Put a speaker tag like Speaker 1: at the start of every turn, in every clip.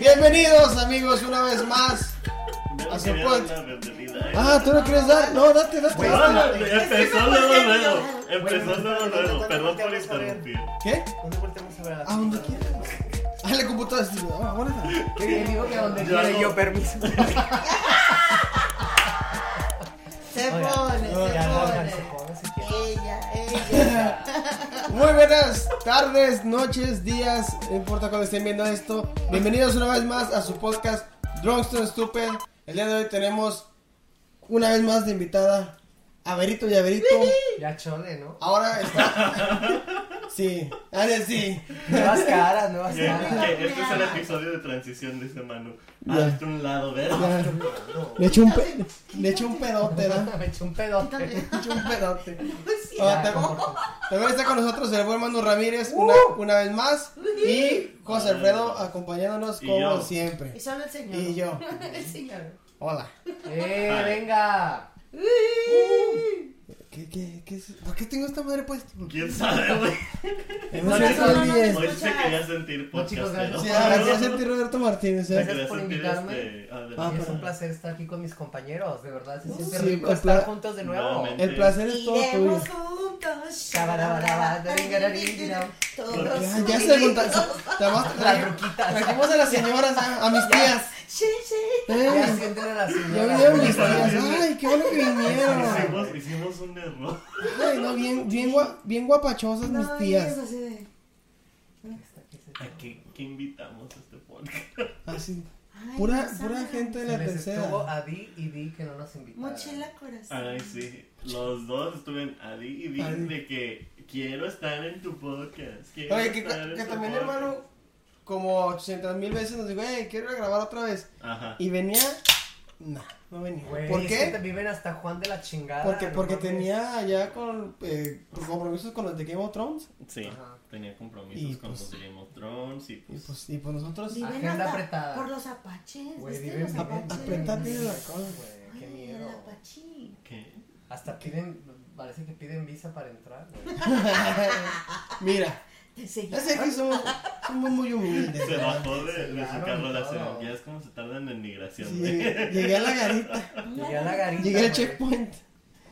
Speaker 1: Bienvenidos amigos una vez más a su podcast. Ah, ¿tú no quieres dar? No, date, date.
Speaker 2: Ah, Empezó de nuevo. Empezó de nuevo. Perdón por interrumpir.
Speaker 1: ¿Qué?
Speaker 3: ¿Dónde volteamos a ver?
Speaker 1: A donde quieras. A la computadora. sí, ah, ahora.
Speaker 3: Yo digo que a donde
Speaker 2: Yo
Speaker 3: quiera
Speaker 2: hago-
Speaker 3: yo permiso.
Speaker 4: Se
Speaker 3: Oiga,
Speaker 4: pone,
Speaker 3: oiga, oiga,
Speaker 4: se
Speaker 3: se
Speaker 4: pone.
Speaker 3: pone, se quiere.
Speaker 4: Ella, ella.
Speaker 1: Muy buenas tardes, noches, días, no importa cuando estén viendo esto. Bienvenidos una vez más a su podcast Drunkstone Stupid. El día de hoy tenemos una vez más de invitada a Verito y a Verito.
Speaker 3: Ya chole, ¿no?
Speaker 1: Ahora está. Sí, ahora sí.
Speaker 3: Nuevas caras, nuevas
Speaker 2: Que-
Speaker 3: caras.
Speaker 2: que Este es el episodio de transición, dice Manu.
Speaker 1: Ya.
Speaker 2: Hazte un lado, ¿verdad?
Speaker 1: Ya. Le eché un, pe- le eché un pedote, ¿verdad?
Speaker 3: Me eché un pedote.
Speaker 4: También.
Speaker 1: Le eché un pedote.
Speaker 4: Pues sí.
Speaker 1: Ah, tam- También está con nosotros el buen Manu Ramírez una, una vez más y José Alfredo acompañándonos
Speaker 2: Y
Speaker 1: como
Speaker 2: yo.
Speaker 4: Y
Speaker 1: siempre.
Speaker 4: solo el señor.
Speaker 1: Y yo.
Speaker 4: El señor.
Speaker 1: Hola.
Speaker 3: ¡Eh, venga!
Speaker 1: ¿Qué, qué, qué es? ¿Por qué tengo esta madre puesta?
Speaker 2: ¿Quién sabe, güey?
Speaker 1: Hemos
Speaker 3: No, no,
Speaker 1: hecho el
Speaker 4: no, no,
Speaker 1: 10.
Speaker 4: no.
Speaker 2: Hoy sí te quería sentir
Speaker 3: No, chicos,
Speaker 2: podcastero.
Speaker 1: Sí,
Speaker 3: gracias.
Speaker 1: ahora sí sentí Roberto Martínez.
Speaker 2: Te
Speaker 1: ¿eh?
Speaker 2: quería
Speaker 3: Gracias por
Speaker 2: sentir
Speaker 3: invitarme.
Speaker 2: este. a ver.
Speaker 1: Ah,
Speaker 3: Es
Speaker 1: pero-
Speaker 3: un placer estar aquí con mis compañeros, de verdad. Se siente
Speaker 1: sí,
Speaker 3: rico
Speaker 1: el
Speaker 3: estar
Speaker 1: pla-
Speaker 3: juntos de nuevo.
Speaker 2: Nuevamente.
Speaker 1: El placer es todo tuyo.
Speaker 4: Iremos juntos.
Speaker 3: Shabarabarabarabarabarabarabara.
Speaker 4: Todos
Speaker 1: Ya, ya se juntan.
Speaker 3: Las ruquitas.
Speaker 1: Trajimos a las señoras, ¿eh? a, a mis tías.
Speaker 4: Sí, sí.
Speaker 3: Ya
Speaker 1: Eh,
Speaker 3: sienten a la
Speaker 1: Ya
Speaker 3: señora.
Speaker 1: vinieron mis tías. Ay, qué bueno que vinieron.
Speaker 2: Hicimos, hicimos un error.
Speaker 1: Ay, no, bien, bien, gua- bien guapachosas
Speaker 4: No,
Speaker 1: mis
Speaker 4: y
Speaker 1: tías.
Speaker 4: es así de,
Speaker 2: ¿A qué, qué invitamos a este podcast?
Speaker 1: Así.
Speaker 4: ay,
Speaker 1: Pura,
Speaker 4: no
Speaker 1: pura
Speaker 4: saben.
Speaker 1: gente de
Speaker 3: Se
Speaker 1: la
Speaker 3: les estuvo
Speaker 1: tercera.
Speaker 3: a Di y Di que no nos invitaron.
Speaker 4: Mochila corazón.
Speaker 2: Ay, sí. Los dos estuvieron Adi y
Speaker 1: Adi.
Speaker 2: Vin de que quiero estar en tu podcast. Quiero
Speaker 1: Oye, que,
Speaker 2: estar en
Speaker 1: que
Speaker 2: tu
Speaker 1: también
Speaker 2: podcast".
Speaker 1: hermano, como 800 mil veces nos dijo, hey, quiero ir a grabar otra vez.
Speaker 2: Ajá.
Speaker 1: Y venía, no, no venía.
Speaker 3: Güey,
Speaker 1: ¿Por
Speaker 3: es
Speaker 1: qué?
Speaker 3: que te viven hasta Juan de la chingada.
Speaker 1: Porque,
Speaker 3: no
Speaker 1: porque
Speaker 3: mames.
Speaker 1: tenía ya con, eh, compromisos con los de Game of Thrones.
Speaker 2: Sí,
Speaker 3: Ajá.
Speaker 2: tenía compromisos
Speaker 1: Y,
Speaker 2: con
Speaker 1: pues,
Speaker 2: los de Game of Thrones y
Speaker 1: Y
Speaker 2: pues.
Speaker 1: pues, y pues nosotros.
Speaker 4: Viven
Speaker 3: Agenda
Speaker 4: hasta
Speaker 3: apretada.
Speaker 4: Por los apaches.
Speaker 3: Güey,
Speaker 4: ¿viste?
Speaker 3: viven
Speaker 4: los
Speaker 3: bien,
Speaker 1: ap-
Speaker 4: apaches.
Speaker 3: bien,
Speaker 1: apretar
Speaker 3: bien
Speaker 1: bien la
Speaker 3: ricos,
Speaker 1: cola.
Speaker 3: güey, Qué
Speaker 4: Ay,
Speaker 3: miedo.
Speaker 4: el apachí.
Speaker 2: ¿Qué?
Speaker 3: Hasta piden, parece que piden visa para entrar. güey.
Speaker 1: Mira,
Speaker 4: Te seguí.
Speaker 1: ya sé que somos, somos muy humildes.
Speaker 2: Se
Speaker 1: ¿verdad?
Speaker 2: bajó de, de su
Speaker 3: claro,
Speaker 2: carro la
Speaker 3: no.
Speaker 2: señora. Ya es como se tardan en migración.
Speaker 1: Sí,
Speaker 2: güey.
Speaker 1: llegué, llegué a la garita,
Speaker 3: Llegué a la garita.
Speaker 1: llegué al
Speaker 3: güey,
Speaker 1: checkpoint.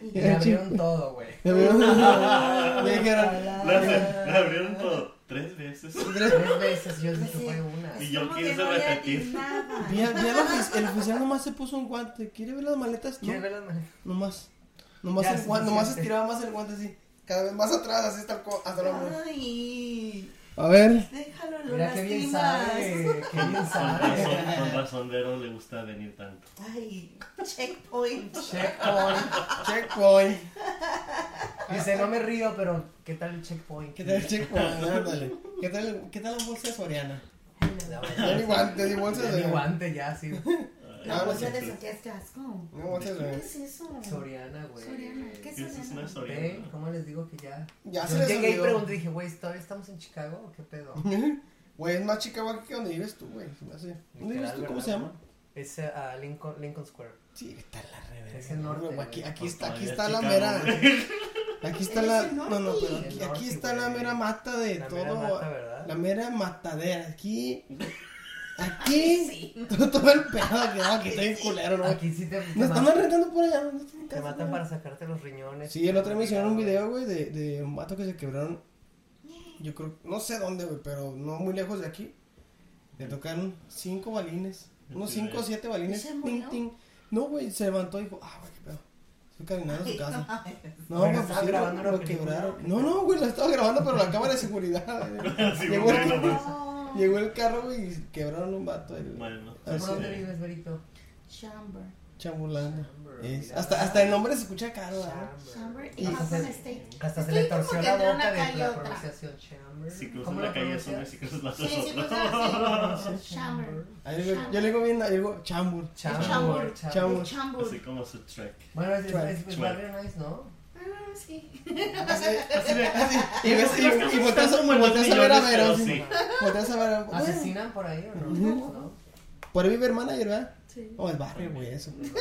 Speaker 4: Y
Speaker 3: Y
Speaker 4: yo,
Speaker 3: me abrieron todo, güey.
Speaker 1: Me vieron- me dijeron,
Speaker 2: La, se- la abrieron todo tres veces.
Speaker 3: Tres veces, yo dije
Speaker 4: Sí.
Speaker 3: fue una.
Speaker 2: Y yo
Speaker 4: ¿cómo que
Speaker 2: quise
Speaker 4: no le
Speaker 2: repetir.
Speaker 4: atinaba?
Speaker 1: vi, a- vi al ofici- el oficial nomás se puso un guante. ¿Quiere ver las maletas? No,
Speaker 3: ¿Quieres ver las maneras?
Speaker 1: nomás. Nomás,
Speaker 3: Ya,
Speaker 1: el guan- nomás
Speaker 3: suficiente.
Speaker 1: estiraba más el guante así. Cada vez más atrás, así hasta, el co- hasta la mano.
Speaker 4: Ay,
Speaker 1: A ver.
Speaker 4: déjalo, lo
Speaker 3: Mira qué bien
Speaker 4: lastimas.
Speaker 3: sabe, qué bien
Speaker 2: Con
Speaker 3: sabe.
Speaker 2: razón, con razón Vero le gusta venir tanto.
Speaker 4: Ay, checkpoint.
Speaker 3: Checkpoint.
Speaker 1: Checkpoint.
Speaker 3: Dice, no me río, pero ¿qué tal el checkpoint?
Speaker 1: ¿Qué tal el checkpoint? Ándale. ¿Qué tal, ¿Qué tal la bolsa de Soriana? Ya
Speaker 3: La verdad,
Speaker 1: ni guantes, ni bolsas
Speaker 3: ya
Speaker 1: de
Speaker 3: Mi guante ya, sí.
Speaker 2: Ay,
Speaker 4: La
Speaker 1: Ah,
Speaker 4: bolsa
Speaker 2: pues,
Speaker 4: de Sofía, qué asco.
Speaker 1: No, bolsas
Speaker 4: ¿Qué
Speaker 1: de
Speaker 4: es eso?
Speaker 3: Soriana, güey.
Speaker 4: Soriana, ¿qué es
Speaker 2: ¿qué es una
Speaker 3: Ve,
Speaker 2: Soriana?
Speaker 3: ¿Cómo les digo que ya?
Speaker 1: Ya
Speaker 3: Yo
Speaker 1: se les
Speaker 3: llegué y
Speaker 1: olvidó.
Speaker 3: pregunté, dije, güey, ¿todavía estamos en Chicago o qué pedo?
Speaker 1: Güey, es más Chicago aquí que donde vives tú, güey. se me hace. ¿Dónde vives tú?
Speaker 3: Literal,
Speaker 1: ¿Cómo
Speaker 3: ¿verdad?
Speaker 1: se llama?
Speaker 3: Es eh, a Lincoln, Lincoln Square.
Speaker 1: Sí, está la reverenda.
Speaker 3: Es el norte,
Speaker 1: güey.
Speaker 3: güey.
Speaker 1: Aquí, aquí
Speaker 3: Pues
Speaker 1: está, aquí
Speaker 2: todavía
Speaker 1: está
Speaker 2: es
Speaker 1: la
Speaker 2: Chicago,
Speaker 1: mera. Aquí está
Speaker 4: Es
Speaker 1: la.
Speaker 4: el
Speaker 1: No, no, pero
Speaker 4: norte.
Speaker 1: aquí,
Speaker 3: El norte,
Speaker 1: aquí está la
Speaker 3: güey.
Speaker 1: mera mata de
Speaker 3: La
Speaker 1: todo.
Speaker 3: mera mata, ¿verdad?
Speaker 1: la mera matadera. Aquí. Aquí.
Speaker 4: Sí.
Speaker 1: Todo, todo el pedo que no, que está bien culero, ¿no?
Speaker 3: Aquí sí te, te
Speaker 1: Nos están
Speaker 3: matan,
Speaker 1: arrendando por allá. no están en
Speaker 3: te
Speaker 1: casa,
Speaker 3: matan
Speaker 1: güey.
Speaker 3: para sacarte los riñones.
Speaker 1: Sí, el otro día me hicieron un video, güey, de, de un vato que se quebraron. Yo creo, no sé dónde, güey, pero no muy lejos de aquí. Le tocaron cinco balines. Unos cinco o siete balines.
Speaker 4: ¿Y se murió?
Speaker 1: ting. No, güey, se levantó y dijo, ah, güey, qué pedo. Estoy caminando a su casa. No,
Speaker 3: Bueno,
Speaker 1: güey, pues
Speaker 3: estaba
Speaker 1: sí,
Speaker 3: grabando
Speaker 1: lo,
Speaker 3: una
Speaker 1: lo
Speaker 3: película.
Speaker 1: quebraron. No, no, güey, la estaba grabando, pero la cámara de seguridad. güey.
Speaker 2: Sí,
Speaker 1: llegó, el,
Speaker 2: bueno, pues.
Speaker 4: No.
Speaker 1: llegó el carro, güey, y quebraron un vato. ahí, güey.
Speaker 2: Bueno,
Speaker 1: Ah,
Speaker 3: ¿Por
Speaker 1: sí.
Speaker 3: dónde vives, Berito?
Speaker 4: Chamber.
Speaker 1: Chambulando.
Speaker 3: Chamber,
Speaker 1: Es-
Speaker 3: mira.
Speaker 1: hasta, hasta el nombre se escucha caro, ¿verdad?
Speaker 4: Chamber
Speaker 3: Y
Speaker 4: y
Speaker 3: hasta
Speaker 4: Hudson
Speaker 3: se-
Speaker 4: State.
Speaker 3: Hasta se
Speaker 4: Estoy
Speaker 3: le
Speaker 4: como
Speaker 3: torció
Speaker 4: que
Speaker 3: la
Speaker 4: entre
Speaker 3: boca
Speaker 4: una
Speaker 3: de
Speaker 4: calle y
Speaker 3: la
Speaker 4: otra.
Speaker 3: pronunciación chamber.
Speaker 2: si
Speaker 3: ¿Cómo
Speaker 2: cruzas
Speaker 3: lo
Speaker 2: la calle es
Speaker 3: pronuncias?
Speaker 2: una y si cruzas la
Speaker 4: Sí, sí, pues,
Speaker 2: otra
Speaker 4: ah, sí. Chamber.
Speaker 1: Ahí le- Yo le digo bien, yo le digo chambul.
Speaker 3: Chamber.
Speaker 4: Chamber.
Speaker 1: Chamber.
Speaker 3: Chamber.
Speaker 2: no. Así
Speaker 4: Chamber.
Speaker 2: como su track.
Speaker 3: Bueno, es, es,
Speaker 1: Chua-
Speaker 3: es, es
Speaker 2: chua.
Speaker 3: barrio nice, ¿no?
Speaker 4: Ah, sí.
Speaker 2: Así de
Speaker 1: Así, y ves, Pues, y, y volteas, a-
Speaker 2: Como en los
Speaker 1: volteas a ver a
Speaker 2: millones,
Speaker 1: Vero. así.
Speaker 2: pero
Speaker 3: Ah,
Speaker 2: sí.
Speaker 1: Volteas a ver a-
Speaker 3: ¿Asesinan por ahí o no?
Speaker 1: Ujú.
Speaker 3: ¿No?
Speaker 1: Por Viver Manager, ¿verdad?
Speaker 4: Sí.
Speaker 1: Oh, es barrio, güey, eso. Es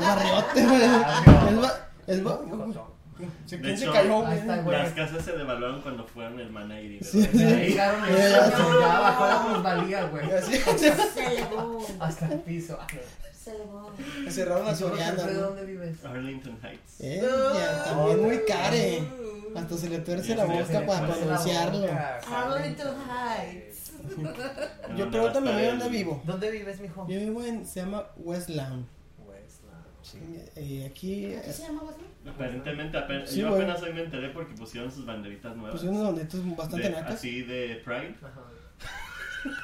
Speaker 1: barriote, güey.
Speaker 2: Ah,
Speaker 3: Barrio.
Speaker 1: Es ba- Es barrio.
Speaker 3: Jotón.
Speaker 1: ¿Quién se
Speaker 2: hecho,
Speaker 1: cayó,
Speaker 3: ahí está,
Speaker 1: güey?
Speaker 3: güey.
Speaker 2: Las casas se devaluaron cuando fueron el manager.
Speaker 1: Ah, Sí.
Speaker 3: Me dedicaron el
Speaker 1: Ya, ya.
Speaker 3: sueño, ya bajó la plusvalía, güey.
Speaker 1: Así,
Speaker 4: Se elevó.
Speaker 3: Hasta el piso. Ah, no.
Speaker 4: Se elevó.
Speaker 1: cerraron la Soriana,
Speaker 3: ¿De
Speaker 1: ¿no?
Speaker 3: dónde vives?
Speaker 2: Arlington Heights.
Speaker 1: Eh, ya, también muy care. Hasta se le tuerce la
Speaker 2: Ya se le
Speaker 1: boca para
Speaker 2: tuerce la
Speaker 1: pronunciarlo.
Speaker 4: Ah, Arlington Heights.
Speaker 1: Yo pregúntame a mí dónde vivo.
Speaker 3: ¿Dónde vives, mijo?
Speaker 1: Yo vivo en, se llama West Lounge.
Speaker 3: Westland.
Speaker 1: Y aquí
Speaker 4: ¿Qué
Speaker 1: eh,
Speaker 4: se llama Wesley?
Speaker 2: Aparentemente, apen-
Speaker 1: Sí,
Speaker 2: yo
Speaker 1: güey.
Speaker 2: apenas hoy me enteré porque pusieron sus banderitas nuevas.
Speaker 1: pusieron pues, unos donditos
Speaker 2: De-
Speaker 1: bastante nacas.
Speaker 2: así de Pride.
Speaker 3: Ajá.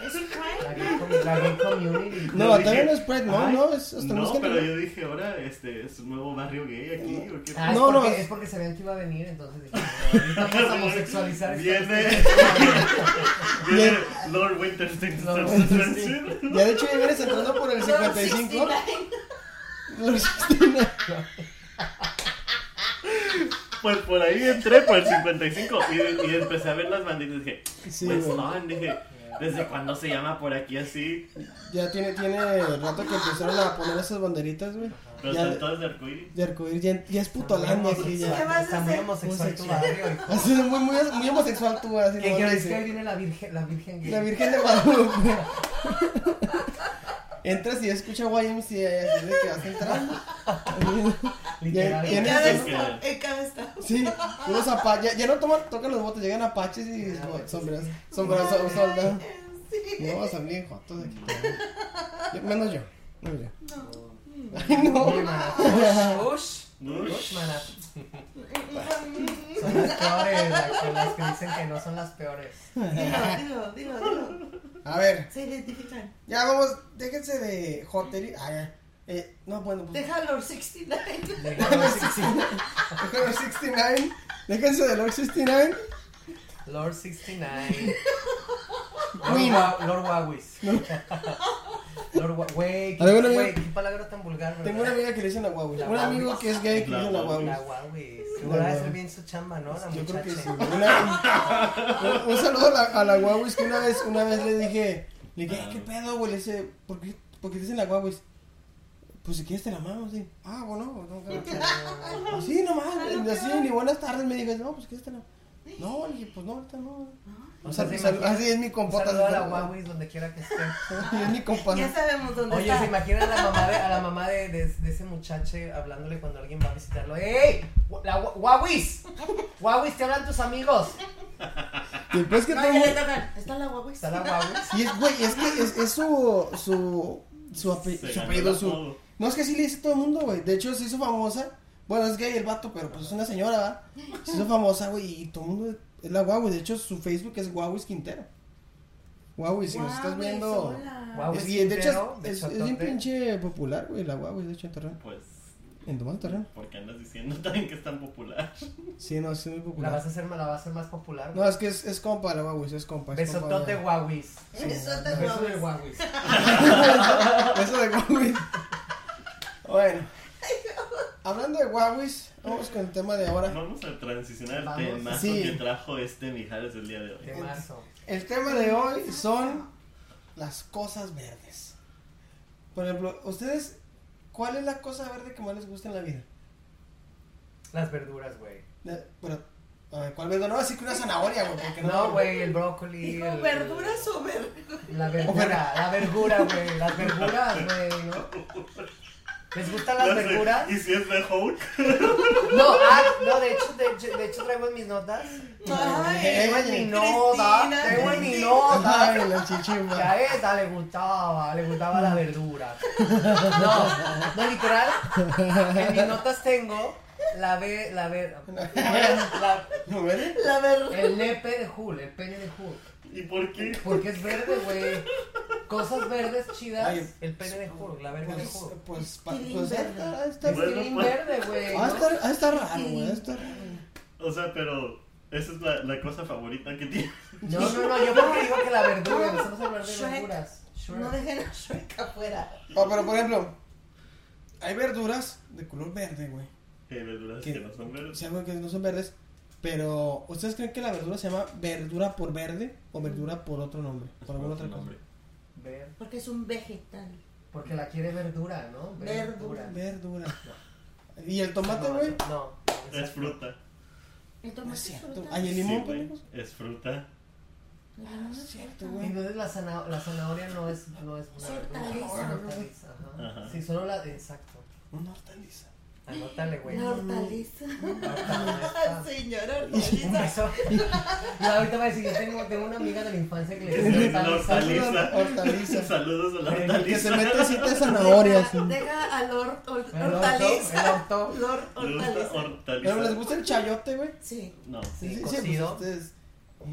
Speaker 4: ¿Es un crime?
Speaker 3: La gay com- la gay community.
Speaker 1: No,
Speaker 2: Yo
Speaker 1: hasta
Speaker 2: dije,
Speaker 1: no es Pride, no,
Speaker 2: ay,
Speaker 1: no, es hasta
Speaker 2: No,
Speaker 1: música,
Speaker 2: pero
Speaker 1: ¿no?
Speaker 2: yo dije, ahora este es un nuevo barrio gay
Speaker 1: Eh,
Speaker 2: aquí. ¿o qué?
Speaker 1: No,
Speaker 3: Ah, es
Speaker 1: no,
Speaker 3: porque,
Speaker 1: es-
Speaker 3: es porque sabían que iba a venir, entonces dijeron, "No, ahorita vamos a homosexualizar esta
Speaker 2: Viene. Viene Lord Winterstein.
Speaker 3: Lord
Speaker 1: Ya de hecho ya vienes entrando por el 55. Los 69.
Speaker 2: Pues por ahí entré por el 55 y, y empecé a ver las banditas. Dije,
Speaker 1: Sí,
Speaker 2: pues
Speaker 1: güey.
Speaker 2: no, dije, ¿desde cuándo se llama por aquí así?
Speaker 1: Ya tiene, tiene rato que empezaron a poner esas banderitas, güey.
Speaker 2: Los
Speaker 1: Ya-
Speaker 2: tantos de arcoíris.
Speaker 1: De arcoíris, ya, ya es putolandia aquí,
Speaker 4: ¿Qué
Speaker 1: ya.
Speaker 4: vas a
Speaker 3: Está muy
Speaker 4: hacer?
Speaker 3: homosexual tu barrio. hijo.
Speaker 1: Así es muy, muy, muy homosexual tú, así
Speaker 3: ¿Qué
Speaker 1: lo
Speaker 3: crees
Speaker 1: dice.
Speaker 3: que hoy viene la virgen, la virgen gay?
Speaker 1: La Virgen de Guadalupe. Entras y escucha YMCA, así de que vas entrando.
Speaker 3: Literal.
Speaker 1: Ya- ya no-
Speaker 3: güey.
Speaker 4: Cada estado. En cada estado.
Speaker 1: Sí, unos apa- ya, ya no toman, tocan los botes, llegan apaches y bo- sombreros, sombreros, sol- soldados.
Speaker 4: Sí.
Speaker 1: No, están bien jotos de aquí. Yo- Menos yo, menos yo.
Speaker 4: No.
Speaker 1: Ay,
Speaker 3: Muy
Speaker 1: no.
Speaker 3: malas. Ush, maná.
Speaker 4: Dilo,
Speaker 3: Son las peores, la- con las que dicen que no son las peores.
Speaker 4: dilo, dilo, dilo.
Speaker 1: A ver,
Speaker 4: Se identifican.
Speaker 1: ya vamos, déjense de jotería. Ah, ya. Eh, no, bueno, pues.
Speaker 4: Déjalo, 69.
Speaker 3: Lord 69.
Speaker 1: Déjense de 69. Déjense de Lord 69.
Speaker 3: Lord 69.
Speaker 1: Queen.
Speaker 3: Lord, Wa- Lord Wawis. Lord Wa- Güey, qué,
Speaker 1: ¿Alguna
Speaker 3: güey,
Speaker 1: vez-
Speaker 3: qué palabra tan vulgar, ¿verdad?
Speaker 1: Tengo una amiga que le dicen la guagua.
Speaker 3: La
Speaker 1: Un amigo
Speaker 3: guagua.
Speaker 1: que es gay que le dicen la
Speaker 2: La
Speaker 1: guagua.
Speaker 3: La Wawis.
Speaker 1: La
Speaker 3: Seguro debe
Speaker 1: Wawis.
Speaker 3: ser bien su chamba, ¿no? La
Speaker 1: Yo creo que sí.
Speaker 3: muchacha.
Speaker 1: Una- un, un saludo a la, a la guaguis que una vez, una vez le dije, le dije, "Eh, ¿qué pedo, güey? Le dice, ¿por qué, por qué te dicen la guaguis? Pues si quieres te la mano, sí. Ah, bueno, no, no, no. Así nomás, así, ni buenas tardes me dijo, no, pues quieres te la No, le dije, pues no, ahorita no.
Speaker 3: O sea,
Speaker 1: Sal-
Speaker 3: ¿se
Speaker 1: sal-
Speaker 3: imagina?
Speaker 1: así es mi
Speaker 3: Un
Speaker 1: compota.
Speaker 3: saludo a la
Speaker 1: así-
Speaker 3: Wawis donde quiera que esté.
Speaker 1: así es mi compota.
Speaker 4: Ya sabemos dónde
Speaker 3: Oye,
Speaker 4: está.
Speaker 3: ¿se imaginan a la mamá de, a la mamá de, de, de ese muchacho hablándole cuando alguien va a visitarlo? ¡Ey! Wa- ¡La Wa- Wawis! ¡Wawis, te hablan tus amigos!
Speaker 1: Después pues que
Speaker 4: No,
Speaker 1: tengo-
Speaker 4: ya le tocan. Está la guagua.
Speaker 3: ¿Está la Wawis?
Speaker 1: Y es, güey, es que es, es su, su, su, ape-
Speaker 2: Se
Speaker 1: su
Speaker 2: ganó
Speaker 1: apellido,
Speaker 2: el
Speaker 1: su...
Speaker 2: apodo.
Speaker 1: No, es que sí le dice todo el mundo, güey. De hecho, se hizo famosa. Bueno, es gay el vato, pero pues es una señora, ¿va? Se hizo famosa, güey, y todo el mundo es la Huawei. De hecho, su Facebook es Huawei Quintero. Huawei, si nos estás
Speaker 4: Guau, güey,
Speaker 1: viendo...
Speaker 4: sola.
Speaker 3: Wawis
Speaker 1: Es, y de hecho,
Speaker 3: Quintero, de
Speaker 1: es, es,
Speaker 3: Chotote.
Speaker 1: bien pinche popular, güey, la Huawei, de hecho, en Torreón.
Speaker 2: Pues,
Speaker 1: En Tomás Torreón.
Speaker 2: ¿por qué andas diciendo también que es tan popular?
Speaker 1: Sí, no, sí es muy
Speaker 3: La
Speaker 1: popular.
Speaker 3: vas a hacer, la vas a hacer más popular.
Speaker 1: No, es que es, es compa la Huawei, es compa. Es compa
Speaker 3: Besotote
Speaker 1: de-
Speaker 3: Wawis.
Speaker 4: Eso te
Speaker 3: Beso de
Speaker 4: guagua.
Speaker 3: Wawis.
Speaker 1: Eso de Huawei. Bueno. Hablando de Huawei, vamos con el tema de ahora.
Speaker 2: Vamos a transicionar al
Speaker 3: Vamos.
Speaker 2: temazo
Speaker 1: Sí.
Speaker 2: que trajo este Mijares el día de hoy.
Speaker 3: De marzo.
Speaker 1: El tema de hoy son las cosas verdes. Por ejemplo, ustedes, ¿cuál es la cosa verde que más les gusta en la vida?
Speaker 3: Las verduras, güey.
Speaker 1: La- Bueno, a ver, ¿cuál verde? No, así que una zanahoria, güey, porque no.
Speaker 3: No, güey, el brócoli.
Speaker 4: Dijo,
Speaker 3: el-
Speaker 4: ¿verduras o verduras?
Speaker 3: La verdura, la verdura, güey. Las verduras, güey, ¿no? ¿Les gustan las
Speaker 2: Ya sé,
Speaker 3: verduras?
Speaker 2: ¿Y si es de Hulk?
Speaker 3: No, ah, no, de hecho, de, hecho- de hecho traigo en mis notas.
Speaker 1: Eh,
Speaker 3: Traigo en mi nota,
Speaker 4: Cristina,
Speaker 3: traigo en mi
Speaker 4: Cristina.
Speaker 3: nota.
Speaker 1: Ay, la
Speaker 3: Que
Speaker 1: chichimba.
Speaker 3: a esta le gustaba, le gustaba la verdura. No, no, literal. En mis notas tengo la ve, la ver, la-
Speaker 1: ¿No verde?
Speaker 4: La verdura.
Speaker 3: el nepe de Hulk, el pene de Hulk.
Speaker 2: ¿Y por qué?
Speaker 3: Porque es verde, güey. Cosas verdes chidas.
Speaker 1: Ay,
Speaker 3: el pene de Hulk, la verga de
Speaker 1: Pues,
Speaker 3: Hulk.
Speaker 1: pues, pa-
Speaker 4: Tilín
Speaker 1: pues,
Speaker 4: verde.
Speaker 1: ah, está,
Speaker 3: Es
Speaker 1: ah,
Speaker 2: Bueno,
Speaker 3: green
Speaker 2: pues.
Speaker 3: verde, güey. ¿no?
Speaker 1: está, ah, está raro, güey, está raro.
Speaker 2: O sea, pero esa es la, la cosa favorita que tiene.
Speaker 3: No, no, no, yo porque digo que la verdura, empezamos a hablar de
Speaker 4: Shrek.
Speaker 3: verduras. Shrek.
Speaker 4: No dejen a Shrek afuera.
Speaker 1: Ah, pero por ejemplo, hay verduras de color verde, güey.
Speaker 2: Que verduras
Speaker 1: ¿Qué?
Speaker 2: que no son
Speaker 1: O
Speaker 2: verdes.
Speaker 1: sea, güey, que no son verdes. Pero, ¿ustedes creen que la verdura se llama verdura por verde o verdura por otro nombre? Por alguna otra
Speaker 2: Nombre.
Speaker 1: cosa.
Speaker 3: Ver.
Speaker 4: Porque es un vegetal.
Speaker 3: Porque la quiere verdura, ¿no?
Speaker 4: Verdura.
Speaker 1: Verdura. ¿Y el tomate, güey?
Speaker 3: No, no.
Speaker 2: Es fruta.
Speaker 4: El
Speaker 1: No
Speaker 4: tomate
Speaker 1: es
Speaker 4: es
Speaker 1: cierto.
Speaker 4: fruta.
Speaker 1: Ay, el limón,
Speaker 2: Sí, güey,
Speaker 1: pendejos.
Speaker 2: Es fruta.
Speaker 4: El limón es fruta.
Speaker 1: güey.
Speaker 3: Entonces la, zana- la zanahoria no es, no es una
Speaker 4: Es
Speaker 3: verdura.
Speaker 4: hortaliza.
Speaker 3: es hortaliza, ajá.
Speaker 2: Ajá.
Speaker 3: Sí, solo la. Exacto.
Speaker 1: Una hortaliza.
Speaker 3: Anótale, güey.
Speaker 4: La hortaliza.
Speaker 3: Anótale, güey.
Speaker 4: Señora
Speaker 3: Hortaliza.
Speaker 4: hortaliza.
Speaker 3: No, ahorita va a decir, yo tengo, tengo una amiga de la infancia que le
Speaker 2: Es
Speaker 3: dice
Speaker 2: una hortaliza.
Speaker 1: Hortaliza.
Speaker 2: Saludos a la
Speaker 3: Eh,
Speaker 1: Que se
Speaker 2: hortaliza.
Speaker 1: mete siete zanahorias.
Speaker 4: Deja, deja al hor- hor-
Speaker 3: El orto,
Speaker 4: hortaliza.
Speaker 3: el orto.
Speaker 4: Lor-
Speaker 2: Me gusta
Speaker 4: hortaliza.
Speaker 1: Pero les
Speaker 2: hortaliza.
Speaker 1: gusta el chayote, güey.
Speaker 4: Sí,
Speaker 2: No.
Speaker 3: Sí,
Speaker 1: pues,
Speaker 3: cocido.
Speaker 1: ustedes-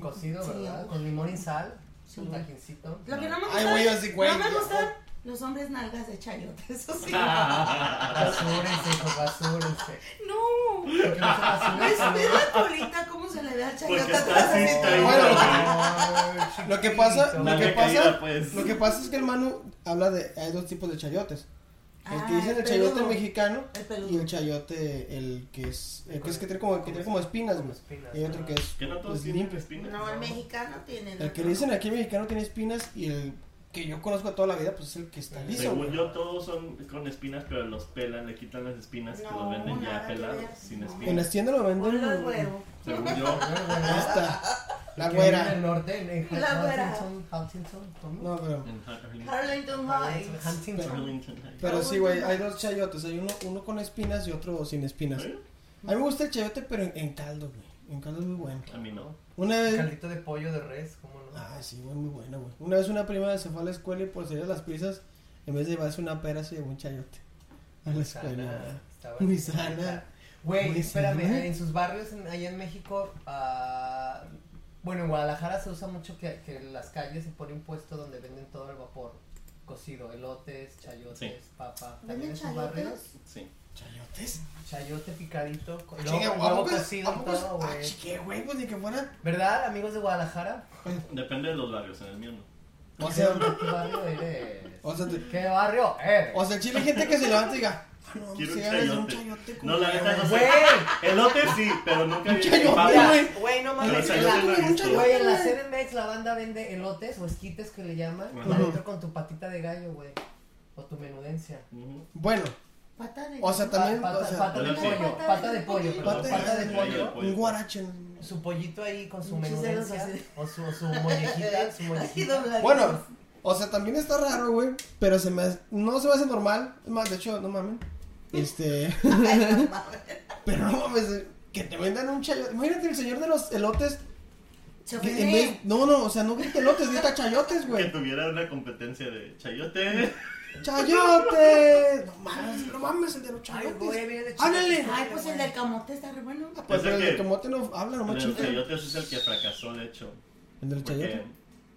Speaker 3: Cocido,
Speaker 4: Sí.
Speaker 3: ¿verdad? Con limón y sal.
Speaker 4: Sí.
Speaker 3: Un taquincito.
Speaker 4: Lo que no me
Speaker 1: Ay,
Speaker 4: gusta.
Speaker 1: güey, así, güey,
Speaker 4: No me
Speaker 1: ya,
Speaker 4: gustan
Speaker 1: güey.
Speaker 4: los hombres nalgas de chayote. Eso sí.
Speaker 2: Ah.
Speaker 3: Basúrense, hijo, basúrense.
Speaker 4: No.
Speaker 3: Porque no se basura
Speaker 4: ¿Ves,
Speaker 3: también.
Speaker 4: ves la colita cómo se le ve al
Speaker 2: Porque
Speaker 4: chayote
Speaker 2: está
Speaker 4: atrás?
Speaker 2: así
Speaker 4: así?
Speaker 2: traído.
Speaker 3: Ay,
Speaker 1: Lo que pasa,
Speaker 3: chiquito.
Speaker 1: lo
Speaker 2: La
Speaker 1: que
Speaker 2: recaída,
Speaker 1: pasa,
Speaker 2: pues.
Speaker 1: lo que pasa es que el Manu habla de hay dos tipos de chayotes. El que
Speaker 4: Ah,
Speaker 1: dicen el
Speaker 4: el peludo.
Speaker 1: chayote mexicano
Speaker 4: El peludo.
Speaker 1: y el chayote el que es el que es que tiene como que tiene como espinas, güey.
Speaker 3: Espinas,
Speaker 1: Y hay otro
Speaker 3: ajá.
Speaker 1: que es
Speaker 2: Que no todos
Speaker 1: pues,
Speaker 2: tienen
Speaker 1: limpio.
Speaker 2: espinas.
Speaker 4: No, el mexicano tiene.
Speaker 1: El que le dicen aquí el mexicano tiene espinas y el que yo conozco toda la vida pues es el que está liso.
Speaker 2: Según
Speaker 1: güey.
Speaker 2: yo, todos son con espinas, pero los pelan, le quitan las espinas que los
Speaker 4: No,
Speaker 2: venden ya
Speaker 4: nada que
Speaker 2: pelados,
Speaker 4: ver.
Speaker 2: sin
Speaker 4: No.
Speaker 1: En las
Speaker 2: espinas.
Speaker 1: tiendas lo venden.
Speaker 4: Ponlo el
Speaker 1: güey.
Speaker 4: huevo.
Speaker 2: Según yo,
Speaker 1: Ahí está. La
Speaker 3: Que vive En el
Speaker 1: güera.
Speaker 3: norte, en- en
Speaker 4: La güera.
Speaker 3: Huntington, Huntington, ¿cómo?
Speaker 1: No, pero
Speaker 2: en Har-
Speaker 4: Harlington
Speaker 3: Huntington,
Speaker 4: Heights.
Speaker 3: Huntington.
Speaker 2: Arlington Heights.
Speaker 1: pero sí, güey, hay dos chayotes, hay uno uno con espinas y otro sin espinas.
Speaker 2: ¿Eh?
Speaker 1: A mí me gusta el chayote pero en, en caldo, güey. En caldo es muy bueno.
Speaker 2: A mí no.
Speaker 1: Una vez
Speaker 3: Caldito de pollo de res, ¿cómo no?
Speaker 1: Ah, sí, güey, muy bueno, güey. Una vez una prima se fue a la escuela y por salir a las prisas, en vez de llevarse una pera, se llevó un chayote a la escuela.
Speaker 3: Sana, estaba
Speaker 1: Muy
Speaker 3: chiquita.
Speaker 1: sana.
Speaker 3: Güey,
Speaker 1: Muy
Speaker 3: espérame,
Speaker 1: sana.
Speaker 3: en sus barrios, en- allá en México, ah, bueno, en Guadalajara se usa mucho que, que en las calles se pone un puesto donde venden todo el vapor cocido, elotes, chayotes,
Speaker 2: Sí.
Speaker 3: papa. ¿También
Speaker 4: ¿Venden
Speaker 3: en sus barrios?
Speaker 4: chayotes?
Speaker 2: Sí.
Speaker 1: ¿Chayotes?
Speaker 3: Chayote picadito, con
Speaker 1: Ah, Chinga,
Speaker 3: luego
Speaker 1: ¿a
Speaker 3: huevo
Speaker 1: poco es-
Speaker 3: cocido
Speaker 1: a
Speaker 3: y
Speaker 1: poco es-
Speaker 3: todo,
Speaker 1: Ah,
Speaker 3: güey.
Speaker 1: chique, güey, pues ni que fuera.
Speaker 3: ¿Verdad, amigos de Guadalajara?
Speaker 2: Depende de los barrios, en el mío no.
Speaker 1: O
Speaker 3: ¿De
Speaker 1: sea,
Speaker 3: dónde- ¿Qué barrio eres?
Speaker 1: o sea, te-
Speaker 3: ¿Qué barrio Eh, eres?
Speaker 1: o sea, el chile hay gente que se levanta y diga, ah, no,
Speaker 2: Quiero
Speaker 1: si
Speaker 2: un
Speaker 1: ganas un
Speaker 2: chayote.
Speaker 1: chayote.
Speaker 2: No, la neta no sé.
Speaker 3: Güey,
Speaker 2: Elote sí, pero nunca vi
Speaker 1: chayote,
Speaker 2: papa.
Speaker 1: güey.
Speaker 3: güey, no
Speaker 2: Pero
Speaker 3: mames.
Speaker 2: chayote no he
Speaker 1: Un
Speaker 2: visto.
Speaker 3: Güey, en la CDMX la banda vende elotes o esquites que le llaman y
Speaker 2: Ajá.
Speaker 3: adentro con tu patita de gallo, güey. O tu menudencia.
Speaker 2: Ujú.
Speaker 1: Bueno,
Speaker 4: Pata de.
Speaker 1: o sea, también,
Speaker 3: Pa-
Speaker 1: o
Speaker 3: pata,
Speaker 1: sea,
Speaker 3: pata de
Speaker 2: Elote.
Speaker 3: pollo, pata de pollo, perdón,
Speaker 1: Pata de
Speaker 3: pata de
Speaker 1: gallo.
Speaker 3: pollo.
Speaker 2: pollo.
Speaker 1: un guarache. ¿no?
Speaker 3: Su pollito ahí con su
Speaker 4: Muchos
Speaker 3: menudencia
Speaker 4: dedos así.
Speaker 3: o su, su mollejita, su
Speaker 4: Así
Speaker 3: mollejita.
Speaker 4: dobladitos.
Speaker 1: Bueno, o sea, también está raro, güey, pero se me hace- no se me hace normal. Es más, de hecho, no mames. Este. Pero no mames, eh, que te vendan un chayote. Imagínate el señor de los elotes.
Speaker 4: Se
Speaker 1: que en vez-
Speaker 4: ofende.
Speaker 1: no, no, o sea, no grita elotes, grita chayotes,
Speaker 2: Que
Speaker 1: güey.
Speaker 2: tuviera una competencia de chayote.
Speaker 1: ¡Chayotes! No mames, no mames, el de los
Speaker 3: Ay,
Speaker 1: chayotes.
Speaker 3: güey, mira el
Speaker 1: Háblale.
Speaker 4: Ay, pues el del camote está re bueno.
Speaker 1: Pues
Speaker 2: Es el
Speaker 1: el
Speaker 2: que-
Speaker 1: de camote no habla, nomás
Speaker 2: El
Speaker 1: chifla.
Speaker 2: chayote es el que fracasó, de hecho.
Speaker 1: El del
Speaker 2: Porque
Speaker 1: chayote.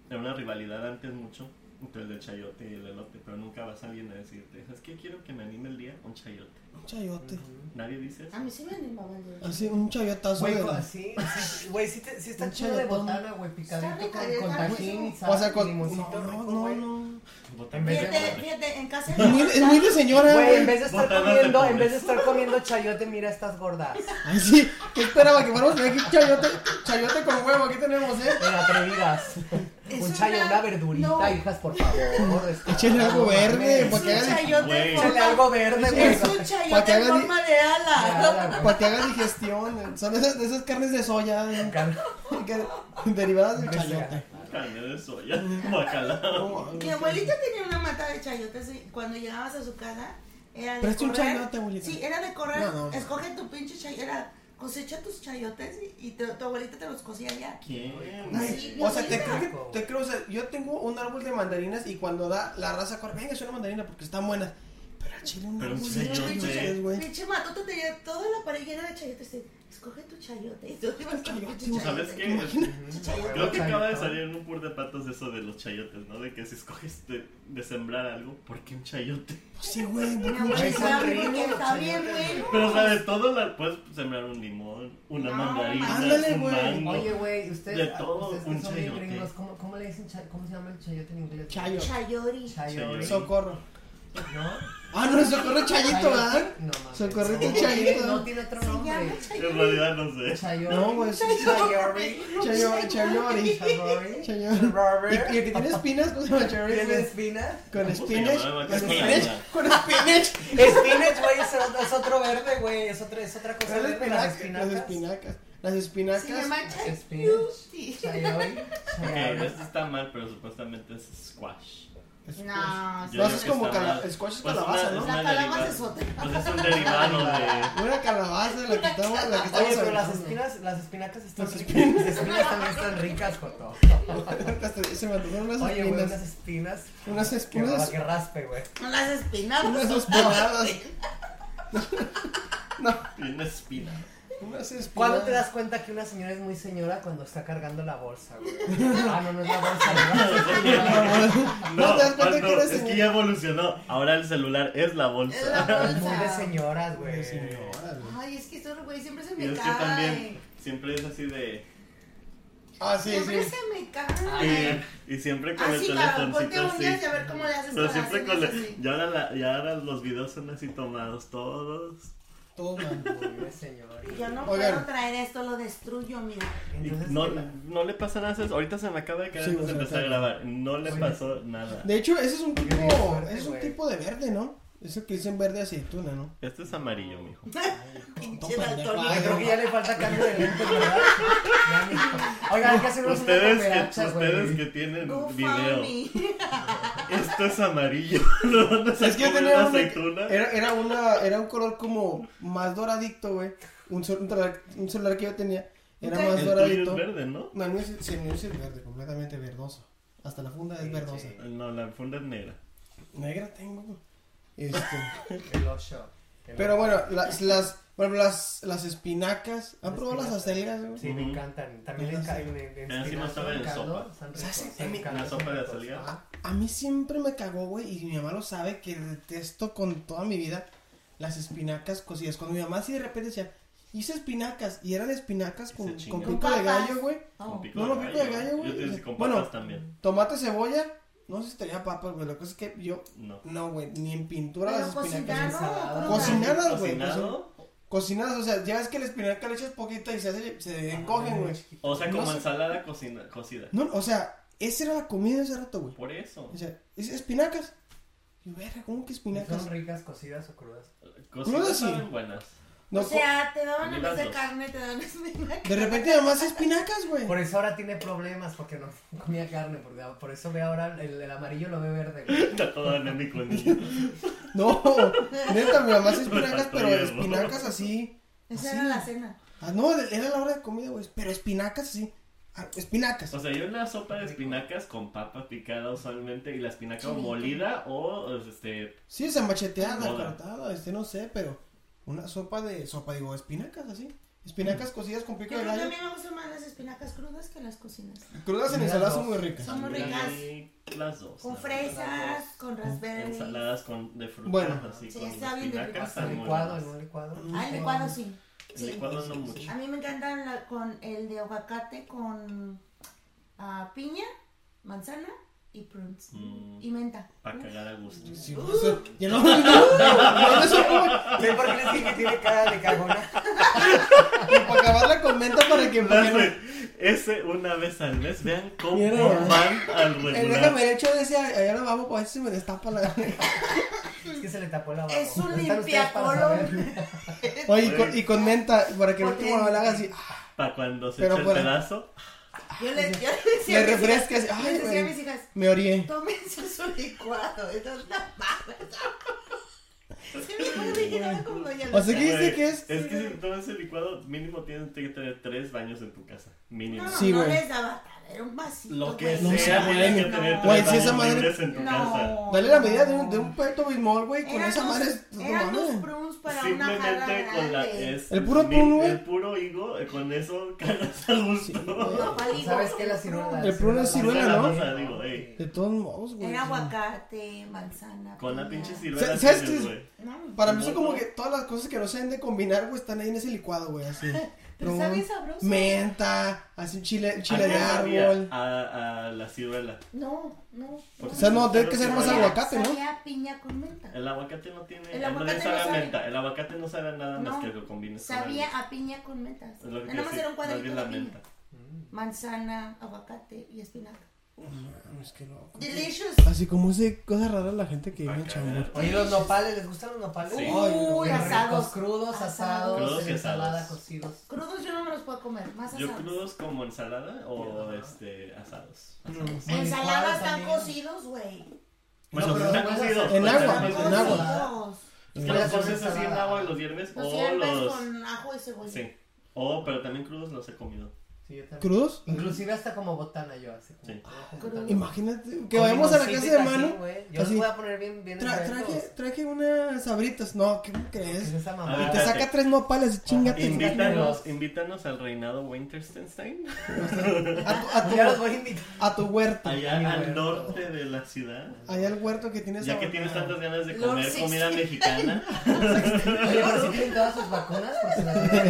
Speaker 2: era una rivalidad antes mucho entre el de chayote y el elote, pero nunca vas a alguien a decirte, es que quiero que me anime el día un chayote.
Speaker 1: Un chayote.
Speaker 2: Nadie dice eso.
Speaker 4: A mí sí me animaba el de.
Speaker 1: Así, un chayotazo.
Speaker 3: Güey,
Speaker 1: de-
Speaker 3: co- sí, sí, güey, sí, te- sí está
Speaker 1: Un
Speaker 3: chido de
Speaker 1: chayotón.
Speaker 3: botana, güey, picadito
Speaker 4: rico,
Speaker 3: con,
Speaker 4: ya
Speaker 3: con
Speaker 4: está
Speaker 3: tajín y
Speaker 4: rico.
Speaker 3: sal,
Speaker 1: O sea, con.
Speaker 3: limoncito
Speaker 1: No, no,
Speaker 3: rico,
Speaker 1: no.
Speaker 3: güey.
Speaker 1: no.
Speaker 2: Botana
Speaker 3: En vez de-
Speaker 2: de
Speaker 4: Fíjate,
Speaker 2: pobre.
Speaker 4: fíjate, en casa.
Speaker 1: Es muy, es muy de señora,
Speaker 3: Güey, en
Speaker 1: güey.
Speaker 3: vez de estar
Speaker 2: Botanas de
Speaker 3: comiendo, en
Speaker 2: pobres.
Speaker 3: vez de estar comiendo chayote, mira estas gordas. eh,
Speaker 1: Así, ¿qué esperaba que fuéramos a tener aquí chayote? Chayote con huevo, aquí tenemos, ¿eh?
Speaker 3: Mira, atrevidas.
Speaker 4: Es
Speaker 3: un chayo,
Speaker 4: una-
Speaker 3: una verdurita,
Speaker 4: no.
Speaker 3: hijas, por favor. este,
Speaker 1: Échenle algo
Speaker 3: no
Speaker 1: verde,
Speaker 3: mames.
Speaker 4: Es
Speaker 1: porque
Speaker 4: un
Speaker 1: hagan-
Speaker 4: chayote.
Speaker 2: Güey.
Speaker 4: en
Speaker 3: Échale
Speaker 4: forma-
Speaker 3: algo verde, güey.
Speaker 4: Es un
Speaker 1: Pa' que
Speaker 4: chayote en
Speaker 1: hagan-
Speaker 4: forma de ala.
Speaker 3: Ya, güey.
Speaker 1: Para que haga digestión. Son esas, de esas carnes de soya eh,
Speaker 3: Can-
Speaker 1: que- derivadas
Speaker 3: Pues
Speaker 1: del chayote.
Speaker 2: Carne de soya, bacalao.
Speaker 4: Mi abuelita tenía una mata de chayotes y cuando llegabas a su casa era de
Speaker 1: Preste un
Speaker 4: correr.
Speaker 1: chayote, abuelita.
Speaker 4: Sí, era de correr.
Speaker 1: No, no, no.
Speaker 4: Escoge tu pinche chayote, era cosecha tus chayotes y, y te- tu abuelita te los cocía ya.
Speaker 2: ¿Quién?
Speaker 4: Ay,
Speaker 1: O sea, te creo, que,
Speaker 3: Taco.
Speaker 1: te creo, o sea, yo tengo un árbol de mandarinas y cuando da la raza corre, venga, es una mandarina porque están buenas. Pero al chile un
Speaker 2: Pero
Speaker 1: árbol
Speaker 2: sí,
Speaker 1: de
Speaker 2: yo
Speaker 1: chayotes,
Speaker 2: sé.
Speaker 1: güey.
Speaker 4: Pinche matota tenía toda la pared llena de chayotes. y, Escoge tu chayote. Y tú ibas con tu pinche
Speaker 1: Chayote.
Speaker 4: chayote.
Speaker 2: ¿Sabes qué? Creo que acaba de salir en un pur de patos eso de los chayotes, ¿no? De que si escoges de, de sembrar algo, ¿por qué un chayote?
Speaker 1: Pues sí, güey.
Speaker 4: Mi
Speaker 1: porque-
Speaker 4: abuelita,
Speaker 3: Güey, son
Speaker 4: porque
Speaker 3: ricos los
Speaker 4: está bien
Speaker 3: chayotes, güey.
Speaker 4: bueno.
Speaker 2: Pero, o sea, de todo, la- puedes sembrar un limón, una
Speaker 4: No,
Speaker 2: mandarina,
Speaker 1: ándale,
Speaker 2: un
Speaker 1: güey.
Speaker 2: mango.
Speaker 3: Oye, güey, ustedes, ah,
Speaker 2: De todo,
Speaker 3: ustedes que
Speaker 2: un
Speaker 3: son bien
Speaker 2: chayote.
Speaker 3: gringos, ¿cómo, cómo le dicen, chay- cómo se llama el chayote en inglés?
Speaker 1: Chayo.
Speaker 4: Chayori.
Speaker 3: Chayote.
Speaker 2: Chayote.
Speaker 1: Socorro.
Speaker 3: ¿No?
Speaker 1: Ah, no, socorro chayito, ¿verdad?
Speaker 3: No mames.
Speaker 1: Socorrito
Speaker 3: No,
Speaker 1: Chayito.
Speaker 3: No tiene otro
Speaker 4: Se
Speaker 3: nombre.
Speaker 4: llama
Speaker 2: En
Speaker 4: Chayote.
Speaker 2: realidad no sé.
Speaker 3: Chayori.
Speaker 1: No, güey, sí.
Speaker 3: Chayori.
Speaker 1: Chayo- Chayori.
Speaker 3: Chayori.
Speaker 1: Chayori. ¿Y, y el que tiene espinas? ¿Cómo se llama Chayori?
Speaker 3: ¿Tiene
Speaker 1: güey?
Speaker 3: espinas?
Speaker 1: Con
Speaker 2: ¿Cómo se
Speaker 1: spinach.
Speaker 2: llamaba?
Speaker 1: Con
Speaker 2: ¿Qué se
Speaker 1: spinach.
Speaker 2: llamaba?
Speaker 1: Con spinach.
Speaker 3: Spinach, güey, es, otro- es otro verde, güey. Es otra, es otra cosa
Speaker 1: Las
Speaker 3: verde. Las
Speaker 1: espinacas.
Speaker 3: espinacas.
Speaker 1: Las espinacas. Las
Speaker 4: Se llama
Speaker 1: espinacas.
Speaker 4: Chayote.
Speaker 3: Chayori.
Speaker 2: Ok, esto
Speaker 3: Chayori.
Speaker 2: Eh, este está mal, pero supuestamente es squash.
Speaker 4: No,
Speaker 2: Yo
Speaker 1: No,
Speaker 2: digo
Speaker 1: es
Speaker 2: que
Speaker 1: pues, como
Speaker 2: está
Speaker 1: cala-
Speaker 2: mal.
Speaker 1: squash es
Speaker 2: Pues
Speaker 1: calabaza,
Speaker 2: una-
Speaker 1: ¿no?
Speaker 2: es
Speaker 4: La
Speaker 2: una
Speaker 4: calabaza
Speaker 2: deriva-
Speaker 4: es otra.
Speaker 2: Pues es un derivado de.
Speaker 1: Una calabaza, la que estamos, la que estamos
Speaker 3: Oye, pero las
Speaker 1: hablando.
Speaker 3: espinas, las espinacas están
Speaker 1: Las
Speaker 3: ricas. Las espinas también están ricas, Joto.
Speaker 1: Hasta Se me antojaron unas
Speaker 3: Oye, güey, unas
Speaker 1: espinas.
Speaker 3: espinas.
Speaker 1: Unas
Speaker 3: Que,
Speaker 1: espinas.
Speaker 3: que raspe, güey.
Speaker 4: Las espinadas.
Speaker 1: Unas espinadas. No,
Speaker 2: Y una espina.
Speaker 1: unas espinas.
Speaker 3: ¿Cuándo te das cuenta que una señora es muy señora cuando está cargando la bolsa, güey? Ah, no, no es la bolsa, no.
Speaker 1: No, te das cuenta
Speaker 2: cuando-
Speaker 1: que eres
Speaker 2: Es
Speaker 1: señor.
Speaker 2: que ya evolucionó. Ahora el celular es la
Speaker 4: Es la
Speaker 2: bolsa.
Speaker 3: Es muy de
Speaker 4: bolsa.
Speaker 3: señoras,
Speaker 1: Güey,
Speaker 3: güey.
Speaker 1: señora, güey.
Speaker 4: Ay, es que eso, güey, siempre se
Speaker 2: Y
Speaker 4: me
Speaker 2: es que
Speaker 4: cae.
Speaker 2: también siempre es así de.
Speaker 1: Ah, sí,
Speaker 4: Siempre
Speaker 1: sí.
Speaker 4: se me cae.
Speaker 2: Y, y siempre con el
Speaker 4: Así, cabrón, ponte
Speaker 2: telefoncito
Speaker 4: un
Speaker 2: así.
Speaker 4: día y a ver cómo le haces
Speaker 2: Pero
Speaker 4: para
Speaker 2: siempre con la-
Speaker 4: hacerles así.
Speaker 2: ya, ahora la- ya ahora los videos son así tomados todos.
Speaker 1: Todo mal.
Speaker 3: Muy de señora.
Speaker 4: Yo no
Speaker 1: Oigan.
Speaker 4: puedo traer esto, lo destruyo, mira.
Speaker 2: Y
Speaker 3: Entonces,
Speaker 2: no,
Speaker 3: ¿qué?
Speaker 2: no le pasa nada. a eso. Ahorita se me acaba de caer
Speaker 1: Sí,
Speaker 2: antes de
Speaker 1: güey, se
Speaker 2: empezar
Speaker 1: me
Speaker 2: a
Speaker 1: acaba.
Speaker 2: grabar. No le pasó nada.
Speaker 1: De hecho, ese es un tipo,
Speaker 3: bien fuerte,
Speaker 1: es un
Speaker 3: güey.
Speaker 1: tipo de verde, ¿no? Eso que dicen verde aceituna, ¿no?
Speaker 2: Este es amarillo, mijo.
Speaker 4: Pinche
Speaker 1: pendejo.
Speaker 4: daltónico.
Speaker 1: Ay,
Speaker 3: Creo que ya le falta cambio de lentes, ¿verdad? Ya, mijo. Oiga, hay que hacer unos
Speaker 2: Ustedes que,
Speaker 3: cucarachas, güey.
Speaker 2: ustedes que tienen
Speaker 4: Go
Speaker 2: video.
Speaker 4: found me.
Speaker 2: Esto es amarillo. ¿De dónde
Speaker 1: Es que
Speaker 2: sacó
Speaker 1: yo
Speaker 2: una
Speaker 1: tenía una,
Speaker 2: aceituna?
Speaker 1: era, era una, era un color como más doradito, güey. Un, cel- un, celular, un celular que yo tenía era
Speaker 4: Ok.
Speaker 1: más
Speaker 2: El tuyo
Speaker 1: doradito.
Speaker 2: es verde, ¿no?
Speaker 1: No, el mío es, sí, el mío sí es verde, completamente verdoso. Hasta la funda es verdosa.
Speaker 3: sí.
Speaker 2: No, la funda es negra.
Speaker 1: Negra tengo. güey. Este,
Speaker 3: El ocho. El
Speaker 1: pero
Speaker 3: ocho.
Speaker 1: bueno, las, las, bueno, las, las espinacas. ¿Han
Speaker 3: Las
Speaker 1: probado las
Speaker 3: espinacas.
Speaker 1: acelgas, güey?
Speaker 3: Sí, me encantan. También
Speaker 1: Ujú.
Speaker 3: en, ca- en, en, en
Speaker 2: Encima
Speaker 3: espinazo,
Speaker 2: saben en
Speaker 3: caldo,
Speaker 2: sopa.
Speaker 3: están
Speaker 1: O sea,
Speaker 3: ricos,
Speaker 1: sí,
Speaker 3: están
Speaker 1: a mí-
Speaker 3: caldos,
Speaker 2: la sopa
Speaker 3: son Ah.
Speaker 2: de
Speaker 3: ricos.
Speaker 2: acelga.
Speaker 3: Ajá.
Speaker 1: A mí siempre me cagó, güey, y mi mamá lo sabe que detesto con toda mi vida las espinacas cocidas. Cuando mi mamá así de repente decía, hice espinacas, y eran espinacas
Speaker 2: Y
Speaker 1: con,
Speaker 2: se
Speaker 1: con
Speaker 2: chingan.
Speaker 1: pico de
Speaker 4: Papas.
Speaker 1: gallo, güey.
Speaker 2: Con
Speaker 4: Oh.
Speaker 2: pico
Speaker 1: No, no,
Speaker 2: de
Speaker 1: pico
Speaker 2: gallo.
Speaker 1: de gallo, güey.
Speaker 2: Yo te dije con
Speaker 1: Bueno.
Speaker 2: papas también.
Speaker 1: Tomate, cebolla, no sé si tenía papas, güey, lo que es que yo,
Speaker 2: No.
Speaker 1: no, güey, ni en pintura las
Speaker 4: Pero
Speaker 1: espinacas.
Speaker 4: cocinado.
Speaker 3: ensalada.
Speaker 1: Cocinar.
Speaker 4: Cocinar.
Speaker 1: Cocinadas, güey, pues,
Speaker 2: ¿Cocinado?
Speaker 1: Cocinadas, o sea, ya ves que la espinaca le echas poquito y se hace, se encogen, güey.
Speaker 2: O sea,
Speaker 1: No
Speaker 2: como
Speaker 1: sé.
Speaker 2: ensalada cocina, cocida.
Speaker 1: No, o sea, esa era la comida de ese rato, güey.
Speaker 2: Por eso.
Speaker 1: O sea, es espinacas. Y verga, ¿cómo que espinacas?
Speaker 3: ¿Son ricas cocidas o crudas?
Speaker 1: Crudas,
Speaker 2: Cocidas
Speaker 1: sí.
Speaker 2: saben buenas.
Speaker 1: No,
Speaker 4: O sea, te daban
Speaker 2: Ni
Speaker 4: en
Speaker 2: las
Speaker 4: vez de
Speaker 2: dos.
Speaker 4: carne, te daban espinacas.
Speaker 1: De repente además espinacas, güey.
Speaker 3: Por eso ahora tiene problemas porque no comía carne. Porque por eso ve ahora el, el amarillo lo ve verde, güey.
Speaker 2: Está todo anémico el niño.
Speaker 1: No, neta, mi mamá hace espinacas,
Speaker 2: faltó
Speaker 1: pero
Speaker 2: hierro.
Speaker 1: espinacas así.
Speaker 4: Esa
Speaker 1: así.
Speaker 4: era la cena.
Speaker 1: Ah, no, era la hora de comida, güey. Pero espinacas así. Ah, Espinacas.
Speaker 2: O sea, yo una sopa de espinacas con papa picada usualmente y la espinaca o molida o este
Speaker 1: Sí, esa macheteada,
Speaker 2: Moda.
Speaker 1: cortada, este no sé, pero una sopa de sopa, digo, espinacas así. Espinacas cocidas con pico
Speaker 4: Yo
Speaker 1: de
Speaker 4: creo que a
Speaker 1: gallo.
Speaker 4: mí me gustan más las espinacas crudas que las cocinas.
Speaker 1: Crudas en
Speaker 3: Las
Speaker 1: ensalada
Speaker 3: dos.
Speaker 1: son muy ricas.
Speaker 4: Son muy ricas.
Speaker 2: y las dos.
Speaker 4: Con
Speaker 2: la
Speaker 4: fresas,
Speaker 3: dos.
Speaker 4: con raspberries.
Speaker 2: Ensaladas con, de frutas
Speaker 1: Bueno.
Speaker 2: así
Speaker 4: Sí,
Speaker 2: con
Speaker 4: está bien de
Speaker 2: espinacas.
Speaker 4: ricas.
Speaker 2: están
Speaker 3: Un
Speaker 2: muy
Speaker 3: licuado,
Speaker 2: buenas.
Speaker 3: en un licuado.
Speaker 4: Ah, el licuado sí.
Speaker 2: El
Speaker 4: Sí.
Speaker 2: licuado no mucho.
Speaker 4: A mí me encantan la- con el de aguacate con ah, piña, manzana y prunes.
Speaker 2: Mm.
Speaker 4: Y menta.
Speaker 2: Para cagar a gusto.
Speaker 1: Sí, no sé. Ya no, no, no, no, sé cómo-
Speaker 3: ¿Ven por qué les dije que tiene cara de cagona?
Speaker 1: y para acabar la comenta para que. para que no-
Speaker 2: Ese- Ese una vez al mes, vean cómo
Speaker 1: Mira.
Speaker 2: van al
Speaker 1: El
Speaker 2: regular.
Speaker 1: déjame derecho de ese allá lo vamos, pues se me destapa la.
Speaker 3: Es que se le tapó la boca.
Speaker 4: Es un
Speaker 3: ¿Están ustedes para
Speaker 4: limpiacolón.
Speaker 3: saber?
Speaker 1: Oye, y con, y con menta, para que el
Speaker 4: Porque-
Speaker 1: último le haga así, ah,
Speaker 2: Para cuando se
Speaker 1: Pero
Speaker 2: eche el
Speaker 1: fuera.
Speaker 2: pedazo.
Speaker 4: Yo
Speaker 1: me
Speaker 4: le, yo le decía, a mis hijas-
Speaker 1: refresca así, ay,
Speaker 4: les decía a
Speaker 1: güey,
Speaker 4: mis hijas,
Speaker 1: me orié.
Speaker 4: tómense su licuado. Eso es una madre. Se me dijo, dije, no me como ya lo
Speaker 1: O sea, ¿qué
Speaker 4: sé.
Speaker 1: dice que es?
Speaker 2: Es que si tomas ese licuado, mínimo tienes que tener tres baños en tu casa. Mínimo.
Speaker 4: No,
Speaker 1: Sí,
Speaker 4: no
Speaker 1: güey.
Speaker 4: les daba, era un vasito.
Speaker 2: Lo que
Speaker 1: No
Speaker 4: güey.
Speaker 2: sea,
Speaker 1: sé,
Speaker 2: tienes que
Speaker 1: güey.
Speaker 2: tener
Speaker 1: Güey,
Speaker 2: tres
Speaker 1: si esa
Speaker 2: baños
Speaker 1: madre-
Speaker 2: libres en tu casa.
Speaker 4: No.
Speaker 1: Dale la medida de un, de un puerto bismol, güey, con
Speaker 4: Eran
Speaker 1: esa
Speaker 4: dos-
Speaker 1: madre. es- no
Speaker 4: Eran dos
Speaker 1: mames.
Speaker 4: prunes para una jarra
Speaker 2: Simplemente con la.
Speaker 4: grande.
Speaker 2: Es
Speaker 1: El puro
Speaker 2: mi-
Speaker 1: prun, güey.
Speaker 2: El puro higo, eh, con eso cagas a gusto.
Speaker 1: güey.
Speaker 4: No, ¿cuál digo?
Speaker 3: ¿Sabes qué? La ciruela.
Speaker 1: El prune es ciruela,
Speaker 2: ¿no?
Speaker 3: Sí.
Speaker 2: Esa digo, ey.
Speaker 1: De todos modos, güey.
Speaker 4: Era
Speaker 1: o sea,
Speaker 4: aguacate, manzana.
Speaker 2: Con la
Speaker 4: piña.
Speaker 2: pinche ciruela.
Speaker 1: ¿Sabes qué
Speaker 2: tienes,
Speaker 1: es?
Speaker 2: güey.
Speaker 4: No,
Speaker 1: Para mí son como que todas las cosas que no se deben de combinar, güey, están ahí en ese licuado, güey, así.
Speaker 4: Pero
Speaker 1: limón,
Speaker 4: sabe sabroso.
Speaker 1: menta, así un chile, un chile de
Speaker 2: Ayer sabía Ah,
Speaker 1: árbol.
Speaker 2: A, a la ciruela.
Speaker 4: No, no.
Speaker 2: Porque
Speaker 1: O sea, no, tiene
Speaker 2: pero
Speaker 1: que ser
Speaker 2: sí
Speaker 1: más
Speaker 2: sabía-
Speaker 1: aguacate, ¿no?
Speaker 4: Sabía a piña con menta.
Speaker 2: El aguacate no tiene.
Speaker 4: El
Speaker 2: no
Speaker 4: aguacate
Speaker 2: le sabe
Speaker 4: no
Speaker 2: a
Speaker 4: sabe.
Speaker 2: menta. El aguacate no sabe a nada más
Speaker 4: No.
Speaker 2: que lo combines con algo.
Speaker 4: Sabía a piña con menta.
Speaker 2: Es lo que te
Speaker 4: Nada más
Speaker 2: decía,
Speaker 4: era un cuadrito
Speaker 2: bien
Speaker 4: de
Speaker 2: la
Speaker 4: piña.
Speaker 2: menta.
Speaker 4: Manzana, aguacate y espinaca.
Speaker 1: Es que loco.
Speaker 4: Delicious.
Speaker 1: Así como ese cosa rara la gente que vive en Chambor.
Speaker 3: Oye, los nopales, ¿les gustan los nopales?
Speaker 2: Sí.
Speaker 4: Uh,
Speaker 3: Qué
Speaker 4: asados.
Speaker 3: ricos, Crudos, asados,
Speaker 2: Crudos y
Speaker 3: en ensalada,
Speaker 2: asados.
Speaker 3: cocidos.
Speaker 4: Crudos yo no me los puedo comer, más
Speaker 2: Yo
Speaker 4: asados.
Speaker 2: crudos como ensalada o
Speaker 3: Ajá.
Speaker 2: este asados.
Speaker 4: Ensaladas están
Speaker 3: También.
Speaker 4: cocidos, güey.
Speaker 2: Bueno,
Speaker 3: pero
Speaker 2: están
Speaker 3: no es
Speaker 2: cocidos.
Speaker 1: en
Speaker 2: pues,
Speaker 1: agua,
Speaker 2: están
Speaker 4: Están
Speaker 1: en
Speaker 2: cocidos.
Speaker 1: agua.
Speaker 4: cocidos.
Speaker 2: Es que los pones así en agua los viernes
Speaker 4: Los
Speaker 2: o
Speaker 4: sirves
Speaker 2: los.
Speaker 4: con ajo y cebolla.
Speaker 2: Sí. O, pero también crudos los he comido.
Speaker 3: Sí, yo también.
Speaker 1: ¿Crudos?
Speaker 3: Inclusive hasta como botana yo, así como.
Speaker 2: Sí.
Speaker 4: Crudos.
Speaker 1: Imagínate que
Speaker 3: Con
Speaker 1: vayamos a la casa
Speaker 3: limoncito
Speaker 1: de
Speaker 3: y tajín,
Speaker 1: mano.
Speaker 3: güey. Yo los
Speaker 1: así.
Speaker 3: voy a poner bien, bien
Speaker 1: Tra- traje,
Speaker 3: envueltos.
Speaker 1: traje unas sabritas. No, ¿qué
Speaker 3: ¿Qué
Speaker 1: crees?
Speaker 3: es esa
Speaker 2: A
Speaker 3: mamá?
Speaker 2: ver,
Speaker 1: Te saca tres nopales, chingate.
Speaker 2: Invítanos, invítanos al reinado Winterstein.
Speaker 1: A tu, a tu-
Speaker 3: Ya los voy a invitar.
Speaker 1: a tu huerto.
Speaker 2: Allá
Speaker 3: Ay, Pues
Speaker 2: al
Speaker 3: güey.
Speaker 2: norte de la ciudad.
Speaker 1: Allá al huerto que tienes
Speaker 2: Ya que
Speaker 1: ahora.
Speaker 2: tienes tantas ganas de
Speaker 4: Lord
Speaker 2: comer
Speaker 4: Sixty.
Speaker 2: comida mexicana.
Speaker 3: Oye, pero si tienen todas sus vacunas, porque se las voy a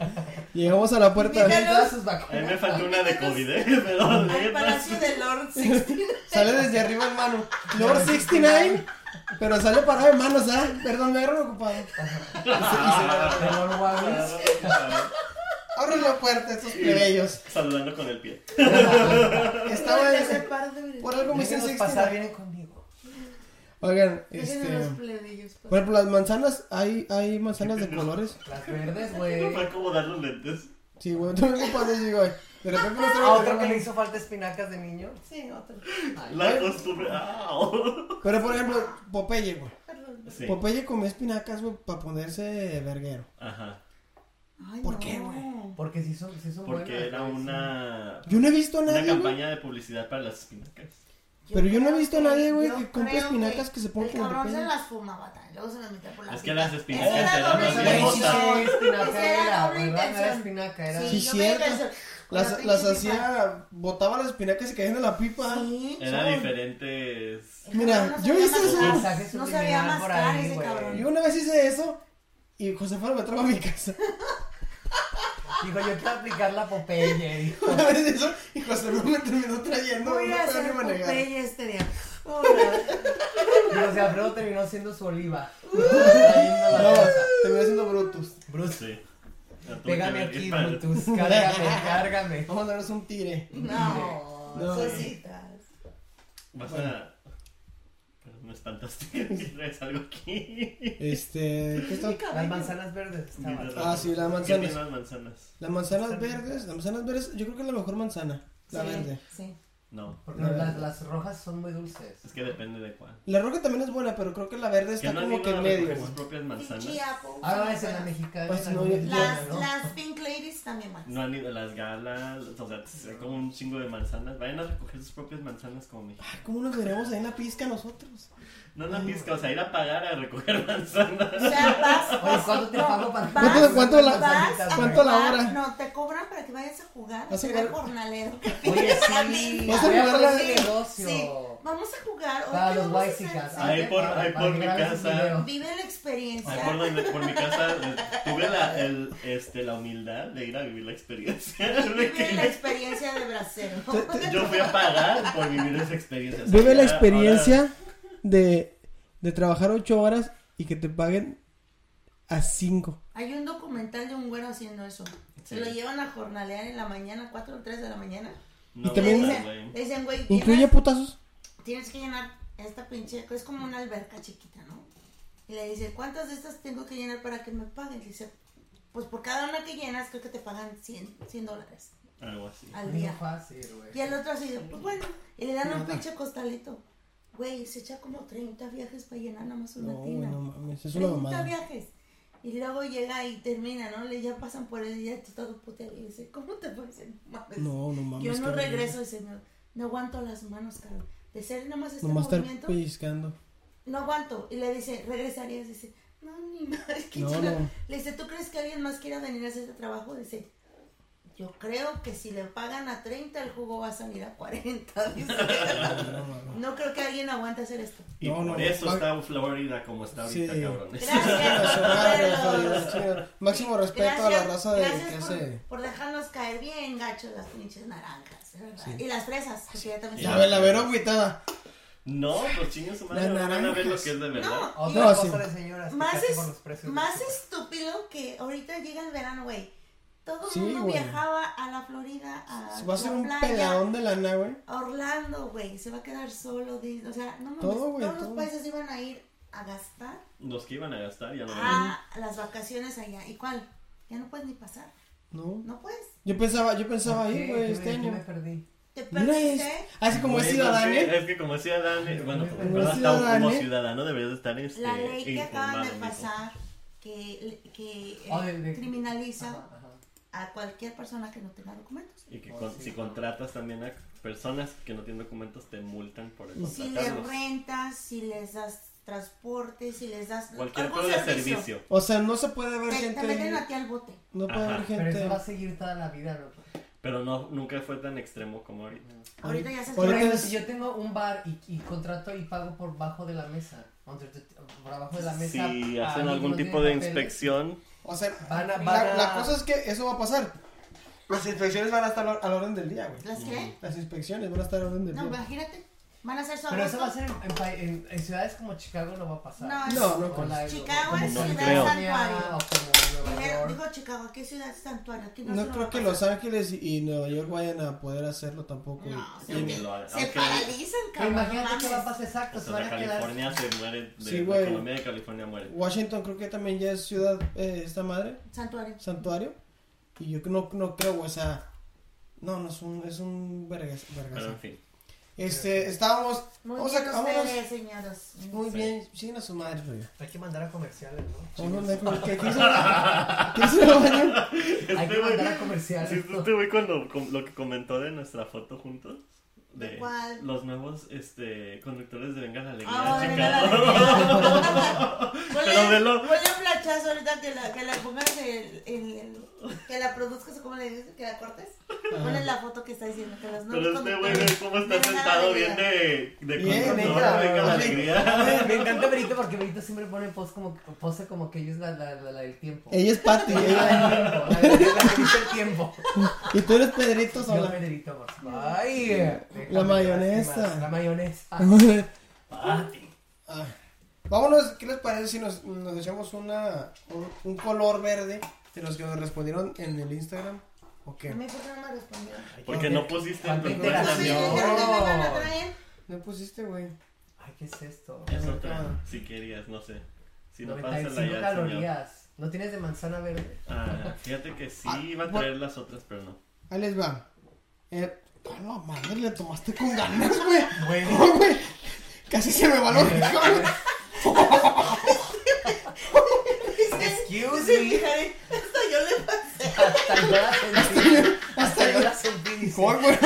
Speaker 3: pedir.
Speaker 1: Llegamos a la puerta.
Speaker 4: Mira,
Speaker 3: Tienen todas sus vacunas.
Speaker 2: A mí me faltó una de COVID, ¿eh? Pero
Speaker 4: Al palacio de Lord Sixteen.
Speaker 1: Sale desde arriba, hermano. Lord 69. Pero sale parado de manos, ¿ah? Perdón, me agarro ocupado.
Speaker 3: De Lord Wallace.
Speaker 1: Abren la puerta, estos plebeyos.
Speaker 2: Saludando con el pie.
Speaker 1: Estaba
Speaker 4: Porque se par de-
Speaker 1: Por algo me dicen
Speaker 3: Déjenos pasar,
Speaker 1: 69.
Speaker 3: vienen conmigo.
Speaker 1: Oigan,
Speaker 4: Dejen a
Speaker 1: este.
Speaker 4: los plebeyos, pues. por-
Speaker 1: Por ejemplo, las manzanas, hay, hay manzanas de colores.
Speaker 3: Las verdes, güey.
Speaker 2: Fue como dar los lentes.
Speaker 1: Sí, güey, tú me ocupas digo, güey. De repente no
Speaker 3: A
Speaker 1: traigo.
Speaker 3: otro Ah, que le hizo falta espinacas de niño.
Speaker 4: Sí, otro.
Speaker 2: La costumbre. ¡Au!
Speaker 1: Pero por ejemplo, Popeye, güey.
Speaker 4: Perdón.
Speaker 2: Sí.
Speaker 1: Popeye comía espinacas, güey, para ponerse verguero.
Speaker 2: Ajá.
Speaker 4: Ay,
Speaker 1: ¿Por
Speaker 4: no.
Speaker 1: qué, güey?
Speaker 3: Porque sí son, sí son buenas,
Speaker 2: Porque era
Speaker 3: güey, sí.
Speaker 2: una.
Speaker 1: Yo no he visto a
Speaker 2: Una
Speaker 1: nadie, güey.
Speaker 2: campaña de publicidad para las espinacas.
Speaker 1: Pero yo no he
Speaker 4: creo
Speaker 1: visto a nadie, güey,
Speaker 4: yo
Speaker 1: que compre
Speaker 4: creo
Speaker 1: espinacas que se ponga
Speaker 4: El
Speaker 1: como
Speaker 4: cabrón se
Speaker 1: pequeño.
Speaker 4: las fumaba tan, luego se las metía por la
Speaker 2: Es que
Speaker 4: pipa.
Speaker 2: las espinacas
Speaker 4: Esa
Speaker 2: eran
Speaker 4: doble
Speaker 2: las
Speaker 3: Güey,
Speaker 1: Güey, sí,
Speaker 3: sí, sí,
Speaker 4: intención.
Speaker 3: espinaca
Speaker 4: Esa era
Speaker 3: era,
Speaker 4: doble
Speaker 3: güey, ¿verdad? No era
Speaker 4: intención.
Speaker 3: espinaca, era.
Speaker 4: Sí,
Speaker 1: Sí,
Speaker 4: yo
Speaker 1: cierto.
Speaker 4: me pensé, con la
Speaker 1: Las,
Speaker 4: pinche
Speaker 1: las
Speaker 4: pipa.
Speaker 1: hacía, botaba las espinacas y caían en la pipa.
Speaker 4: Sí.
Speaker 2: Eran
Speaker 1: Son-
Speaker 2: diferentes.
Speaker 1: Mira,
Speaker 4: El cabrón no
Speaker 1: yo
Speaker 4: sabía
Speaker 1: hice eso.
Speaker 4: mascar,
Speaker 3: Mensaje
Speaker 4: No sabía
Speaker 3: subliminal por
Speaker 4: mascar
Speaker 3: ahí,
Speaker 4: ese
Speaker 3: güey.
Speaker 1: Y
Speaker 4: cabrón.
Speaker 1: una vez hice eso y José Faro me trajo a mi casa.
Speaker 3: Dijo, yo quiero aplicar la Popeye. dijo.
Speaker 1: Una vez hice eso y José Faro me terminó trayendo.
Speaker 4: Voy
Speaker 1: no
Speaker 4: a
Speaker 1: puedo ni
Speaker 4: hacer
Speaker 1: manejar.
Speaker 4: Popeye este día.
Speaker 3: Y José Alfredo terminó siendo su oliva.
Speaker 4: Uh.
Speaker 3: Trayendo la
Speaker 1: No,
Speaker 3: cosa.
Speaker 1: terminé siendo Brutus.
Speaker 3: Bruce,
Speaker 2: Sí. La tuve
Speaker 3: pégame
Speaker 2: que ver.
Speaker 3: aquí,
Speaker 2: Es para-
Speaker 3: Brutus. Cárgame, cárgame.
Speaker 1: Vamos a darnos un tire.
Speaker 4: No,
Speaker 1: No.
Speaker 4: cositas.
Speaker 2: Vas a. Pero me espantaste. Traes algo aquí.
Speaker 1: Este, ¿qué está?
Speaker 3: Las manzanas verdes estaban.
Speaker 1: Ah, sí, las manzanas.
Speaker 2: ¿Qué tienen las manzanas?
Speaker 1: Las manzanas verdes, las manzanas verdes, yo creo que es la mejor manzana, la
Speaker 4: Sí,
Speaker 1: verde.
Speaker 4: Sí.
Speaker 2: No.
Speaker 3: Porque las, las rojas son muy dulces.
Speaker 2: Es que depende de cuál.
Speaker 1: La roja también es buena, pero creo que la verde
Speaker 2: Que
Speaker 1: está
Speaker 2: no
Speaker 1: como
Speaker 2: han
Speaker 1: que
Speaker 2: ido
Speaker 1: en
Speaker 2: a
Speaker 1: medio.
Speaker 2: recoger sus propias
Speaker 4: Pinche
Speaker 2: manzanas.
Speaker 4: Apple.
Speaker 3: Ah, es en la mexicana.
Speaker 1: Pues
Speaker 3: en la
Speaker 1: no,
Speaker 3: mexicana,
Speaker 4: Las,
Speaker 3: ¿no?
Speaker 4: las Pink Ladies también más.
Speaker 2: No han ido a las galas, o sea, hay como un chingo de manzanas. Vayan a recoger sus propias manzanas como México.
Speaker 1: Ay, ¿Cómo nos veremos ahí en la pizca nosotros?
Speaker 2: No la pizca, o sea, ir a pagar a recoger manzanas.
Speaker 4: O sea, vas.
Speaker 3: Oye, ¿cuánto te pago para
Speaker 4: Vas,
Speaker 1: ¿Cuánto- cuánto la-
Speaker 4: vas a
Speaker 1: cuánto la
Speaker 4: jugar?
Speaker 1: hora?
Speaker 4: No, te cobran para que vayas a jugar.
Speaker 1: ¿Vas a
Speaker 4: Vas a jugar
Speaker 1: jugar?
Speaker 4: jornalero.
Speaker 3: Oye, sí.
Speaker 1: Vas a
Speaker 3: voy
Speaker 1: jugar
Speaker 3: poner
Speaker 1: la-
Speaker 3: mi negocio.
Speaker 4: Sí, vamos a jugar. Hoy
Speaker 3: Para
Speaker 4: te
Speaker 3: los
Speaker 4: vamos a
Speaker 3: white chicas.
Speaker 4: hacer-
Speaker 2: Ahí por- ahí por mi casa.
Speaker 4: Vive la
Speaker 2: Ay,
Speaker 4: experiencia.
Speaker 2: por, donde- por mi casa eh, tuve la, el, este, la humildad de ir a vivir la experiencia. De
Speaker 4: Vive la
Speaker 2: que
Speaker 4: experiencia de bracero.
Speaker 2: yo fui a pagar por vivir esa experiencia. O sea,
Speaker 1: Vive la
Speaker 2: ya,
Speaker 1: experiencia de, de trabajar ocho horas y que te paguen a cinco.
Speaker 4: Hay un documental de un güero haciendo eso. Se
Speaker 2: Sí.
Speaker 4: lo llevan a jornalear en la mañana, 4 o 3 de la mañana.
Speaker 2: ahora no
Speaker 1: Y también-
Speaker 2: voy a
Speaker 4: Le
Speaker 2: estar,
Speaker 4: dicen-
Speaker 2: güey.
Speaker 4: le dicen, güey,
Speaker 1: ¿Incluye
Speaker 4: tienes-
Speaker 1: putazos?
Speaker 4: tienes que llenar esta pinche, es como una alberca chiquita, ¿no? Y le dice, ¿cuántas de estas tengo que llenar para que me paguen? Dice, pues por cada una que llenas creo que te pagan 100, 100 dólares
Speaker 2: Algo así.
Speaker 4: al
Speaker 3: Muy
Speaker 4: día.
Speaker 3: fácil,
Speaker 4: Y
Speaker 3: güey.
Speaker 4: el otro así, pues bueno, y le dan un pinche costalito. Güey, se echa como 30 viajes para llenar nada más una
Speaker 1: No, güey,
Speaker 4: tina.
Speaker 1: no mames, es una
Speaker 4: 30
Speaker 1: mamada.
Speaker 4: viajes. Y luego llega y termina, ¿no? Le ya pasan por el día tú todo puteado. Y dice, ¿cómo te fue? Dice, "No mames".
Speaker 1: No, no mames.
Speaker 4: Yo
Speaker 1: qué
Speaker 4: no
Speaker 1: horrible.
Speaker 4: regreso, dice, no, no aguanto las manos, cabrón. De ser nada más este
Speaker 1: Nomás estar
Speaker 4: movimiento,
Speaker 1: pellizcando.
Speaker 4: no aguanto. Y le dice, regresarías, dice, no, ni más.
Speaker 1: No, no.
Speaker 4: Le dice, ¿tú crees que alguien más quiera venir a hacer este trabajo? Dice, Yo creo que si le pagan a 30, el jugo va a salir a 40. dice. No creo que alguien aguante hacer esto.
Speaker 2: Y
Speaker 1: No,
Speaker 2: por
Speaker 1: no,
Speaker 2: eso
Speaker 1: va-
Speaker 2: está Florida como está ahorita,
Speaker 1: Sí.
Speaker 2: cabrones.
Speaker 4: Gracias.
Speaker 1: Chingada, Máximo respeto a la raza de
Speaker 4: gracias
Speaker 1: que
Speaker 4: por,
Speaker 1: hace.
Speaker 4: por dejarnos caer bien gachos las pinches naranjas, de verdad. Y las fresas, porque ya también
Speaker 1: Ya
Speaker 4: son-
Speaker 1: ve la veró agüitada.
Speaker 2: No, pues chingas su madre,
Speaker 1: Las
Speaker 2: van a ver lo
Speaker 1: naranjas.
Speaker 2: que es de verdad.
Speaker 4: No,
Speaker 3: Otra
Speaker 1: No,
Speaker 3: cosa
Speaker 1: sí.
Speaker 3: de señoras.
Speaker 4: Más,
Speaker 3: fijarse
Speaker 4: es-
Speaker 3: por este los precios. este
Speaker 4: más estúpido que ahorita llega el verano, güey. Todo el
Speaker 1: Sí,
Speaker 4: mundo
Speaker 1: güey.
Speaker 4: viajaba a la Florida, a
Speaker 1: Va a ser
Speaker 4: la
Speaker 1: un
Speaker 4: playa,
Speaker 1: peladón de lana, güey.
Speaker 4: a Orlando, güey. Se va a quedar solo. di- O sea, no mames,
Speaker 1: Todo, güey,
Speaker 4: todos los
Speaker 1: todo.
Speaker 4: países iban a ir a gastar
Speaker 2: Los que iban a gastar ya lo ven.
Speaker 4: a las vacaciones allá. ¿Y cuál? Ya no puedes ni pasar.
Speaker 1: No.
Speaker 4: No puedes.
Speaker 1: Yo pensaba, yo pensaba ahí,
Speaker 3: ¿Qué?
Speaker 1: güey,
Speaker 3: Yo
Speaker 1: este
Speaker 3: me- yo me
Speaker 1: año.
Speaker 3: perdí.
Speaker 4: Te
Speaker 1: Mira, es-
Speaker 4: perdiste
Speaker 1: así como es
Speaker 2: Bueno,
Speaker 1: ciudadano,
Speaker 2: sí, Es que como es ciudadano, eh, bueno, como,
Speaker 3: Como
Speaker 2: ¿verdad? Está un-
Speaker 1: ciudadano,
Speaker 2: como
Speaker 1: eh.
Speaker 2: ciudadano deberías de estar este,
Speaker 4: la ley que acaban de
Speaker 2: informado, mijo.
Speaker 4: pasar que, que eh,
Speaker 3: Ah, de- de-
Speaker 4: criminaliza
Speaker 3: ajá.
Speaker 4: a cualquier persona que no tenga documentos.
Speaker 2: Y que
Speaker 3: Oh,
Speaker 2: con-
Speaker 3: sí.
Speaker 2: si contratas también a personas que no tienen documentos, te multan por
Speaker 4: Si les
Speaker 2: contratarlos.
Speaker 4: rentas, si les das transporte, si les das
Speaker 2: Cualquier
Speaker 4: algún
Speaker 2: cosa de servicio.
Speaker 1: O sea, no se puede ver
Speaker 4: Te, te
Speaker 1: gente
Speaker 4: meten
Speaker 1: ahí.
Speaker 4: a ti al bote.
Speaker 1: No puede
Speaker 2: Ajá.
Speaker 1: haber
Speaker 3: Pero eso
Speaker 1: gente.
Speaker 3: va a seguir toda la vida, loco.
Speaker 2: Pero no, nunca fue tan extremo como ahorita.
Speaker 4: Ahorita ya se
Speaker 1: Ahorita
Speaker 3: Por
Speaker 4: Pero-
Speaker 3: ejemplo,
Speaker 1: es-
Speaker 3: si yo tengo un bar y, y contrato y pago por bajo de la mesa, under the- por abajo de la mesa.
Speaker 2: Si
Speaker 3: a
Speaker 2: hacen
Speaker 3: alguien
Speaker 2: algún
Speaker 3: que no
Speaker 2: tipo de
Speaker 3: tiene papeles,
Speaker 2: inspección,
Speaker 1: O sea,
Speaker 3: Van
Speaker 1: la-
Speaker 3: a- van a-
Speaker 1: la cosa es que eso va a pasar. Las inspecciones van a estar al- al orden del día, güey.
Speaker 4: ¿Las qué?
Speaker 1: Las inspecciones van a estar al orden del
Speaker 4: No,
Speaker 1: día.
Speaker 4: imagínate. Van a ser
Speaker 3: Pero eso va a
Speaker 4: solos.
Speaker 3: ser en, en pa- en- en ciudades como Chicago, no va a pasar.
Speaker 4: No,
Speaker 1: No, no
Speaker 3: O
Speaker 1: creo.
Speaker 3: la-
Speaker 4: Chicago
Speaker 3: o como
Speaker 4: es
Speaker 2: No
Speaker 4: ciudad
Speaker 2: creo.
Speaker 4: santuario.
Speaker 3: o como Nueva
Speaker 4: Primero,
Speaker 3: York.
Speaker 4: digo Chicago, ¿qué ciudad es santuario? Aquí no, se
Speaker 1: No
Speaker 4: lo
Speaker 1: creo
Speaker 4: va
Speaker 1: que
Speaker 4: a
Speaker 1: Los
Speaker 4: pasar.
Speaker 1: Ángeles y- y Nueva York vayan a poder hacerlo tampoco.
Speaker 4: No,
Speaker 1: Y-
Speaker 4: se,
Speaker 2: Sí,
Speaker 1: y-
Speaker 2: que lo hagan.
Speaker 4: se
Speaker 2: Ok.
Speaker 4: paralizan,
Speaker 3: Pero
Speaker 4: cabrón. no
Speaker 3: imagínate que va a
Speaker 4: mames.
Speaker 3: pasar exacto, se
Speaker 2: hasta
Speaker 3: van
Speaker 2: la
Speaker 3: a quedar.
Speaker 2: California se muere. de-
Speaker 1: Sí,
Speaker 2: la
Speaker 1: güey.
Speaker 2: economía de California muere.
Speaker 1: Washington creo que también ya es ciudad, eh, esta madre,
Speaker 4: Santuario.
Speaker 1: santuario. Y yo no, no creo, güey, o sea, no, no es un, es un vergas,
Speaker 2: Pero en
Speaker 1: vergazo.
Speaker 2: fin.
Speaker 1: Este, estábamos,
Speaker 4: Muy
Speaker 1: vamos
Speaker 4: bien
Speaker 1: a, vámonos.
Speaker 4: ustedes, señoras.
Speaker 1: Muy
Speaker 2: Sí.
Speaker 1: bien, siguen a su madre, güey.
Speaker 3: Hay que mandar a comerciales, ¿no?
Speaker 1: Vámonos, güey, ¿Qué qué hizo? ¿Qué hizo la mañana?
Speaker 3: Hay que
Speaker 2: Este güey-
Speaker 3: mandar a
Speaker 2: Sí,
Speaker 3: comerciales. ¿no?
Speaker 2: este güey cuando com- lo que comentó de nuestra foto juntos.
Speaker 4: ¿De cuál?
Speaker 2: los nuevos este, conductores de Venga la Alegría,
Speaker 4: Ah, bueno,
Speaker 2: chica.
Speaker 4: ya la dejé.
Speaker 2: Pero
Speaker 4: Ponle
Speaker 2: velo.
Speaker 4: ponle un flachazo ahorita que la, que la pongas el, el, el- que la produzcas o como le dices, que la cortes. Ponle la foto que está diciendo que los
Speaker 2: Pero
Speaker 4: nuevos
Speaker 2: este güey,
Speaker 4: conductores-
Speaker 2: ve cómo está
Speaker 4: Venga la
Speaker 2: sentado bien
Speaker 4: alegría.
Speaker 2: de, de
Speaker 1: Bien,
Speaker 2: conductor
Speaker 3: venga.
Speaker 2: de Venga la Alegría.
Speaker 3: Me encanta Benito porque Benito siempre pone pose como, pose como que ella es la, la, la, la del tiempo.
Speaker 1: Ella es Patty,
Speaker 3: La del tiempo,
Speaker 1: ella-
Speaker 3: la del- la que dice el tiempo.
Speaker 1: y tú eres Pedrito
Speaker 3: Yo
Speaker 1: sola.
Speaker 3: Benedito Marzo. Ay, déjame
Speaker 1: La mayonesa.
Speaker 3: lastimas, La mayonesa.
Speaker 1: Ah. Vámonos, ¿qué les parece si nos, nos echamos una, un, un color verde de los que nos respondieron en el Instagram? ¿O qué?
Speaker 4: A mí por qué no me respondió.
Speaker 3: Ah,
Speaker 2: Porque no pusiste en tu
Speaker 3: Mantente
Speaker 2: cuenta,
Speaker 4: Entonces,
Speaker 3: Dios.
Speaker 4: me
Speaker 2: amigo.
Speaker 4: dijeron que me iban a traer.
Speaker 1: No pusiste, güey.
Speaker 3: Ay, ¿qué es esto?
Speaker 2: Es otra, si querías, no sé. Si no, pásala
Speaker 3: 95
Speaker 2: ya, al señor.
Speaker 3: calorías. ¿No tienes de manzana verde?
Speaker 2: Ah, fíjate que sí iba a traer las otras, pero no.
Speaker 1: Ahí les va. Eh, a la madre, le tomaste con ganas, güey.
Speaker 3: Bueno.
Speaker 1: No, güey. Casi se me va los riñones.
Speaker 3: Excuse
Speaker 4: Dice mi
Speaker 3: me.
Speaker 4: Jared, hasta yo le pasé.
Speaker 3: Hasta yo la sentí. Hasta yo la sentí. dice.
Speaker 1: Cor, güey.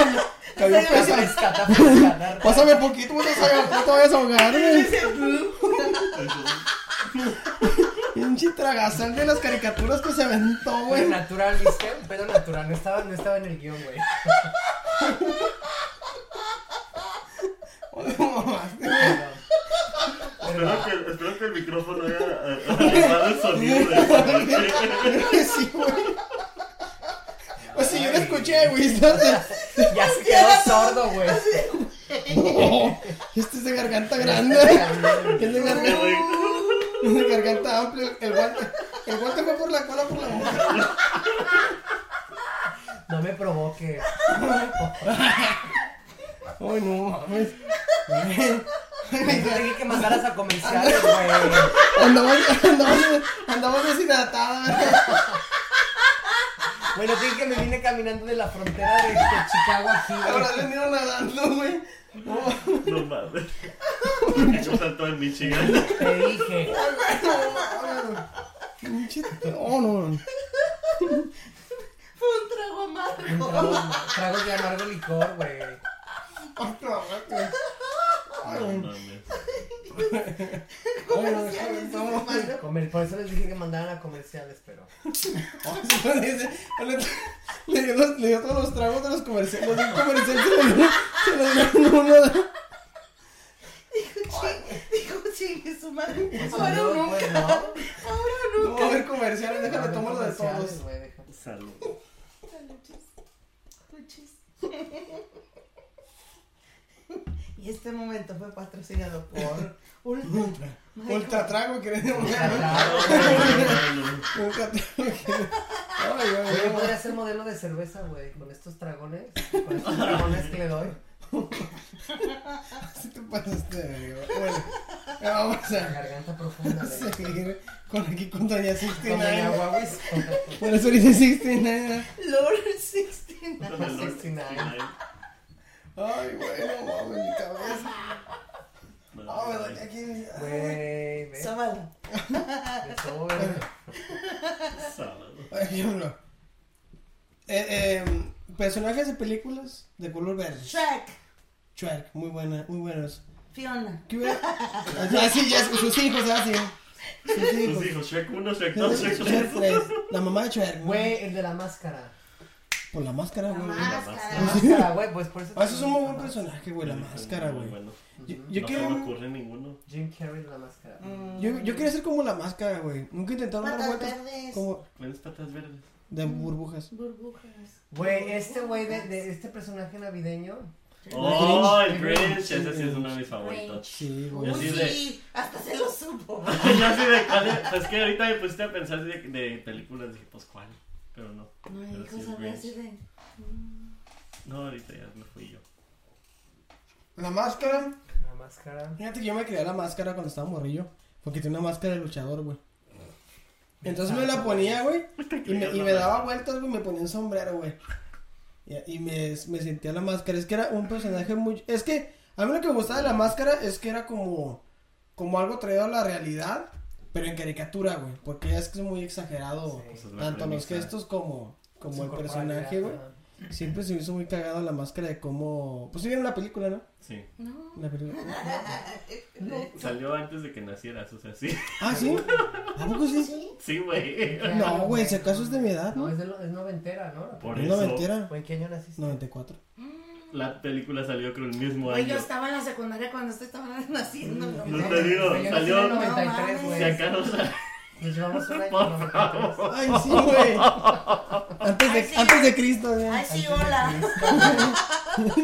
Speaker 1: Cayó
Speaker 4: Hasta yo-
Speaker 1: pesa.
Speaker 3: Fresca, está fresca,
Speaker 1: Pásame poquito, güey. No sabes, no te vayas a ahogar, güey. Pinche tragazón de las caricaturas que se aventó,
Speaker 3: Pelo
Speaker 1: güey.
Speaker 3: natural, ¿viste? Un pelo natural. No estaba, no estaba en el guión, güey.
Speaker 1: Hola, mamá.
Speaker 2: Espero que, espero que el micrófono haya eh, agarrado el sonido de esa noche.
Speaker 1: Creo que sí, güey. Pues si yo lo escuché, güey. ¿sabes?
Speaker 3: Ya se quedó sordo, güey.
Speaker 1: Oh, este es de garganta grande. Es de
Speaker 2: Este
Speaker 1: garganta,
Speaker 2: güey,
Speaker 1: es de garganta amplia. El guante, el guante fue por la cola, por la boca.
Speaker 3: No me provoque.
Speaker 1: Ay, no mames.
Speaker 3: Me dije que mandaras a comerciales, güey.
Speaker 1: Andaba, andaba, andaba deshidratada, güey.
Speaker 3: Bueno, te dije que me vine caminando de la frontera de, de Chicago aquí. güey.
Speaker 1: Ahora vendieron nadando, güey. No,
Speaker 2: no mames. Yo saltó en Michigan.
Speaker 3: Te dije.
Speaker 1: pinche- Oh, no, no.
Speaker 4: Fue un trago
Speaker 3: Un
Speaker 4: amargo.
Speaker 3: trago, tragos de amargo licor, güey.
Speaker 1: Otro, güey.
Speaker 2: No mames.
Speaker 1: Ay, no, déjame, no.
Speaker 3: Comerciales. comer. Por eso les dije que mandaran a comerciales, pero.
Speaker 1: le, le dio los- le dio todos los tragos de los comerciales. Un comercial se lo dio- se lo dio uno de-
Speaker 4: Dijo, chingue su madre.
Speaker 3: Pues,
Speaker 4: Ahora
Speaker 3: no,
Speaker 4: o nunca.
Speaker 3: pues, no.
Speaker 4: Ahora
Speaker 1: No va a
Speaker 4: o nunca.
Speaker 1: haber comerciales, déjame
Speaker 3: No,
Speaker 1: tomarlo de
Speaker 3: comerciales,
Speaker 1: todos.
Speaker 3: güey, deja.
Speaker 2: Salud.
Speaker 4: Luchis. Luchis. Y este momento fue patrocinado por Ultra.
Speaker 1: Ultra trago que le dio un
Speaker 3: Claro.
Speaker 1: Ultra trago que le- Ay, ay,
Speaker 3: Oye,
Speaker 1: ay.
Speaker 3: podría ser modelo de cerveza, güey, con estos dragones, con estos dragones que le doy.
Speaker 1: Si te pasaste de verga. Bueno, ya vamos
Speaker 3: La
Speaker 1: a
Speaker 3: garganta profunda, güey.
Speaker 1: seguir con aquí con Doña
Speaker 3: Con el
Speaker 1: 69.
Speaker 3: agua, güey.
Speaker 1: Por eso dice 69.
Speaker 4: Lord 69.
Speaker 2: Con el
Speaker 3: 69.
Speaker 1: Ay, güey, no mames, mi cabeza. Ah, me duele aquí.
Speaker 3: Güey, ve,
Speaker 4: Sábalo.
Speaker 3: de todo, güey.
Speaker 2: Sábado.
Speaker 1: Por ejemplo, eh, eh, personajes de películas de color verde.
Speaker 4: Shrek.
Speaker 1: Shrek, muy buena, muy buenos.
Speaker 4: Fiona.
Speaker 1: ¿Qué hubiera? Así, ya, sus hijos, así. Sus hijos.
Speaker 2: Sus hijos, Shrek 1, Shrek 2, Shrek
Speaker 1: pues, Shrek
Speaker 2: 3.
Speaker 1: tres, La mamá de Shrek.
Speaker 3: Güey, el de la máscara.
Speaker 1: Por la máscara,
Speaker 4: La
Speaker 1: güey.
Speaker 4: máscara.
Speaker 3: La máscara, güey, pues por eso.
Speaker 1: Ah, eso es un muy buen
Speaker 3: Ah,
Speaker 1: personaje, güey, la máscara,
Speaker 2: Muy
Speaker 1: güey.
Speaker 2: bueno.
Speaker 1: Yo, yo
Speaker 2: no se me
Speaker 1: quiero.
Speaker 2: ocurre ninguno.
Speaker 3: Jim Carrey de la máscara.
Speaker 1: Yo, yo quiero ser como la máscara, güey. Nunca intentaron dar
Speaker 4: Patas
Speaker 1: vueltas
Speaker 4: verdes.
Speaker 1: como
Speaker 2: Tienes patas verdes.
Speaker 1: de burbujas.
Speaker 4: Burbujas.
Speaker 3: Güey, este güey de, de este personaje navideño.
Speaker 2: Oh,
Speaker 1: Grinch.
Speaker 2: el Grinch.
Speaker 1: El
Speaker 2: Ese sí es
Speaker 1: Grinch.
Speaker 2: uno de mis favoritos.
Speaker 1: Sí,
Speaker 4: Uy,
Speaker 1: güey.
Speaker 2: Yo sí
Speaker 4: sí,
Speaker 2: de-
Speaker 4: hasta se lo supo.
Speaker 2: Yo así de cuál es. Pues que ahorita me pusiste a pensar de, de películas. Dije, pues cuál. Pero no.
Speaker 4: No,
Speaker 2: Pero sí
Speaker 4: hijos,
Speaker 2: es
Speaker 4: había
Speaker 2: Grinch.
Speaker 4: así de.
Speaker 2: No, ahorita ya me fui yo.
Speaker 1: La máscara.
Speaker 3: La máscara.
Speaker 1: Fíjate que yo me creé la máscara cuando estaba morrillo. Porque tenía una máscara de luchador, güey. Entonces me la ponía, güey. Y me, y me daba vueltas, güey. Me ponía un sombrero, güey. Y, y me, me sentía la máscara. Es que era un personaje muy. Es que a mí lo que me gustaba de la máscara es que era como. Como algo traído a la realidad. Pero en caricatura, güey. Porque ya es que es muy exagerado.
Speaker 3: Sí.
Speaker 2: Pues, la
Speaker 1: Tanto los
Speaker 2: premisa.
Speaker 1: gestos como. Como
Speaker 3: Su
Speaker 1: el
Speaker 3: corporalidad,
Speaker 1: personaje, güey.
Speaker 3: ajá.
Speaker 1: Siempre se me hizo muy cagado la máscara de cómo. Pues sí, vieron la película, ¿no?
Speaker 2: Sí.
Speaker 4: No.
Speaker 1: La película.
Speaker 2: Salió antes de que nacieras, o sea, sí.
Speaker 1: Ah, sí. ¿A poco sí?
Speaker 2: Sí, güey.
Speaker 1: No, güey, si acaso es de mi edad,
Speaker 3: No,
Speaker 1: ¿no?
Speaker 3: es, de lo- es noventera, ¿no?
Speaker 2: Por
Speaker 1: Es
Speaker 2: eso.
Speaker 1: noventera.
Speaker 3: ¿O en qué año naciste?
Speaker 1: 94.
Speaker 2: La película salió con el mismo
Speaker 4: Güey, yo
Speaker 2: año.
Speaker 4: estaba en la secundaria cuando usted estaba naciendo. no
Speaker 2: Mm, No
Speaker 4: mames.
Speaker 2: te digo,
Speaker 3: Yo nací en el
Speaker 2: salió-
Speaker 3: 93,
Speaker 4: No
Speaker 2: Si
Speaker 3: güey.
Speaker 2: acá no sale.
Speaker 3: Nos llevamos un año.
Speaker 2: Por
Speaker 3: 93.
Speaker 2: favor.
Speaker 1: Ay, sí, güey. Antes
Speaker 4: Ay,
Speaker 1: de,
Speaker 4: sí.
Speaker 1: antes de Cristo, güey.
Speaker 4: Ay, sí, hola.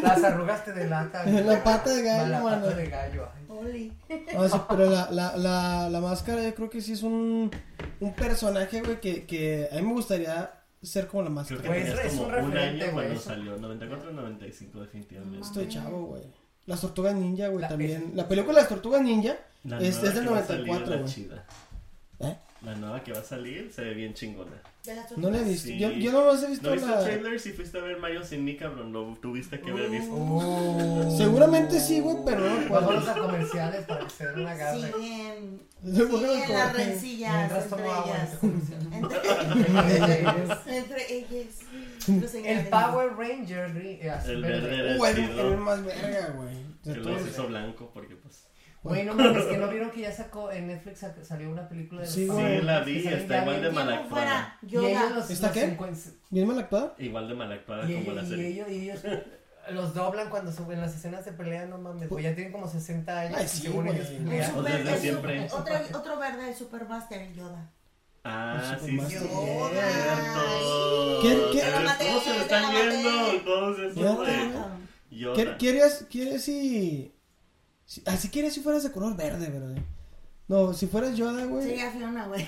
Speaker 3: Las arrugas te delatan.
Speaker 1: La pata de gallo,
Speaker 3: La
Speaker 1: mano.
Speaker 3: pata de gallo. ay.
Speaker 4: Oli.
Speaker 1: No, sí, pero la, la, la, la máscara yo creo que sí es un, un personaje, güey, que, que a mí me gustaría ser como la
Speaker 2: Creo
Speaker 1: máscara.
Speaker 2: que
Speaker 3: Güey,
Speaker 2: tenías
Speaker 3: Pues, es un
Speaker 2: como un
Speaker 3: referente,
Speaker 2: año
Speaker 3: güey,
Speaker 2: cuando
Speaker 3: eso.
Speaker 2: salió. 94 95, definitivamente.
Speaker 1: Estoy chavo, güey. Las Tortugas Ninja, güey,
Speaker 3: La-
Speaker 1: también. La película de Las Tortugas Ninja
Speaker 2: La
Speaker 1: es,
Speaker 2: nueva
Speaker 1: es del
Speaker 2: que va a salir
Speaker 1: 94,
Speaker 2: es la
Speaker 1: güey.
Speaker 2: chida.
Speaker 1: ¿Eh?
Speaker 2: La nueva que va a salir se ve bien chingona.
Speaker 4: De las
Speaker 1: No la he
Speaker 4: tortugas.
Speaker 1: visto.
Speaker 2: Sí.
Speaker 1: Yo, yo no más he visto
Speaker 2: ¿No viste el
Speaker 1: la...
Speaker 2: trailer? Si fuiste a ver Mayo sin mí, cabrón, lo tuviste que haber visto.
Speaker 1: Uh,
Speaker 3: Oh.
Speaker 1: Seguramente sí, güey, pero no recuerdo.
Speaker 3: Vámonos a comerciales para que se den una garra.
Speaker 4: Sí, bien.
Speaker 1: Se
Speaker 4: Sí,
Speaker 1: pongan
Speaker 4: en
Speaker 1: como-
Speaker 4: las rencillas,
Speaker 3: Mientras
Speaker 4: entre
Speaker 3: tomo agua.
Speaker 4: ellas. Entre, entre ellas. Los
Speaker 3: El
Speaker 4: engañan.
Speaker 3: Power Ranger gri- eh, así
Speaker 2: El
Speaker 3: verde.
Speaker 2: verde era
Speaker 1: Uh,
Speaker 2: el
Speaker 1: era era el
Speaker 2: chido.
Speaker 1: más verga, güey.
Speaker 2: Que
Speaker 1: De
Speaker 2: lo
Speaker 1: todos.
Speaker 2: hizo blanco porque, pues.
Speaker 3: Güey, no mames, que no vieron que ya sacó en Netflix sac- salió una película de los
Speaker 1: Sí,
Speaker 3: Power
Speaker 1: güey.
Speaker 2: Sí, la
Speaker 3: Rangers que
Speaker 2: vi,
Speaker 3: salen
Speaker 2: está
Speaker 3: ya
Speaker 2: igual de
Speaker 3: bien-
Speaker 4: Tiempo
Speaker 2: malactuada.
Speaker 4: fuera.
Speaker 3: Y ellos
Speaker 4: Yoda.
Speaker 3: los,
Speaker 1: ¿Está
Speaker 3: los
Speaker 1: qué?
Speaker 3: encuent-
Speaker 1: ¿Bien mal actuada?
Speaker 2: Igual de malactuada
Speaker 3: Y,
Speaker 2: Ah, como la
Speaker 3: ellos, y
Speaker 2: serie.
Speaker 3: ellos, y ellos los doblan cuando suben las escenas de pelea, no mames, güey, ya tienen como 60 años
Speaker 1: Ay,
Speaker 3: y
Speaker 1: sí,
Speaker 3: según
Speaker 1: güey. Pues
Speaker 3: ellos pues, pelean.
Speaker 4: El
Speaker 2: O
Speaker 4: super-
Speaker 2: desde
Speaker 4: el
Speaker 2: siempre.
Speaker 4: super- Otro, otro verde, el Supermaster, Yoda.
Speaker 2: Ah,
Speaker 1: Los
Speaker 2: sí, sí.
Speaker 1: Supermaster.
Speaker 2: cierto.
Speaker 1: ¿Qué- qué-
Speaker 2: Pero
Speaker 4: Te la maté,
Speaker 2: ¿Cómo se
Speaker 4: te
Speaker 2: lo
Speaker 4: la
Speaker 2: están
Speaker 4: maté.
Speaker 2: viendo? Entonces,
Speaker 1: Ya
Speaker 2: güey.
Speaker 1: te-
Speaker 2: Yoda.
Speaker 1: ¿Qué- ¿Quieres, quieres si... si- ah, si quieres si fueras de color verde, bro. No, si fueras Yoda, güey.
Speaker 4: Sería Fiona, güey.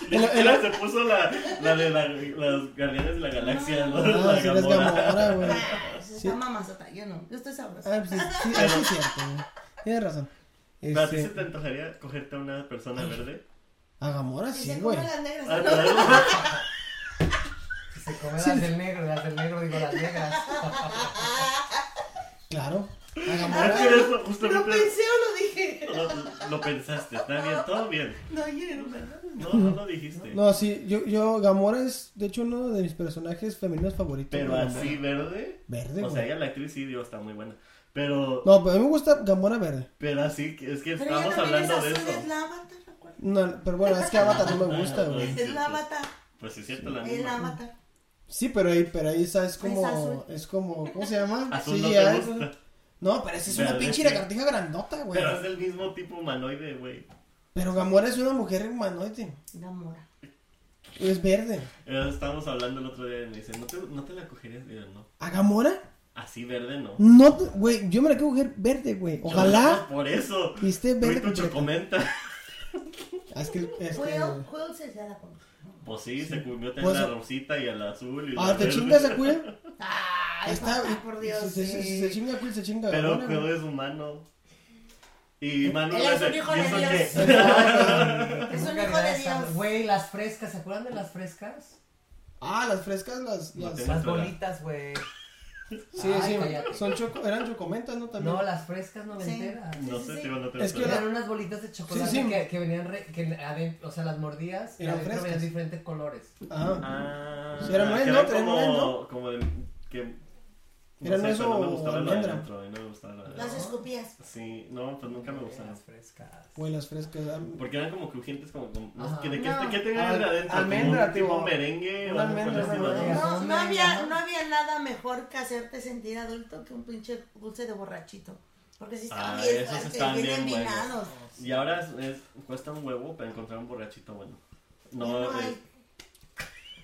Speaker 2: Ni
Speaker 1: El-
Speaker 2: siquiera
Speaker 1: el-
Speaker 2: se puso la, la de la- las Guardianes de la Galaxia, ¿no?
Speaker 1: Ah,
Speaker 2: la
Speaker 1: si eres
Speaker 2: Gamora.
Speaker 1: Gamora, güey.
Speaker 4: Se
Speaker 1: Sí.
Speaker 4: llama Mazota, yo no. Yo estoy sabrosa.
Speaker 1: Ah, pues, sí, ah, sí es cierto, güey. Tienes razón.
Speaker 2: ¿Pero ¿A ti se
Speaker 1: Este,
Speaker 2: te antojaría cogerte a una persona verde?
Speaker 1: a Gamora, sí,
Speaker 4: Si se
Speaker 1: güey.
Speaker 4: comen las negras.
Speaker 2: Ah,
Speaker 4: ¿no?
Speaker 2: claro.
Speaker 3: Y se comen las del negro, las del negro, digo, las negras.
Speaker 1: Claro. A
Speaker 2: Es
Speaker 1: Gamora.
Speaker 2: que eso,
Speaker 4: ¿Lo
Speaker 2: justamente
Speaker 4: pensé o lo dije?
Speaker 2: lo, lo pensaste, está bien, todo bien.
Speaker 4: No, yo no, ¿verdad?
Speaker 2: No, no lo dijiste.
Speaker 1: No, sí, yo, yo, Gamora es, de hecho, uno de mis personajes femeninos favoritos.
Speaker 2: Pero
Speaker 1: güey,
Speaker 2: así
Speaker 1: Gamora.
Speaker 2: verde.
Speaker 1: Verde,
Speaker 2: O sea,
Speaker 1: güey.
Speaker 2: ella la actriz sí, Dios, está muy buena. Pero,
Speaker 1: No, pero a mí me gusta Gambona Verde.
Speaker 2: pero así, que- es que
Speaker 4: Pero ya
Speaker 2: estamos
Speaker 4: no hablando
Speaker 2: hablando de
Speaker 4: azul, es
Speaker 2: eso.
Speaker 4: la avatar, recuerda.
Speaker 1: No, pero bueno, es que Avatar no me gusta, güey.
Speaker 4: Es la avatar,
Speaker 2: Pues sí, es cierto, la
Speaker 4: el
Speaker 2: misma.
Speaker 4: avatar.
Speaker 1: Sí, pero ahí, pero ahí ¿sabes? es
Speaker 3: Pues,
Speaker 4: azul.
Speaker 1: como, es como, ¿cómo se llama?
Speaker 2: Azul
Speaker 1: sí,
Speaker 2: no te
Speaker 1: ya,
Speaker 2: gusta.
Speaker 1: es- No, pero esa es una
Speaker 2: Verde,
Speaker 1: pinche
Speaker 2: sí.
Speaker 1: lagartija grandota, güey.
Speaker 2: Pero es del mismo tipo humanoide, güey.
Speaker 1: Pero Gamora es una mujer humanoide.
Speaker 4: Gamora.
Speaker 1: Es verde.
Speaker 2: Eh, Estábamos hablando el otro día y me dicen, ¿no te, no te la cogerías? Digo, no.
Speaker 1: ¿A Gamora?
Speaker 2: Así verde no.
Speaker 1: No, te- güey, yo me la quiero coger verde, güey.
Speaker 2: Yo,
Speaker 1: Mm, Ojalá.
Speaker 2: por eso.
Speaker 1: Y esté verde
Speaker 2: Tú y tu
Speaker 1: completa.
Speaker 2: chocomenta.
Speaker 1: Ah, Es que, es que...
Speaker 4: Will, Will se da la comida.
Speaker 2: Pues sí, se convierte en
Speaker 1: Pues,
Speaker 2: la
Speaker 1: eh,
Speaker 2: rosita y al azul. Y
Speaker 1: Ah,
Speaker 2: la
Speaker 1: ¿te
Speaker 2: verde.
Speaker 1: chingas a Quill?
Speaker 4: Ay,
Speaker 1: Está,
Speaker 4: papá, por Dios. eh.
Speaker 1: Si se, si
Speaker 4: sí.
Speaker 1: se chinga a Quill, se chinga a
Speaker 2: Pero
Speaker 1: Gamora,
Speaker 2: Quill
Speaker 1: güey.
Speaker 2: es humano. Y Manu
Speaker 4: Él
Speaker 2: le
Speaker 4: es
Speaker 2: hace,
Speaker 4: un hijo
Speaker 2: "¿Y
Speaker 4: de
Speaker 2: eso
Speaker 4: Dios".
Speaker 2: qué?"
Speaker 4: Es un
Speaker 3: Nunca
Speaker 4: hijo de
Speaker 3: regresan.
Speaker 4: Dios.
Speaker 3: Güey, las frescas, ¿se acuerdan de las frescas?
Speaker 1: Ah, las frescas, las...
Speaker 2: No
Speaker 1: las...
Speaker 2: te-
Speaker 3: Las
Speaker 2: Claro.
Speaker 3: bolitas, güey.
Speaker 1: Sí,
Speaker 3: Ay,
Speaker 1: sí,
Speaker 3: cállate.
Speaker 1: son choco, eran chocomentas, ¿no? También.
Speaker 3: No, las frescas noventeras.
Speaker 2: No
Speaker 4: Sí, sí,
Speaker 2: sé,
Speaker 4: sí.
Speaker 2: tío, no te
Speaker 1: Es que
Speaker 2: gusta.
Speaker 3: Eran unas bolitas de chocolate
Speaker 1: Sí, sí.
Speaker 3: Que, que venían, re- que adentro, o sea, las mordías y
Speaker 1: Eran
Speaker 3: adentro venían
Speaker 1: frescas.
Speaker 3: diferentes colores.
Speaker 1: Ajá.
Speaker 2: Ah,
Speaker 1: Sí, era nuez,
Speaker 2: que
Speaker 1: ¿no?
Speaker 2: eran
Speaker 1: Era
Speaker 2: como,
Speaker 1: nuez, ¿no?
Speaker 2: como de, que no
Speaker 1: Era
Speaker 2: sé,
Speaker 1: nuez
Speaker 2: pero no me
Speaker 1: o
Speaker 2: gustaba la de
Speaker 1: almendra.
Speaker 2: adentro, y no me gustaba la de
Speaker 4: Las
Speaker 2: adentro.
Speaker 4: escupías.
Speaker 2: Sí, no, pues nunca me gustaron.
Speaker 3: Las frescas.
Speaker 1: Güey, las frescas. ah,
Speaker 2: Porque eran como crujientes, como, como no sé,
Speaker 3: Ajá.
Speaker 2: ¿de qué,
Speaker 1: No.
Speaker 2: de qué tenían
Speaker 1: Al-
Speaker 2: adentro?
Speaker 1: almendra,
Speaker 2: como un tipo
Speaker 1: tipo,
Speaker 2: merengue
Speaker 1: una
Speaker 2: o algo por el
Speaker 1: almendra,
Speaker 2: estilo,
Speaker 1: una
Speaker 2: ¿no?
Speaker 1: almendra.
Speaker 4: No, no
Speaker 3: Hombre,
Speaker 4: había,
Speaker 3: ¿no?
Speaker 4: no había nada mejor que hacerte sentir adulto que un pinche dulce de borrachito. Porque si estaban
Speaker 2: Ah,
Speaker 4: bien
Speaker 2: esos
Speaker 4: fuertes,
Speaker 2: estaban
Speaker 4: bien,
Speaker 2: bien buenos.
Speaker 4: envinados.
Speaker 2: Y ahora es, es- cuesta un huevo para encontrar un borrachito bueno.
Speaker 4: Ya
Speaker 2: No, eh,
Speaker 4: no
Speaker 2: es-
Speaker 4: hay.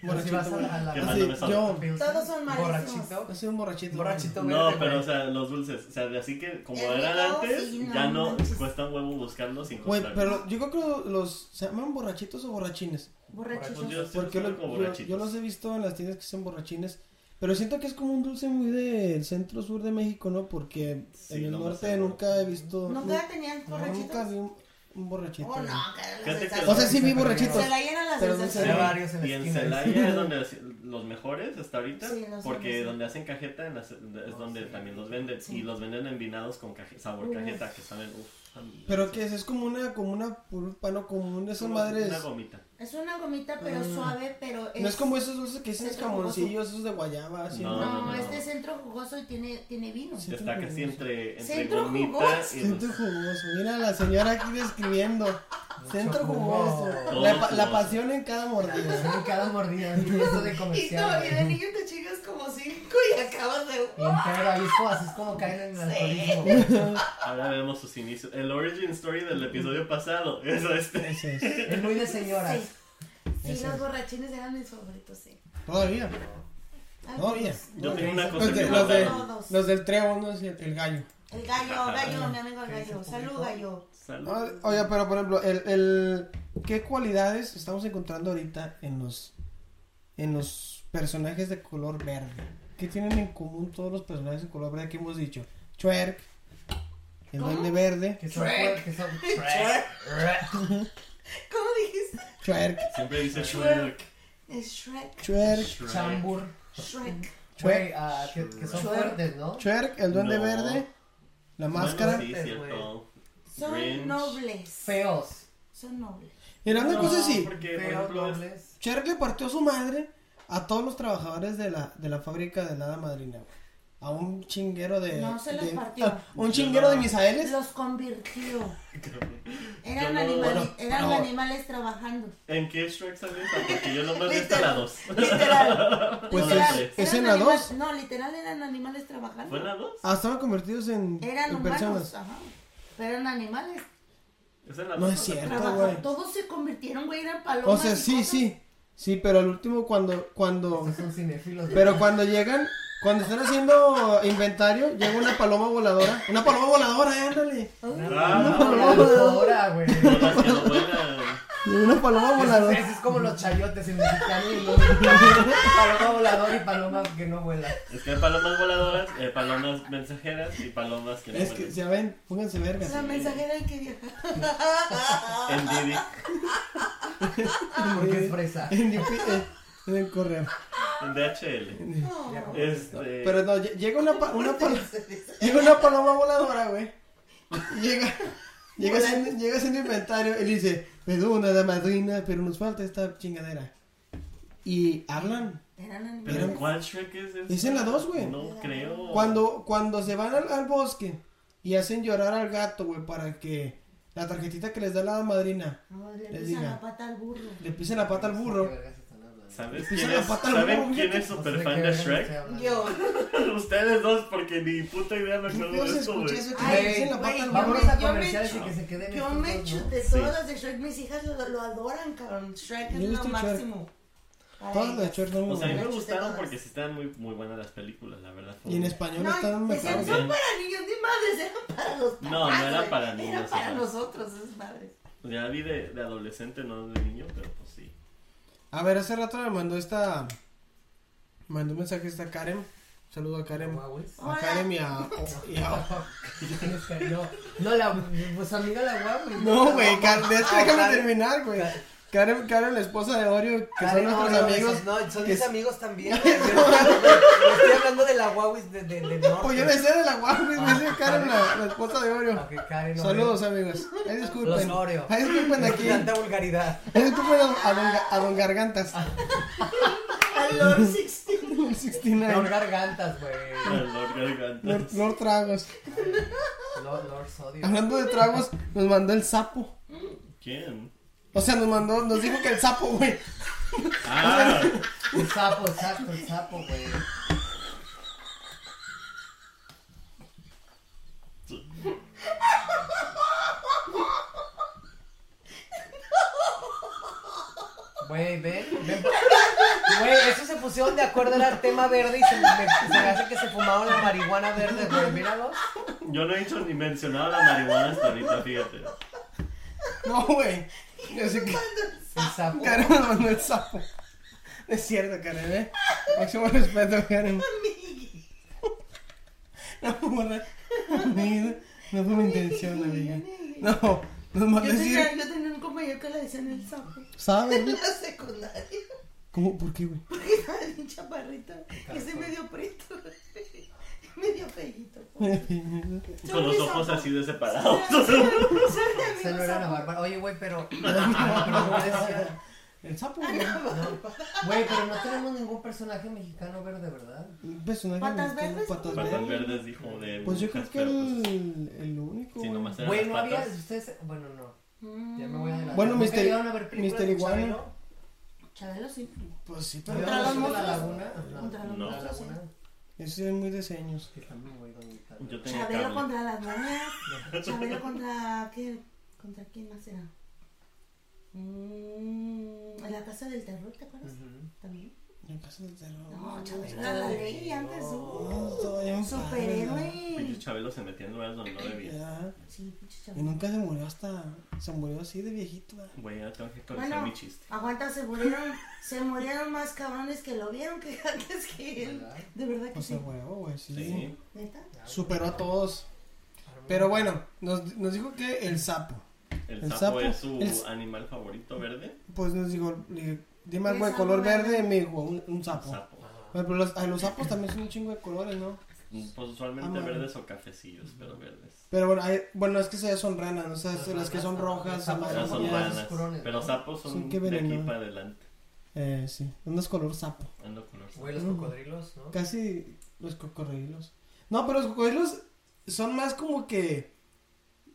Speaker 3: Pero si vas a la- a la-
Speaker 2: Que
Speaker 3: a la-
Speaker 1: Así,
Speaker 2: mándame sal.
Speaker 1: Ah, yo,
Speaker 4: Todos son malísimos.
Speaker 3: Borrachito.
Speaker 1: ha sido un borrachito.
Speaker 3: Borrachito verde.
Speaker 2: no,
Speaker 3: güey.
Speaker 2: pero o sea, los dulces, o sea, de así que como
Speaker 4: El
Speaker 2: eran
Speaker 4: rico,
Speaker 2: antes,
Speaker 4: sí, no
Speaker 2: ya no
Speaker 4: manches.
Speaker 2: cuesta un huevo buscarlos sin
Speaker 1: Güey,
Speaker 2: encontrarlos.
Speaker 1: pero yo creo que los... ¿Se llaman borrachitos o borrachines?
Speaker 2: Pues yo
Speaker 4: Borrachitos.
Speaker 2: sí los
Speaker 1: Porque
Speaker 2: como
Speaker 1: lo- yo,
Speaker 2: borrachitos.
Speaker 1: yo los he visto en las tiendas que son borrachines. Pero siento que es como un dulce muy del centro-sur de México, ¿no? Porque
Speaker 2: Sí,
Speaker 1: en el
Speaker 2: no,
Speaker 1: norte
Speaker 2: no sé.
Speaker 1: nunca he visto...
Speaker 4: ¿Nunca tenían
Speaker 1: no, nunca vi
Speaker 4: borrachitos?
Speaker 1: un, un borrachito.
Speaker 4: Oh,
Speaker 1: güey.
Speaker 4: no, cara, la
Speaker 2: Fíjate que-
Speaker 4: sensación.
Speaker 1: O sea, sí vi borrachitos.
Speaker 4: Se la llenan las
Speaker 1: Pero no sé.
Speaker 2: Sí,
Speaker 3: Hay
Speaker 4: sensaciones.
Speaker 3: varios en la
Speaker 2: y en
Speaker 3: esquina.
Speaker 2: Celaya es donde hace- los mejores hasta ahorita,
Speaker 4: Sí, los
Speaker 2: porque
Speaker 4: mejores.
Speaker 2: donde hacen cajeta en la ce- es donde también los venden
Speaker 4: Oh, Sí.
Speaker 2: y los venden envinados con caje- sabor
Speaker 4: Uf.
Speaker 2: cajeta que saben. Uf, amigo.
Speaker 1: Pero que es, es como una, como una, un pano, como una de esas madres.
Speaker 2: Una gomita.
Speaker 4: Es una gomita, pero
Speaker 1: Ah.
Speaker 4: suave, pero es...
Speaker 1: No es como esos dulces que dicen
Speaker 4: es
Speaker 1: escamoncillos, esos de guayaba, así.
Speaker 2: No,
Speaker 4: No,
Speaker 2: no, no,
Speaker 4: este
Speaker 2: no.
Speaker 4: es centro jugoso y tiene, tiene vino.
Speaker 1: Sí.
Speaker 2: Está casi entre, entre
Speaker 4: Centro
Speaker 2: gomita
Speaker 4: jugoso.
Speaker 2: y
Speaker 1: Centro jugoso. Mira la señora aquí describiendo. Centro
Speaker 3: jugo.
Speaker 1: jugoso.
Speaker 2: Todo
Speaker 1: La, pa- la
Speaker 2: jugoso.
Speaker 1: pasión en cada mordida.
Speaker 3: En cada mordida, y eso de
Speaker 4: Y, no,
Speaker 3: comercial.
Speaker 4: y de niño te chingas como cinco y acabas de...
Speaker 3: Entero, ahí es como- así es como caen en el alcoholismo. güey.
Speaker 2: Ahora vemos sus inicios. El origin story del episodio pasado. Eso este.
Speaker 1: Eso es.
Speaker 3: Es muy de señoras.
Speaker 4: Sí. Sí,
Speaker 1: Ese.
Speaker 4: los borrachines eran mis favoritos, sí.
Speaker 1: Todavía.
Speaker 4: Algunos.
Speaker 1: Todavía.
Speaker 2: Yo tengo una cosa
Speaker 1: Los,
Speaker 2: que
Speaker 1: de-
Speaker 2: me
Speaker 1: los, de-
Speaker 2: mandaron.
Speaker 4: Todos.
Speaker 1: los del treo, ¿no? Sí, El, el gallo.
Speaker 4: El gallo, gallo, mi amigo el
Speaker 3: ¿Qué dice
Speaker 4: gallo.
Speaker 3: el
Speaker 4: Salud,
Speaker 3: público?
Speaker 4: gallo.
Speaker 2: Salud.
Speaker 1: Ah, Oye, pero por ejemplo, el, el- ¿qué cualidades estamos encontrando ahorita en los, en los personajes de color verde? ¿Qué tienen en común todos los personajes de color verde que hemos dicho? Chuerk, el
Speaker 4: ¿Cómo?
Speaker 1: duende verde,
Speaker 3: Que son,
Speaker 4: Shrek.
Speaker 3: que son
Speaker 4: ¿Cómo dijiste?
Speaker 1: Chuerk,
Speaker 2: Siempre dice
Speaker 4: Shrek.
Speaker 2: Shrek.
Speaker 4: Es Shrek.
Speaker 1: Chuerk,
Speaker 2: Shrek.
Speaker 3: chambur,
Speaker 4: Shrek.
Speaker 3: güey, ah, que, que son
Speaker 1: Shrek.
Speaker 3: fuertes, ¿no?
Speaker 1: Chuerk, el duende
Speaker 2: No.
Speaker 1: verde, la
Speaker 2: Bueno,
Speaker 1: máscara.
Speaker 2: sí,
Speaker 3: Fuertes,
Speaker 2: cierto.
Speaker 4: Son
Speaker 2: Grinch.
Speaker 4: nobles.
Speaker 3: Feos.
Speaker 4: Son nobles.
Speaker 1: Mira, una
Speaker 2: No,
Speaker 1: cosa así,
Speaker 2: Porque, por
Speaker 3: Feos,
Speaker 2: ejemplo, es-
Speaker 3: nobles.
Speaker 1: Chuerk le partió su madre a todos los trabajadores de la, de la fábrica de la hada madrina, güey. A un chinguero de...
Speaker 4: No se los
Speaker 1: de-
Speaker 4: partió.
Speaker 1: a un chinguero de misaeles.
Speaker 4: Los convirtió.
Speaker 2: Yo
Speaker 4: Eran,
Speaker 2: no-
Speaker 4: animali-
Speaker 1: Bueno,
Speaker 4: eran
Speaker 1: no.
Speaker 4: animales trabajando.
Speaker 2: ¿En qué Shrek salió esta? Porque yo nomás he visto la dos.
Speaker 4: Literal.
Speaker 1: Pues
Speaker 4: literal.
Speaker 1: es- es
Speaker 4: Eran
Speaker 1: en la
Speaker 4: anima-
Speaker 1: dos.
Speaker 4: No, literal eran animales trabajando.
Speaker 2: ¿Fue la dos?
Speaker 1: Ah, estaban convertidos en,
Speaker 4: Eran
Speaker 1: en
Speaker 4: humanos.
Speaker 1: personas.
Speaker 4: Ajá. Pero eran animales.
Speaker 2: ¿Esa es la
Speaker 1: No
Speaker 2: dos?
Speaker 1: es cierto.
Speaker 4: Trabajaban.
Speaker 1: güey.
Speaker 4: Todos se convirtieron, güey. Eran palomas.
Speaker 1: O sea,
Speaker 4: y
Speaker 1: sí,
Speaker 4: cosas.
Speaker 1: sí. Sí, pero al último cuando, cuando,
Speaker 3: Estos son cinéfilos. güey.
Speaker 1: pero cuando llegan, cuando están haciendo inventario, llega una paloma voladora. Una paloma voladora, eh, ándale.
Speaker 2: Ah,
Speaker 3: No, la licuadora, güey.
Speaker 2: no, las que no vuelan.
Speaker 1: Una paloma
Speaker 3: Eso
Speaker 1: voladora.
Speaker 3: es como los chayotes, el mexicano y el dominicano. Paloma volador y paloma que no vuela.
Speaker 2: Es que hay palomas voladoras, eh, palomas mensajeras y palomas que no
Speaker 1: Es que,
Speaker 2: vuelan.
Speaker 1: ya ven, pónganse vergas.
Speaker 4: La mensajera hay que viajar.
Speaker 2: En Didi.
Speaker 3: Porque es fresa.
Speaker 1: En, Yupi- eh, en el correo.
Speaker 2: En DHL.
Speaker 4: No.
Speaker 2: Este.
Speaker 1: Pero no, lle- llega una, pa- una, pal- llega una paloma voladora, güey. Y Llega, llega, haciendo, llega haciendo inventario y le dice, me da una damadrina, pero nos falta esta chingadera. Y hablan,
Speaker 4: Eran animales.
Speaker 2: ¿Pero cuál Shrek es ese?
Speaker 1: Es en la dos, güey.
Speaker 2: No creo.
Speaker 1: Cuando, cuando se van al, al bosque y hacen llorar al gato, güey, para que la tarjetita que les da la madrina
Speaker 4: No, le
Speaker 1: Les
Speaker 4: pisan
Speaker 1: diga.
Speaker 4: la pata al burro.
Speaker 1: le pisen la pata al burro.
Speaker 2: ¿Sabes
Speaker 1: Pisa
Speaker 2: quién
Speaker 1: la
Speaker 2: es,
Speaker 1: pata al burro,
Speaker 2: ¿saben
Speaker 1: fíjate.
Speaker 2: quién es super fan de Shrek?
Speaker 4: Yo.
Speaker 2: Ustedes dos, porque ni puta idea me
Speaker 1: ¿Qué
Speaker 2: acuerdo
Speaker 1: pedo
Speaker 2: de
Speaker 1: se
Speaker 2: esto,
Speaker 1: escucha
Speaker 2: güey.
Speaker 1: Pues, eso que
Speaker 4: Ay,
Speaker 1: le dicen la
Speaker 4: güey,
Speaker 1: pata al burro?
Speaker 3: Vámonos
Speaker 4: vamos me-
Speaker 3: a
Speaker 4: yo me
Speaker 3: comerciales y
Speaker 4: chu-
Speaker 3: que se queden
Speaker 4: Yo
Speaker 3: estos
Speaker 4: me
Speaker 3: dos, ¿no?
Speaker 4: chuté
Speaker 2: Sí.
Speaker 4: todas las de Shrek. Mis hijas lo, lo adoran, cabrón. Shrek
Speaker 1: Yo he
Speaker 4: es lo
Speaker 1: visto Shrek.
Speaker 4: máximo. Para
Speaker 1: Todas las
Speaker 4: ellas.
Speaker 1: de Shrek son muy
Speaker 2: O sea, a mí me
Speaker 1: buenas.
Speaker 4: Chiste
Speaker 2: gustaron
Speaker 4: todas.
Speaker 2: porque sí estaban muy, muy buenas las películas, la verdad. fue
Speaker 1: Y en
Speaker 2: un-
Speaker 1: español
Speaker 4: No,
Speaker 1: están
Speaker 4: decían,
Speaker 1: mejores.
Speaker 4: son para niños, ni madres, eran para los papás.
Speaker 2: No, no era
Speaker 4: güey.
Speaker 2: para
Speaker 4: Era
Speaker 2: niños,
Speaker 4: para
Speaker 2: ajá.
Speaker 4: nosotros, esas madres.
Speaker 2: Ya vi de, de adolescente, no de niño, pero pues sí.
Speaker 1: A ver, hace rato me mandó esta. Mandó un mensaje esta Karen. Saludo a Karen.
Speaker 3: Guauis.
Speaker 1: A Karen y a. y a-
Speaker 3: Es que No, no, la, pues amiga la guau, güey.
Speaker 1: No, güey, Karen, es que déjame
Speaker 3: Karen.
Speaker 1: terminar, güey. Karen, Karen, la esposa de Oreo, que son
Speaker 3: Karen,
Speaker 1: nuestros
Speaker 3: no, no,
Speaker 1: amigos.
Speaker 3: esos No, son
Speaker 1: que
Speaker 3: mis
Speaker 1: es-
Speaker 3: amigos también. güey. Yo estoy hablando- yo estoy hablando de la guau de, de, del norte.
Speaker 1: Pues yo le sé de la guapa, güey, me dice Karen, la, la esposa de Oreo.
Speaker 3: Ah. Ok, Karen, no,
Speaker 1: Saludos, amigos. Ay, disculpen.
Speaker 3: Los Oreo.
Speaker 1: Ay, disculpen
Speaker 3: güey.
Speaker 1: aquí.
Speaker 3: Tanta vulgaridad.
Speaker 1: Ay, disculpen a, a don, Ga- a don Gargantas.
Speaker 3: Ah.
Speaker 4: A Lord Sixteen.
Speaker 1: El
Speaker 3: Lord
Speaker 1: 69.
Speaker 3: Gargantas, güey.
Speaker 2: El Lord Garganta.
Speaker 1: Lord, Lord Tragos.
Speaker 3: Lord, Lord Sodio.
Speaker 1: Hablando de tragos, nos mandó el sapo.
Speaker 2: ¿Quién?
Speaker 1: O sea, nos mandó, nos dijo que el sapo, güey.
Speaker 2: Ah,
Speaker 3: El sapo, exacto, el sapo, güey. Güey, ven, ven. Güey, eso se pusieron de acuerdo, era el tema verde y se me, se me hace que se fumaron la marihuana verde, güey, míralos.
Speaker 2: yo no he hecho ni mencionado la marihuana hasta ahorita, fíjate.
Speaker 1: No, güey. Yo sé que
Speaker 3: El sapo.
Speaker 1: Karen nos mandó el sapo. No es cierto, Karen, eh. Máximo respeto, Karen. No, morra. Amiga, No fue mi intención, amiga. No, nos mandó
Speaker 4: Yo
Speaker 1: decir.
Speaker 4: tenía, yo tenía un compañero que le decían el sapo.
Speaker 1: ¿Sabes?
Speaker 4: En la secundaria.
Speaker 1: ¿Cómo? ¿Por qué, güey?
Speaker 4: Porque estaba bien chaparrito. Y se me dio preto. Me dio feíto.
Speaker 2: Con los ojos así de separados.
Speaker 3: Se lo era la
Speaker 4: Soy
Speaker 3: bárbara. Oye, güey, pero. pero no decía-
Speaker 1: El sapo, güey.
Speaker 3: Güey, pero no tenemos ningún personaje mexicano verde, ¿verdad?
Speaker 1: Un personaje
Speaker 4: ¿Patas
Speaker 1: mexicano,
Speaker 4: verdes?
Speaker 1: Patas
Speaker 2: Patas
Speaker 1: verdes.
Speaker 2: verdes, dijo de.
Speaker 1: Pues yo creo
Speaker 2: brujas,
Speaker 1: que
Speaker 2: pero, pues,
Speaker 1: el, el único.
Speaker 2: Sí,
Speaker 1: güey.
Speaker 2: nomás eran
Speaker 3: Güey, no
Speaker 2: las
Speaker 3: había.
Speaker 2: patas.
Speaker 3: Ustedes. Bueno, no. Ya me voy a adelantar.
Speaker 1: Bueno,
Speaker 3: ¿Nunca
Speaker 1: Mister-
Speaker 3: llegaron a ver películas
Speaker 1: Mister
Speaker 3: de
Speaker 1: Iguana.
Speaker 3: Chabelo?
Speaker 4: Chabelo sí.
Speaker 1: Pues sí, pero.
Speaker 3: ¿Habíamos ido
Speaker 4: los
Speaker 3: a la
Speaker 4: monstruos?
Speaker 3: laguna? Ajá.
Speaker 4: Contra los
Speaker 2: No.
Speaker 3: La
Speaker 4: monstruos, sí.
Speaker 3: laguna.
Speaker 1: Eso es muy de seños.
Speaker 3: Que también muy bonita.
Speaker 2: Yo tenía
Speaker 4: Chabelo
Speaker 2: cable.
Speaker 4: contra las momias. Chabelo contra. ¿Qué? ¿Contra quién más era? Mm, en la casa del terror, ¿te acuerdas?
Speaker 3: Ujú.
Speaker 4: También.
Speaker 1: En casa del terror.
Speaker 4: No, Chabelo era la ley antes.
Speaker 1: No,
Speaker 4: Uh,
Speaker 1: estaba bien padre,
Speaker 2: Pinche
Speaker 4: superhéroe.
Speaker 2: Chabelo se metía en lugares donde no
Speaker 1: ¿no?
Speaker 2: debía.
Speaker 1: Ya.
Speaker 4: Sí, pinche
Speaker 1: Y
Speaker 4: Chabelo.
Speaker 1: nunca se murió hasta. Se murió así de viejito, güey.
Speaker 2: Güey, ya tengo que actualizar
Speaker 4: Bueno,
Speaker 2: mi chiste.
Speaker 4: aguanta, se murieron, se murieron más cabrones que lo vieron que antes que él.
Speaker 3: ¿Verdad?
Speaker 4: De verdad que
Speaker 1: O sea,
Speaker 4: sí.
Speaker 1: Pues huevo, güey, sí.
Speaker 2: Sí.
Speaker 4: ¿Neta?
Speaker 1: Superó a todos. Pero bueno, nos, nos dijo que el sapo.
Speaker 2: El,
Speaker 1: El
Speaker 2: sapo,
Speaker 1: sapo
Speaker 2: es su
Speaker 1: es-
Speaker 2: animal favorito verde.
Speaker 1: Pues nos dijo, le dije, dime algo de
Speaker 4: Esa
Speaker 1: color
Speaker 4: no
Speaker 1: verde.
Speaker 4: era.
Speaker 1: Me dijo, un, un sapo.
Speaker 2: Sapo.
Speaker 1: Bueno, pero los, a los sapos también son un chingo de colores, ¿no?
Speaker 2: Pues usualmente
Speaker 1: Amarillo.
Speaker 2: verdes o cafecillos, pero verdes.
Speaker 1: Pero bueno, hay- bueno, es que esas son ranas, ¿no? O sea,
Speaker 3: Las
Speaker 1: son las que son
Speaker 3: ranas,
Speaker 1: rojas,
Speaker 2: O
Speaker 3: las ranas.
Speaker 2: sea,
Speaker 1: amarillas.
Speaker 2: son
Speaker 3: Amarillos
Speaker 2: ranas.
Speaker 3: oscurones,
Speaker 2: Pero
Speaker 3: ¿no?
Speaker 2: sapos son
Speaker 1: Son que
Speaker 2: de aquí
Speaker 1: venenosos.
Speaker 2: para adelante.
Speaker 1: Eh, sí, unos color sapo.
Speaker 2: Ando color sapo.
Speaker 3: Güey, los
Speaker 1: Mm.
Speaker 3: cocodrilos, ¿no?
Speaker 1: Casi los cocodrilos. No, pero los cocodrilos son más como que.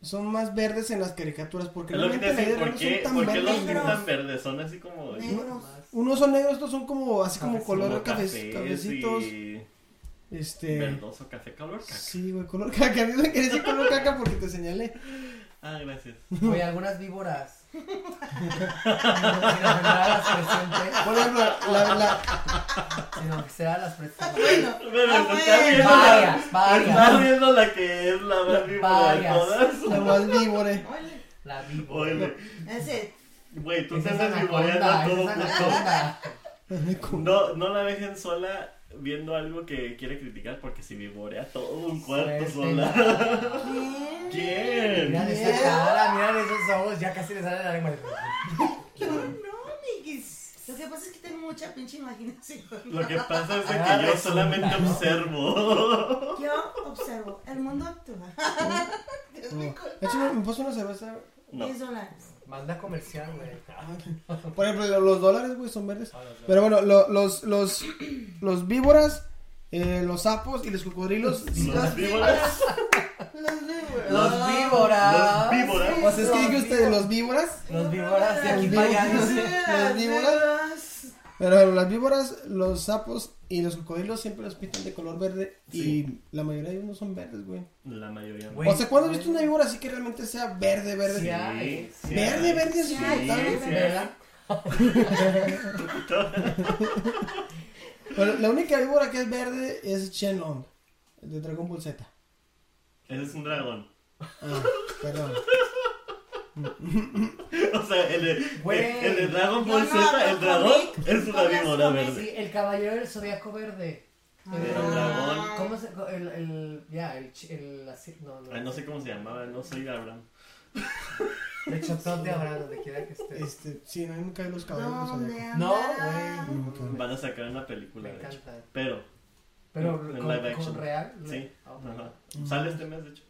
Speaker 1: Son más verdes en las caricaturas. Porque
Speaker 2: Es lo que te
Speaker 1: realmente
Speaker 2: decía,
Speaker 1: la
Speaker 2: ¿por
Speaker 1: idea no
Speaker 2: qué,
Speaker 1: son
Speaker 2: por
Speaker 1: tan
Speaker 2: qué los
Speaker 1: verdes.
Speaker 4: negros?
Speaker 2: pintan verdes? Son así como...
Speaker 4: Negros.
Speaker 1: Unos son negros, estos son como así como
Speaker 3: Cafecito,
Speaker 1: color
Speaker 2: café,
Speaker 1: café, cafecitos.
Speaker 2: sí,
Speaker 1: Este.
Speaker 2: verdoso, café, color caca.
Speaker 1: Sí, güey, color caca. A mí me quería decir color caca porque te señalé.
Speaker 2: Ah, gracias.
Speaker 3: Güey, algunas víboras. Sin ofender a las presentes.
Speaker 1: Por ejemplo, la, la-
Speaker 3: Sin ofender a las presentes.
Speaker 4: Bueno,
Speaker 2: Pero
Speaker 4: ah,
Speaker 2: te estás viendo,
Speaker 4: bueno.
Speaker 3: Varias,
Speaker 2: la,
Speaker 3: varias.
Speaker 2: estás viendo la que es la más víbora de
Speaker 3: Varias.
Speaker 1: la
Speaker 2: todas.
Speaker 1: más víbora.
Speaker 4: Oye,
Speaker 3: La víbora.
Speaker 2: Oye,
Speaker 4: ese,
Speaker 2: güey, tú te
Speaker 3: Esa es
Speaker 2: andas viboreando
Speaker 3: anaconda,
Speaker 2: a
Speaker 3: esa es
Speaker 2: todo puto.
Speaker 3: anaconda.
Speaker 1: Me cum-
Speaker 2: No, no la dejen sola viendo algo que quiere criticar porque si vivorea todo un cuarto sola.
Speaker 3: Suéltela.
Speaker 4: ¿quién?
Speaker 2: ¿Quién?
Speaker 3: Miren esa cara, miren esos ojos, ya casi le sale la lengua.
Speaker 4: No, no, amiguis. Lo que pasa es que tengo mucha pinche imaginación.
Speaker 2: Lo que pasa es de
Speaker 3: Ah,
Speaker 2: que yo
Speaker 3: resulta,
Speaker 2: solamente
Speaker 3: ¿no?
Speaker 2: observo.
Speaker 4: Yo observo, el mundo actúa. Es mi
Speaker 1: No.
Speaker 4: culpa.
Speaker 1: Échame, me paso una cerveza.
Speaker 2: No,
Speaker 4: 10 dólares.
Speaker 3: Manda comercial, güey.
Speaker 1: Por ejemplo, los dólares, güey, son verdes.
Speaker 3: Ah, los dólares.
Speaker 1: Pero bueno, lo- los, los, los víboras, eh, los sapos y los cocodrilos.
Speaker 2: Los víboras.
Speaker 4: Los víboras.
Speaker 3: Los víboras.
Speaker 2: Ah, Los víboras.
Speaker 1: O sea, Pues es que dije ustedes los víboras.
Speaker 3: Los víboras de aquí
Speaker 1: Los
Speaker 3: para allá.
Speaker 1: víboras.
Speaker 3: dice.
Speaker 1: Los víboras. Pero bueno, las víboras, los sapos y los cocodrilos siempre los pintan de color verde. Y la mayoría de ellos no son verdes, güey.
Speaker 2: La mayoría. no.
Speaker 3: Güey.
Speaker 1: O sea, ¿cuándo has visto una víbora así que realmente sea verde, verde?
Speaker 3: Sí, ah.
Speaker 2: sí,
Speaker 1: Verde,
Speaker 2: hay.
Speaker 1: verde, sí,
Speaker 4: verde,
Speaker 2: sí,
Speaker 4: verde.
Speaker 2: hay.
Speaker 1: Bueno, la única víbora que es verde es Shenlong, el de Dragon Ball Z.
Speaker 2: Ese es un dragón.
Speaker 1: Ah, perdón.
Speaker 2: O sea, el de,
Speaker 3: Güey.
Speaker 2: el, el de Dragon
Speaker 4: Yo
Speaker 2: Ball
Speaker 4: no
Speaker 2: Z,
Speaker 4: hablo
Speaker 2: el dragón,
Speaker 4: cómic.
Speaker 2: es una
Speaker 4: No hablas
Speaker 2: víbora
Speaker 4: cómic.
Speaker 2: verde.
Speaker 3: Sí, el caballero del zodiaco verde.
Speaker 2: Era un dragón.
Speaker 3: ¿Cómo se.? El. el ya, el. chi- el así, no, no.
Speaker 2: Ay, no sé cómo se llamaba, no soy Abraham.
Speaker 3: El chotón de Abraham, donde quiera que esté.
Speaker 1: Este, sí, no, nunca vi los caballos.
Speaker 4: ¿Dónde
Speaker 1: zodiaco.
Speaker 3: No,
Speaker 4: andará?
Speaker 3: güey.
Speaker 1: No, ok.
Speaker 2: Van a sacar una película,
Speaker 3: Me
Speaker 2: de hecho.
Speaker 3: encanta.
Speaker 2: Pero,
Speaker 3: Pero
Speaker 2: En
Speaker 3: con,
Speaker 2: live
Speaker 3: con
Speaker 2: action.
Speaker 3: real.
Speaker 2: sí.
Speaker 3: Ah, ok.
Speaker 2: ajá. Sale este mes, de hecho.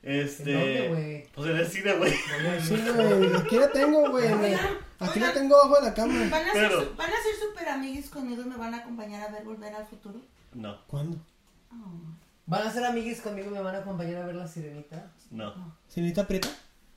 Speaker 2: Este.
Speaker 3: dónde, güey?
Speaker 2: Pues en el cine, güey.
Speaker 3: No, no,
Speaker 1: Sí,
Speaker 3: no.
Speaker 1: güey, aquí la tengo, güey. en el-
Speaker 4: Oigan,
Speaker 1: Aquí la
Speaker 4: oigan.
Speaker 1: tengo abajo de la cama.
Speaker 4: Van a, ser,
Speaker 2: Pero-
Speaker 4: su- van a ser super amiguis conmigo y me van a acompañar a ver Volver al Futuro.
Speaker 2: No,
Speaker 1: ¿Cuándo?
Speaker 4: Oh.
Speaker 3: ¿Van a ser amiguis conmigo? ¿Me van a acompañar a ver la sirenita?
Speaker 2: no.
Speaker 1: ¿Sirenita prieta?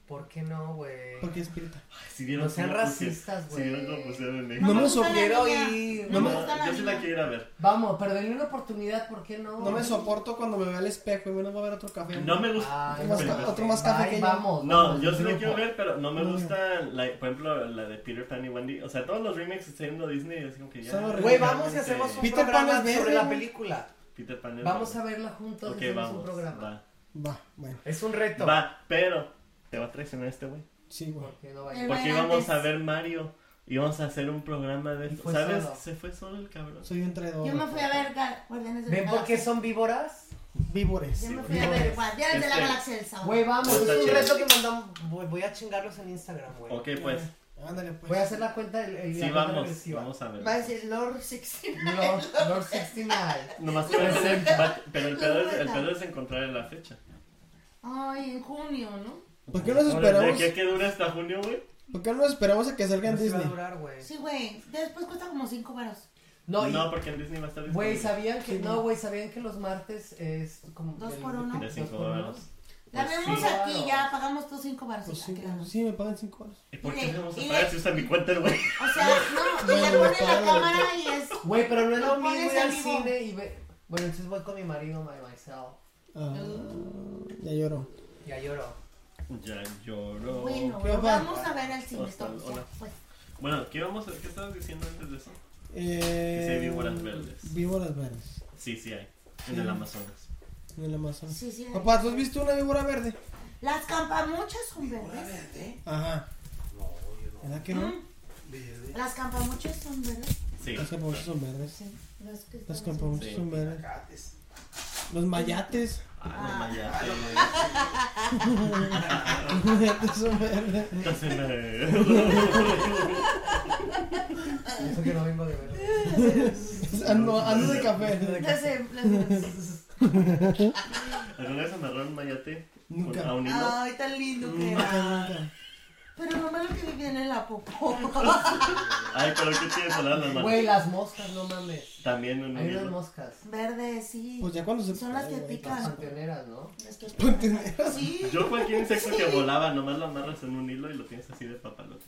Speaker 3: ¿Por qué no, güey?
Speaker 1: ¿Por qué es prieta?
Speaker 2: Ay, si vieron
Speaker 3: No sean
Speaker 2: cómo pusieron-
Speaker 3: racistas,
Speaker 2: Si
Speaker 3: güey.
Speaker 2: vieron cómo pusieron en
Speaker 1: No
Speaker 2: México.
Speaker 1: me
Speaker 4: gusta la
Speaker 3: quiero
Speaker 4: niña.
Speaker 3: ir.
Speaker 4: No, me
Speaker 2: No,
Speaker 4: gusta la
Speaker 2: yo sí la
Speaker 4: niña.
Speaker 2: quiero ir a ver.
Speaker 3: Vamos, pero denle una oportunidad, ¿por qué no?
Speaker 1: No me soporto cuando me veo al espejo y menos va a ver otro café.
Speaker 2: No me gusta.
Speaker 3: Ay,
Speaker 1: Otro más
Speaker 3: güey.
Speaker 1: ca- otro más café
Speaker 3: Ay,
Speaker 1: que yo.
Speaker 3: vamos.
Speaker 2: No,
Speaker 3: vamos,
Speaker 2: yo sí la
Speaker 3: grupo.
Speaker 2: quiero ver, pero no me gusta, la, por ejemplo, la de Peter Pan y Wendy. O sea, todos los remakes que está haciendo Disney, así como que ya.
Speaker 1: Son horribles.
Speaker 3: Güey, vamos y hacemos un
Speaker 1: Peter Pan
Speaker 3: programa
Speaker 1: es verde,
Speaker 3: sobre la
Speaker 1: güey.
Speaker 3: película.
Speaker 2: Peter Pan es
Speaker 3: Vamos a
Speaker 2: bueno.
Speaker 3: verla juntos y
Speaker 2: Ok,
Speaker 3: hacemos
Speaker 2: vamos.
Speaker 3: un programa.
Speaker 1: Va, bueno,
Speaker 3: Es un
Speaker 2: Va.
Speaker 3: reto.
Speaker 2: va, pero te va a traicionar este güey.
Speaker 1: sí, güey.
Speaker 3: Porque no vaya.
Speaker 4: El-
Speaker 2: Porque
Speaker 4: Bueno,
Speaker 2: íbamos
Speaker 4: antes-
Speaker 2: a ver Mario. Íbamos a hacer un programa de
Speaker 3: Y
Speaker 2: esto.
Speaker 3: fue
Speaker 2: ¿Sabes?
Speaker 3: solo.
Speaker 2: Se fue solo el cabrón.
Speaker 1: Soy un traidor.
Speaker 4: Yo me fui a ver Gar- Guardianes de
Speaker 3: ¿Ven
Speaker 4: la
Speaker 3: por qué
Speaker 4: Galaxia.
Speaker 3: son víboras?
Speaker 1: Víbores.
Speaker 4: Yo me fui a ver Guardianes de la
Speaker 2: Este-
Speaker 4: Galaxia del sábado.
Speaker 3: Ah. Güey, vamos,
Speaker 2: Está
Speaker 3: es un
Speaker 2: chido.
Speaker 3: reto que mandamos. Voy, voy a chingarlos en Instagram, güey.
Speaker 2: Ok, pues.
Speaker 1: Ándale, pues.
Speaker 3: Voy a hacer la cuenta del. El, la
Speaker 2: Sí,
Speaker 3: cuenta
Speaker 2: vamos.
Speaker 3: regresiva.
Speaker 2: Vamos a
Speaker 4: Va a
Speaker 2: ver.
Speaker 4: decir Lord 69.
Speaker 3: Lord, Lord 69.
Speaker 2: Nomás que va a ser- va- pero el pedo, es, el pedo es encontrar la fecha.
Speaker 4: Ay, en junio, ¿no?
Speaker 1: ¿Por qué nos
Speaker 2: Ahora, ¿De
Speaker 1: esperamos?
Speaker 2: aquí a que dura hasta junio, güey?
Speaker 1: ¿Por qué no esperamos a que salga en
Speaker 3: No se va a
Speaker 1: Disney?
Speaker 3: durar, güey.
Speaker 4: Sí, güey. Después cuesta como 5 varos.
Speaker 3: No, y-
Speaker 2: No, porque en Disney va a estar
Speaker 3: Güey,
Speaker 2: disponible.
Speaker 3: sabían que. No, güey, sabían que los martes es como.
Speaker 4: Dos
Speaker 3: del-
Speaker 4: por uno.
Speaker 2: De
Speaker 3: dos por
Speaker 2: cinco
Speaker 3: uno?
Speaker 2: dólares.
Speaker 4: La
Speaker 2: Pues
Speaker 4: vemos
Speaker 2: sí.
Speaker 4: aquí,
Speaker 3: Claro.
Speaker 4: ya pagamos todos 5 varos.
Speaker 1: Pues
Speaker 4: ya,
Speaker 1: sí,
Speaker 4: quedamos.
Speaker 1: sí, me pagan 5 horas.
Speaker 2: ¿Y por qué
Speaker 4: Dile,
Speaker 2: le vamos a
Speaker 4: dile.
Speaker 2: pagar si usa mi cuenta, el güey?
Speaker 4: O sea, no, y le ponen la cámara y es.
Speaker 3: Güey, pero no es lo
Speaker 4: Lo
Speaker 3: mismo
Speaker 4: pones
Speaker 3: ir al
Speaker 4: en vivo.
Speaker 3: cine y ver. Bueno, entonces voy con mi marido, my myself.
Speaker 1: Ah, ya lloro.
Speaker 3: Ya lloro.
Speaker 2: Ya lloró.
Speaker 4: Bueno,
Speaker 1: ¿Qué
Speaker 4: lo
Speaker 1: va?
Speaker 4: vamos a ver al cine.
Speaker 2: Hasta-
Speaker 4: todos, ya,
Speaker 2: hola.
Speaker 4: pues.
Speaker 2: Bueno, ¿qué, vamos a, ¿qué estabas diciendo antes de eso?
Speaker 1: Eh,
Speaker 2: sí hay víboras verdes.
Speaker 1: Víboras verdes.
Speaker 2: Sí, sí hay. En el Amazonas.
Speaker 1: En el Amazonas.
Speaker 4: Sí, sí.
Speaker 1: Papá, ¿tú has visto una víbora verde?
Speaker 4: Las campamuchas son verdes.
Speaker 1: Ajá. ¿Verdad que no?
Speaker 4: Mm. Las campamuchas son verdes.
Speaker 2: Sí.
Speaker 1: Las campamuchas son verdes.
Speaker 4: Sí. Las que
Speaker 1: Las
Speaker 4: están
Speaker 1: campamuchas
Speaker 2: Sí.
Speaker 1: son verdes. Los mayates.
Speaker 2: Ah, no, ya.
Speaker 1: Los mayates son verdes.
Speaker 2: Casi me-
Speaker 3: Eso que no vengo de ver.
Speaker 1: Ando, ando ah, de
Speaker 4: así.
Speaker 1: café.
Speaker 4: Las de- las de-
Speaker 2: ¿Alguna vez amarraron un mayate? con-
Speaker 1: Nunca.
Speaker 2: A un hilo.
Speaker 4: Ay, tan lindo que
Speaker 1: Nunca,
Speaker 4: era.
Speaker 1: nunca.
Speaker 4: Mm. Pero no me lo que vivían en la popó.
Speaker 2: Ay, pero ¿qué tiene salada las manos?
Speaker 3: Güey, las moscas, no mames.
Speaker 2: También un
Speaker 3: Hay unas
Speaker 2: hilo.
Speaker 3: moscas.
Speaker 4: Verdes, sí.
Speaker 1: Pues ya cuando se.
Speaker 4: Son las que
Speaker 3: Las
Speaker 4: pican.
Speaker 3: panteoneras, ¿no?
Speaker 4: Las que
Speaker 1: Ponte-
Speaker 4: pican. Sí.
Speaker 2: Yo cualquier insecto que volaba, nomás lo amarras en un hilo y lo tienes así de papalote.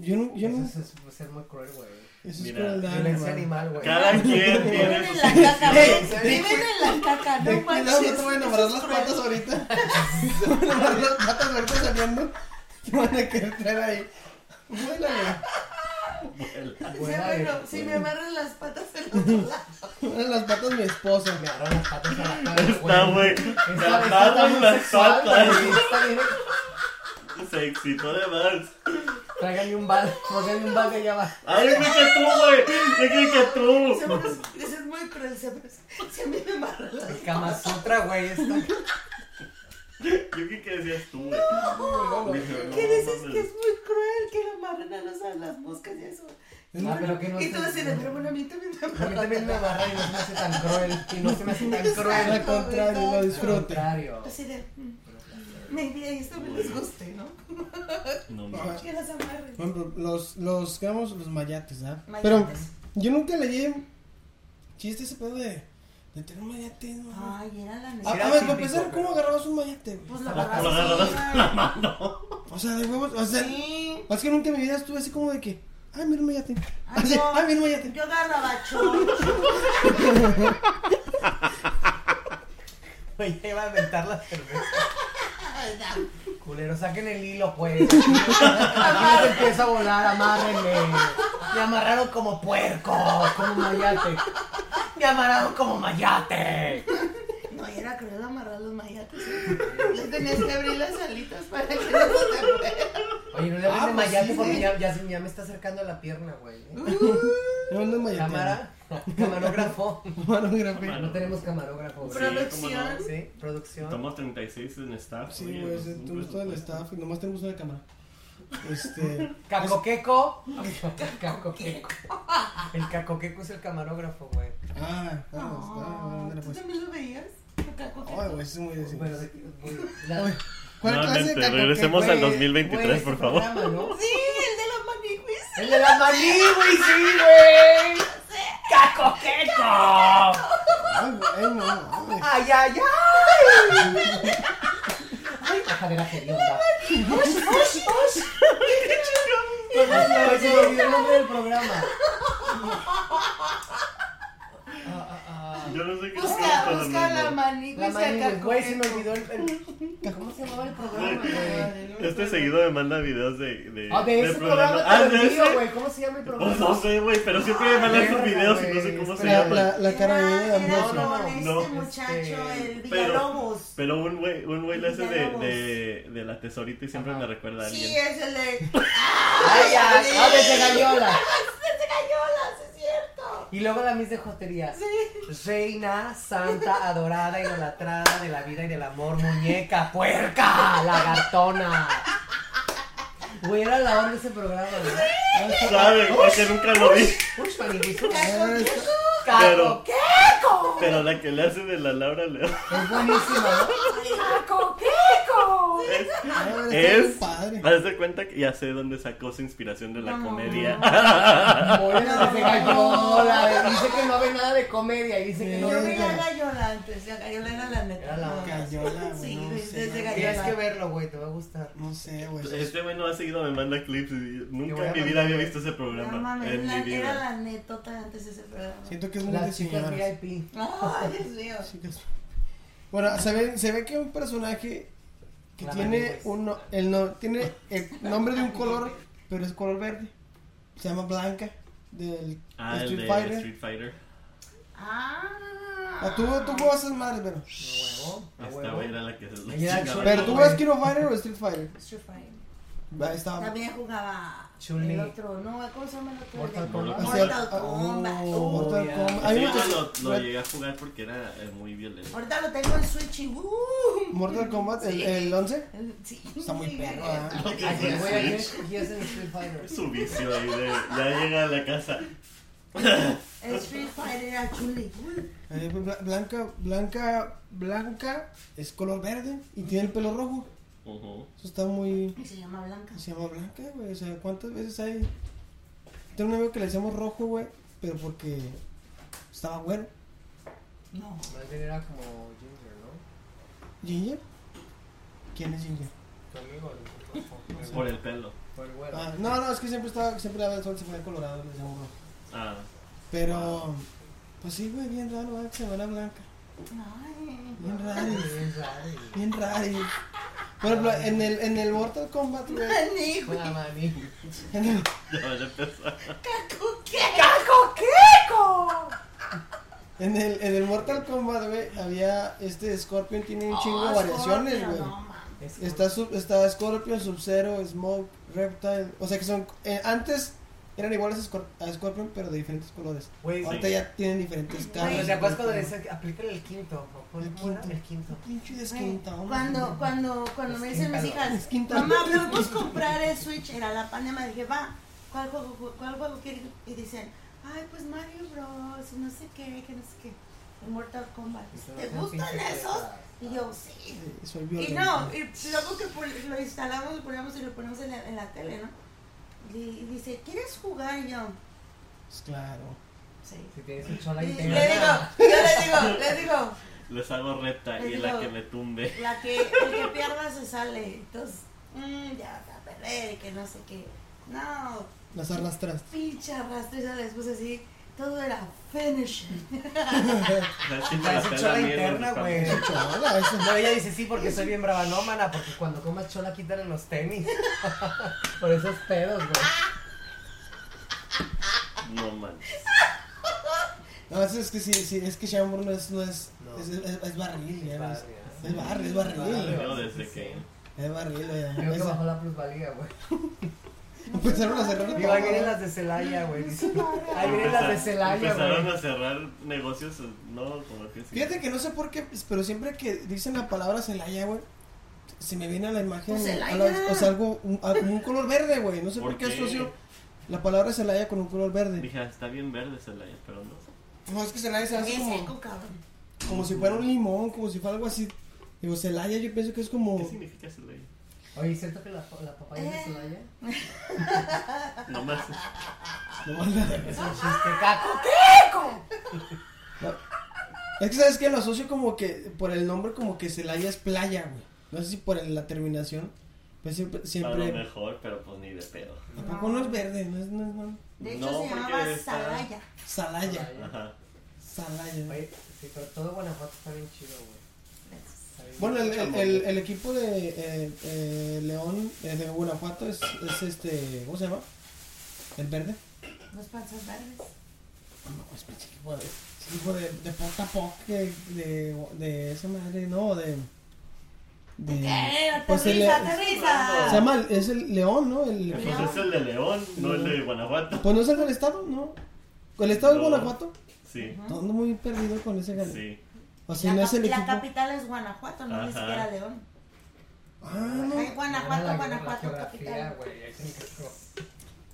Speaker 1: Yo no. Yo no
Speaker 3: Eso es es ser muy cruel, güey.
Speaker 1: eso es
Speaker 2: Mira,
Speaker 1: crueldad.
Speaker 3: Violencia
Speaker 1: hermano.
Speaker 3: animal, güey.
Speaker 2: Cada quien
Speaker 4: Viven
Speaker 2: tiene
Speaker 4: en
Speaker 2: sus
Speaker 4: la caca.
Speaker 1: Ey,
Speaker 4: güey. Viven en la caca, no
Speaker 1: Ten cuidado, no
Speaker 4: manches.
Speaker 1: te vayan a amarrar las patas ahorita. Te van a amarrar las patas ahorita saliendo. Te van a querer traer ahí. Vuela,
Speaker 2: vuelas.
Speaker 4: Sí,
Speaker 3: Fuera de-
Speaker 4: bueno, si me amarran las patas el otro lado.
Speaker 1: güey. Una de las patas mi esposa.
Speaker 3: Me agarran las patas a la cara,
Speaker 2: Está, güey.
Speaker 3: Esta-
Speaker 2: Me
Speaker 3: esta
Speaker 2: amarran
Speaker 3: bien
Speaker 2: las
Speaker 3: sexual,
Speaker 2: patas.
Speaker 3: güey. Esta bien-
Speaker 2: Se excitó de más.
Speaker 3: Tráiganme un balde, tráiganme un balde allá abajo.
Speaker 2: Ay, Ah, yo creí que tú, güey. Yo creí que tú.
Speaker 4: Siempre es- Eso es muy cruel. siempre es- Si a mí me amarran las
Speaker 3: El Kama Sutra, güey, esta.
Speaker 2: Yo creí que decías tú, güey. Dije, no,
Speaker 4: ¿Qué dices
Speaker 2: mames.
Speaker 4: que es muy cruel que le amarran a, los, a las moscas y eso?
Speaker 3: Ah, pero que no
Speaker 4: y tú
Speaker 3: se-
Speaker 4: así de, pero bueno, a mí también me
Speaker 3: A mí también me agarra y no se me hace tan cruel. Y no se me hace tan
Speaker 1: Al
Speaker 3: cruel.
Speaker 1: contrario, lo
Speaker 3: Al
Speaker 1: disfrute.
Speaker 3: contrario.
Speaker 4: Así de, mm. Me envía esto me les guste, ¿no? Ah,
Speaker 2: No
Speaker 1: Ajá.
Speaker 2: mames.
Speaker 4: Que las amarren.
Speaker 1: Por ejemplo, los, los, digamos, los mayates, ¿ah?
Speaker 4: Mayates.
Speaker 1: Pero yo nunca leí chiste ese pedo de, de tener un mayate, ¿no? A,
Speaker 4: Ay, era la
Speaker 1: a
Speaker 4: neta.
Speaker 3: era
Speaker 1: ver, para
Speaker 3: típico,
Speaker 1: empezar, ¿cómo
Speaker 3: pero-
Speaker 1: agarrabas un mayate, güey?
Speaker 4: Pues la
Speaker 2: Lo
Speaker 4: agarras
Speaker 2: agarras
Speaker 4: así,
Speaker 2: con Ah, la mano.
Speaker 1: O sea, de huevos, o sea,
Speaker 4: Sí.
Speaker 1: es que nunca en mi vida estuve así como de que, ay, mira un mayate.
Speaker 4: Ah,
Speaker 1: Así,
Speaker 4: no.
Speaker 1: ay, mira un mayate.
Speaker 4: Yo agarraba choncho.
Speaker 3: Oye, iba a inventar la cerveza.
Speaker 4: Ay, da.
Speaker 3: Culero, saquen el hilo, pues. Ya se empieza a volar, amárrenme. Me amarraron como puerco, como mayate. Me amarraron como mayate.
Speaker 4: No, y era cruel amarrar los mayates. ¿eh? Les tenías que abrir las alitas para que no se te fuera.
Speaker 3: Oye, no le
Speaker 1: Ah,
Speaker 3: hables de
Speaker 1: pues
Speaker 3: mayate
Speaker 1: sí,
Speaker 3: porque
Speaker 1: sí.
Speaker 3: ya, ya, se- ya me está acercando la pierna, güey.
Speaker 1: No, no es mayate.
Speaker 3: Cámara, camarógrafo.
Speaker 1: Camarógrafo.
Speaker 3: No tenemos camarógrafo, güey.
Speaker 4: Producción.
Speaker 3: Sí, producción.
Speaker 2: Somos 36 en staff.
Speaker 1: Sí,
Speaker 2: oye,
Speaker 1: güey,
Speaker 2: es
Speaker 1: ese-
Speaker 2: un
Speaker 1: tenemos todo el
Speaker 2: presupuesto.
Speaker 1: staff y nomás tenemos una cámara. Este.
Speaker 3: Cacoqueco. Cacoqueco. El cacoqueco es el camarógrafo, güey.
Speaker 1: Ah, vamos, ah, ándale,
Speaker 4: ¿Tú
Speaker 1: pues.
Speaker 4: también lo veías? Acá coqueto.
Speaker 1: Ay, güey, eso es muy decir.
Speaker 3: Bueno, de- muy- la- este
Speaker 1: Oye, ¿Cuál clase de
Speaker 2: Nuevamente,
Speaker 1: caco
Speaker 2: regresemos
Speaker 1: que,
Speaker 2: al
Speaker 1: güey?
Speaker 2: 2023, por favor.
Speaker 4: Sí, el de los maniquís.
Speaker 3: El de la maní, güey, sí, güey. ¡Cacoqueco!
Speaker 1: Ay, güey, no, güey.
Speaker 3: ¡Ay, ay, ay! ¡Ay, cajadera hedionda! ¡Ush, ush, ush! Pues, no, no, se me olvidó el nombre del programa. Ah, ah, ah.
Speaker 2: Yo no sé qué
Speaker 4: Busca,
Speaker 2: estaba pasando.
Speaker 4: busca la maniquís
Speaker 3: La
Speaker 4: y
Speaker 3: maní, güey,
Speaker 4: acá
Speaker 3: güey, se me
Speaker 4: coqueto.
Speaker 3: olvidó el, el- ¿Cómo se llamaba el programa, güey?
Speaker 2: Este seguido me manda videos de. de
Speaker 3: Ah, de
Speaker 2: del
Speaker 3: ese programa
Speaker 2: Ah,
Speaker 3: te
Speaker 2: de
Speaker 3: lo envío,
Speaker 2: ese.
Speaker 3: güey. ¿Cómo se llama el
Speaker 2: Pues
Speaker 3: programa?
Speaker 2: no sé, güey, pero siempre me mandan sus
Speaker 3: verga,
Speaker 2: videos y no sé
Speaker 3: güey,
Speaker 2: cómo se
Speaker 1: La,
Speaker 2: llaman.
Speaker 1: la, la cara de
Speaker 4: Era- era
Speaker 1: Ambrosio.
Speaker 3: no, no,
Speaker 4: con este
Speaker 2: no.
Speaker 4: muchacho,
Speaker 3: Este,
Speaker 4: el
Speaker 2: pero-
Speaker 4: Villalobos.
Speaker 2: Pero un güey, un güey le hace de,
Speaker 4: Villalobos.
Speaker 2: de, de la tesorita y siempre me recuerda a alguien.
Speaker 4: Sí, es el de.
Speaker 3: ¡Ay, ah, ay!
Speaker 4: sí.
Speaker 3: ¡Aves de gallola!
Speaker 4: ¡Se cayó la, sí es cierto!
Speaker 3: Y luego la mis de jotería. Reina, santa, adorada, idolatrada de la vida y del amor, muñeca, puerca, lagartona. Güey, era la onda de ese programa, ¿verdad?
Speaker 4: eh.
Speaker 2: ¿Saben? Porque nunca lo vi.
Speaker 3: Uy, maniguizo.
Speaker 1: Ah, está-
Speaker 3: Caco,
Speaker 2: Pero-
Speaker 3: ¿qué?
Speaker 2: Pero la que le hace de la Laura León
Speaker 3: Es buenísimo, ¿no?
Speaker 2: es.
Speaker 1: ah, está bien
Speaker 2: es
Speaker 1: padre.
Speaker 2: haz de cuenta que ya sé dónde sacó su inspiración de la
Speaker 4: No.
Speaker 2: comedia.
Speaker 3: Morena de gallola. Dice que no ve nada de comedia y dice que no
Speaker 4: Yo
Speaker 3: ve
Speaker 4: veía a
Speaker 3: nada.
Speaker 4: Gallola antes, la Gallola era la neta.
Speaker 3: Era la
Speaker 4: No.
Speaker 1: Gallola, güey,
Speaker 4: Sí,
Speaker 1: no
Speaker 4: desde,
Speaker 1: sé, no.
Speaker 4: Gallola.
Speaker 3: Tienes que verlo, güey, te va a gustar.
Speaker 1: No sé, güey.
Speaker 2: Este güey no ha seguido, me manda clips. y
Speaker 3: voy
Speaker 2: Nunca
Speaker 3: a
Speaker 2: en mi vida
Speaker 3: mandar,
Speaker 2: había
Speaker 3: güey.
Speaker 2: visto ese programa.
Speaker 4: No mames,
Speaker 2: en
Speaker 4: la-
Speaker 2: mi
Speaker 4: era
Speaker 2: vida.
Speaker 4: la anécdota antes de ese programa.
Speaker 1: Siento que es muy de
Speaker 3: Las chicas
Speaker 1: señoras.
Speaker 3: VIP.
Speaker 4: Ay, Dios mío.
Speaker 1: Chicas. Bueno, se ve, se ve que un personaje que
Speaker 3: La
Speaker 1: tiene
Speaker 3: Maní, pues.
Speaker 1: un, no- el no, tiene el nombre de un color, pero es color verde. Se llama Blanca del
Speaker 2: Ah, el
Speaker 1: Street
Speaker 2: de
Speaker 1: Fighter.
Speaker 2: Street Fighter.
Speaker 4: Ah.
Speaker 1: Ah, tú, tú jugabas esas madres, pero.
Speaker 3: Huevo, a
Speaker 2: Esta
Speaker 3: huevo.
Speaker 2: güey era la que se lo
Speaker 3: Ella era
Speaker 2: chingaba.
Speaker 1: Pero tú
Speaker 3: güey.
Speaker 1: jugabas Kino Fighter o Street Fighter.
Speaker 4: Street Fighter.
Speaker 1: Ahí estaba.
Speaker 4: También jugaba
Speaker 3: Chun-Li.
Speaker 4: el otro, no, ¿cómo se llama el otro?
Speaker 3: Mortal
Speaker 4: El-
Speaker 3: Kombat.
Speaker 4: Mortal
Speaker 1: ah,
Speaker 4: Kombat.
Speaker 1: oh,
Speaker 4: Uh,
Speaker 1: Mortal
Speaker 3: ya.
Speaker 1: Kombat.
Speaker 2: Sí,
Speaker 1: Hay
Speaker 2: yo
Speaker 1: muchos-
Speaker 2: lo, lo llegué a jugar porque era eh, muy violento.
Speaker 4: Ahorita lo tengo en Switch y uh.
Speaker 1: Mortal Kombat, el,
Speaker 4: Sí.
Speaker 1: el 11.
Speaker 4: El- sí.
Speaker 1: Está muy perro, ¿eh?
Speaker 3: ¿A quién, güey? ¿A quién escogías en Street Fighter?
Speaker 2: Su vicio ahí de. Ya llega a la casa.
Speaker 4: El Street Fighter era Chun-Li. Uy,
Speaker 1: Eh, bla- Blanca, blanca, blanca es color verde y tiene el pelo rojo.
Speaker 2: Ujú.
Speaker 1: Eso está muy.
Speaker 4: Se llama Blanca.
Speaker 1: Se llama blanca, güey. O sea, ¿cuántas veces hay? Tengo un amigo que le decíamos rojo, güey, pero porque estaba güero.
Speaker 4: No.
Speaker 3: Más bien era como Ginger, ¿no?
Speaker 1: ¿Ginger? ¿Quién es Ginger?
Speaker 3: Tu amigo, el rojo.
Speaker 2: Por el pelo.
Speaker 3: Por el güero.
Speaker 1: Ah, no, no, es que siempre estaba, siempre daba el sol, se ponía colorado, le decíamos rojo.
Speaker 2: Ah,
Speaker 1: Pero, pues sí, güey, bien raro, güey, que se llama la blanca.
Speaker 4: Ay.
Speaker 1: Bien raro,
Speaker 3: Bien raro.
Speaker 1: bien raro. Por ejemplo, en el, en el Mortal Kombat, güey.
Speaker 4: Maní, güey.
Speaker 3: Una maní.
Speaker 1: en el-
Speaker 2: ya van a empezar.
Speaker 1: En el, en el Mortal Kombat, güey, había este Scorpion, tiene un chingo de
Speaker 4: Oh,
Speaker 1: variaciones,
Speaker 4: Scorpio,
Speaker 1: güey.
Speaker 4: no, mames.
Speaker 3: Es como-
Speaker 1: Está, sub, está Scorpion, Sub-Zero, Smoke, Reptile. O sea que son. eh, antes eran iguales a, Scor- a Scorpion, pero de diferentes colores.
Speaker 3: Güey,
Speaker 1: Ahorita ya tienen diferentes
Speaker 3: Cuando
Speaker 1: caras.
Speaker 3: te acuerdas cuando le dicen, aplícale el quinto. ¿o cuál-
Speaker 1: El
Speaker 3: cómo era?
Speaker 1: quinto.
Speaker 3: El quinto.
Speaker 1: Pinche
Speaker 4: Güey,
Speaker 1: desquintado.
Speaker 4: Cuando, cuando, cuando me dicen mis hijas, mamá, podemos comprar el Switch, era la pandemia, dije, va, ¿cuál juego, cu- cuál juego quieres? Y dicen, ay, pues Mario Bros, y no sé qué, que no sé qué. en Mortal Kombat.
Speaker 3: Eso
Speaker 4: ¿Te
Speaker 3: es un
Speaker 4: gustan
Speaker 3: pinche
Speaker 4: esos?
Speaker 3: pesado.
Speaker 4: Y yo, sí.
Speaker 1: Eh, Soy
Speaker 4: Y
Speaker 1: violento.
Speaker 4: no, y luego que pon- lo instalamos, lo ponemos y lo ponemos en la, en la tele, ¿no? Y dice, ¿quieres jugar? Y yo,
Speaker 1: Pues claro.
Speaker 4: sí.
Speaker 3: Si tienes un chola
Speaker 4: Y le
Speaker 3: integral.
Speaker 4: digo, yo le digo, le digo,
Speaker 2: Les hago reta y
Speaker 4: Les
Speaker 2: la
Speaker 4: digo-
Speaker 2: que me tumbe.
Speaker 4: la que, el que pierda se sale. Entonces, mm, ya va a perder, que no sé qué. No,
Speaker 1: Las arrastras.
Speaker 4: pinche arrastre, ya después así, todo era finish.
Speaker 2: Así me
Speaker 3: Ya
Speaker 2: la
Speaker 3: se echó
Speaker 2: pela
Speaker 3: la
Speaker 2: bien,
Speaker 3: interna,
Speaker 2: los
Speaker 3: güey.
Speaker 2: papás.
Speaker 1: Chola, eso.
Speaker 3: No, ella dice sí porque soy bien bravanómana, porque cuando comas chola quítale los tenis. Por esos pedos, güey.
Speaker 2: No manches.
Speaker 1: No, es es que sí, sí, es que Shambur no es, no es,
Speaker 3: No.
Speaker 1: es, es, es barril, ya.
Speaker 3: Es
Speaker 1: no Es,
Speaker 3: barrio,
Speaker 1: es barril, es barril.
Speaker 3: Barrio.
Speaker 2: Yo
Speaker 3: sí,
Speaker 2: desde
Speaker 3: sí.
Speaker 2: que.
Speaker 1: Es barril, eh. ya.
Speaker 3: Creo que
Speaker 1: Eso.
Speaker 3: bajó la plusvalía, güey.
Speaker 1: Empezaron a cerrar
Speaker 3: Digo, ahí
Speaker 1: todo.
Speaker 3: vienen las de Celaya, güey. dice. Ahí vienen las de
Speaker 2: empeza-
Speaker 3: Celaya,
Speaker 2: Empezaron
Speaker 3: güey.
Speaker 2: a cerrar negocios, no, como que sí.
Speaker 1: Fíjate que no sé por qué, pero siempre que dicen la palabra Celaya, güey, se me viene a la imagen.
Speaker 4: Pues,
Speaker 1: a
Speaker 4: Celaya.
Speaker 1: o sea, algo, un, a- un color verde, güey. No sé por,
Speaker 2: ¿Por
Speaker 1: qué
Speaker 2: qué?
Speaker 1: asocio la palabra Celaya con un color verde.
Speaker 2: Dije, "Ah, está bien verde Celaya, pero no.
Speaker 1: No, es que Celaya se hace
Speaker 4: Bien
Speaker 1: como,
Speaker 4: seco, cabrón.
Speaker 1: como si fuera un limón, como si fuera algo así. Digo, Celaya, yo pienso que es
Speaker 2: ¿Qué
Speaker 1: como.
Speaker 2: significa Celaya?
Speaker 3: Oye, ¿cierto que la, la papaya es de Celaya?
Speaker 2: No más.
Speaker 1: No,
Speaker 3: Es un chiste caco.
Speaker 1: Es que sabes que lo asocio como que por el nombre como que Celaya es playa, güey. No sé si por el- la terminación, pero siempre
Speaker 2: A lo
Speaker 1: siempre
Speaker 2: mejor, pero pues ni de pedo.
Speaker 1: ¿A poco no es verde, no es, no es no?
Speaker 4: De
Speaker 2: No,
Speaker 4: hecho, se
Speaker 2: porque
Speaker 4: llamaba
Speaker 2: está-
Speaker 4: Salaya.
Speaker 1: Salaya,
Speaker 2: Ajá.
Speaker 1: Salaya.
Speaker 3: Oye, sí, pero todo Guanajuato está bien chido, güey. Está bien
Speaker 1: Bueno, el,
Speaker 3: chido.
Speaker 1: el, el- el equipo de eh, eh, León eh, de Guanajuato es, es este, ¿cómo se llama? El verde. Ah,
Speaker 4: Los panzas verdes.
Speaker 1: No, es pinche equipo de, es equipo de, de poc a poc, de, de, de esa madre, no, de... de-
Speaker 4: ¿Qué?
Speaker 1: pues el-
Speaker 4: Aterriza, aterriza.
Speaker 1: se llama, es el León, ¿no? El,
Speaker 2: Pues es el de León, no el de Guanajuato.
Speaker 1: Pues no es el del estado, ¿no? ¿El estado
Speaker 2: No.
Speaker 1: es Guanajuato?
Speaker 2: Sí,
Speaker 1: No, Ando muy perdido con ese gane.
Speaker 2: sí.
Speaker 1: O sea,
Speaker 4: La,
Speaker 1: no
Speaker 4: cap-
Speaker 1: es el
Speaker 4: la
Speaker 1: equipo.
Speaker 4: capital es Guanajuato, no ni
Speaker 2: Ajá.
Speaker 4: siquiera León.
Speaker 1: Ah, no.
Speaker 4: Ay,
Speaker 3: Ahora la-
Speaker 4: Guanajuato,
Speaker 3: la
Speaker 4: Guanajuato,
Speaker 3: geografía,
Speaker 4: capital.
Speaker 3: güey, ahí tiene que-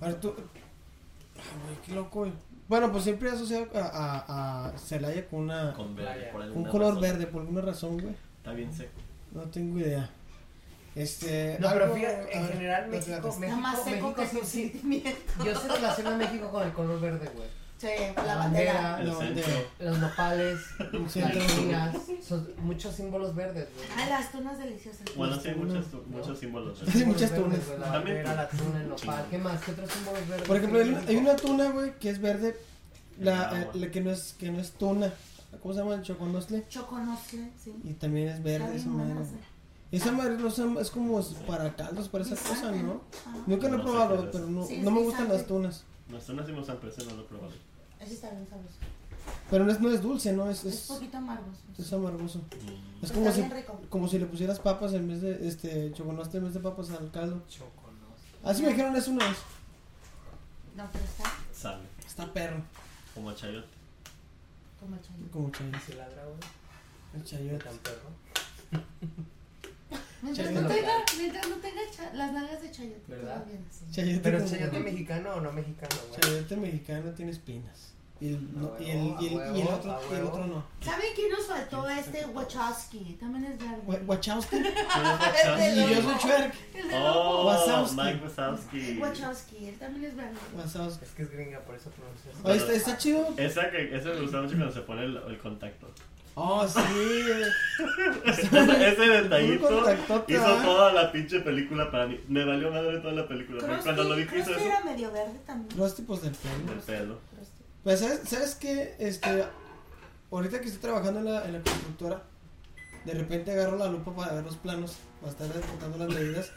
Speaker 1: Ahora tú. Ah, güey, qué loco, güey. Bueno, pues siempre he asociado a, a, a Celaya con una.
Speaker 2: Con verde, por
Speaker 1: un
Speaker 2: alguna
Speaker 1: color
Speaker 2: razón.
Speaker 1: verde, por alguna razón, güey.
Speaker 2: Está bien seco.
Speaker 1: No tengo idea. Este.
Speaker 3: No, pero
Speaker 1: algo-
Speaker 3: fíjate,
Speaker 1: a
Speaker 3: en
Speaker 1: ver,
Speaker 3: general
Speaker 1: los
Speaker 3: México,
Speaker 1: gatos.
Speaker 4: Está
Speaker 3: México,
Speaker 4: más seco
Speaker 3: México
Speaker 4: que
Speaker 3: sí,
Speaker 4: su
Speaker 3: sí.
Speaker 4: sentimiento.
Speaker 3: Yo sí relaciono a México con el color verde, güey.
Speaker 4: Sí, la
Speaker 3: La
Speaker 4: bandera.
Speaker 3: bandera,
Speaker 2: El
Speaker 1: Ah, no, de-
Speaker 2: centro.
Speaker 3: los nopales,
Speaker 1: Sí,
Speaker 3: las
Speaker 1: claro.
Speaker 3: piñas, son muchos símbolos verdes, güey.
Speaker 4: Ah, las tunas deliciosas.
Speaker 2: Bueno, sí hay muchas-
Speaker 3: No.
Speaker 2: muchos símbolos.
Speaker 1: este, Sí, muchas
Speaker 3: Símbolos verdes,
Speaker 1: tunas.
Speaker 3: güey, La
Speaker 2: También
Speaker 3: bandera,
Speaker 2: tú.
Speaker 3: la tuna, el nopal. ¿Qué más? ¿Qué otros símbolos verdes?
Speaker 1: Por ejemplo, hay una,
Speaker 3: tiene
Speaker 1: hay
Speaker 3: México?
Speaker 1: una tuna, güey, que es verde. La,
Speaker 2: Ah,
Speaker 1: eh,
Speaker 2: bueno.
Speaker 1: la que, no es, que no es tuna. ¿Cómo se llama el choconostle?
Speaker 4: Choconosle, sí.
Speaker 1: Y también es
Speaker 4: Está
Speaker 1: verde esa
Speaker 4: bien buena
Speaker 1: madre.
Speaker 4: esa.
Speaker 1: Esa madre no sé, es como para caldos, para esa cosa, ¿no? Nunca lo he
Speaker 2: No sé qué
Speaker 1: probado,
Speaker 2: es.
Speaker 1: pero no,
Speaker 4: Sí,
Speaker 1: no me
Speaker 4: sí,
Speaker 1: gustan
Speaker 4: sabe.
Speaker 1: las tunas.
Speaker 2: Nosotros nacimos al presente, no lo probamos.
Speaker 4: Ese está bien sabroso.
Speaker 1: Pero no es, no es dulce, ¿no? Es,
Speaker 4: Es
Speaker 1: es,
Speaker 4: poquito amargo. sí.
Speaker 1: es amargoso. Pues Es
Speaker 2: Mm,
Speaker 4: Pero
Speaker 1: como
Speaker 4: está
Speaker 1: si,
Speaker 4: bien rico.
Speaker 1: como si le pusieras papas en vez de, este, choconostle en vez de papas al caldo.
Speaker 3: Choconos.
Speaker 1: Así me dijeron es una vez.
Speaker 4: No, pero está
Speaker 2: Sabe.
Speaker 1: Está perro.
Speaker 2: Como chayote.
Speaker 4: como chayote.
Speaker 1: Como chayote.
Speaker 3: Si ladra, güey.
Speaker 1: El
Speaker 3: Qué
Speaker 1: chayote.
Speaker 3: tan perro.
Speaker 4: Mientras
Speaker 1: Chayote.
Speaker 4: no tenga, mientras no tenga cha- las nalgas de chayote.
Speaker 3: ¿Verdad?
Speaker 4: Todo bien, sí.
Speaker 1: Chayote
Speaker 3: Pero
Speaker 1: como-
Speaker 3: es chayote mexicano o no mexicano, güey.
Speaker 1: Chayote mexicano tiene espinas. Y el, no- y el,
Speaker 3: huevo,
Speaker 1: y el-
Speaker 3: a
Speaker 1: y el
Speaker 3: huevo,
Speaker 1: otro,
Speaker 3: a
Speaker 1: y el
Speaker 3: huevo.
Speaker 1: otro no.
Speaker 4: ¿Saben quién nos faltó? Este Wachowski. También es verde.
Speaker 1: Wa- Wachowski.
Speaker 4: El
Speaker 1: Y
Speaker 4: de
Speaker 1: yo
Speaker 4: los-
Speaker 1: soy Chuerk.
Speaker 4: El de
Speaker 2: Oh,
Speaker 1: Wazowski.
Speaker 2: Mike Wazowski.
Speaker 4: Wachowski, él también es verde.
Speaker 1: Wazowski.
Speaker 3: Es que es gringa, por eso pronuncia así.
Speaker 1: Oye, está, está chido.
Speaker 2: Esa, que, esa me gusta mucho cuando se pone el, el contacto.
Speaker 1: Oh, sí.
Speaker 2: Ese, ese
Speaker 1: Un
Speaker 2: detallito
Speaker 1: contactote, ¿ah?
Speaker 2: hizo
Speaker 1: ¿verdad?
Speaker 2: toda la pinche película para mí. Me valió madre toda la película. pero cuando lo vi que hizo
Speaker 4: Krusty, Krusty
Speaker 2: eso
Speaker 4: era medio verde también.
Speaker 1: Los tipos del pelo.
Speaker 2: del pelo.
Speaker 4: Krusty.
Speaker 1: Pues, ¿sabes, ¿sabes qué? Este, ahorita que estoy trabajando en la, en la constructora, de repente agarro la lupa para ver los planos, para estar apuntando las medidas,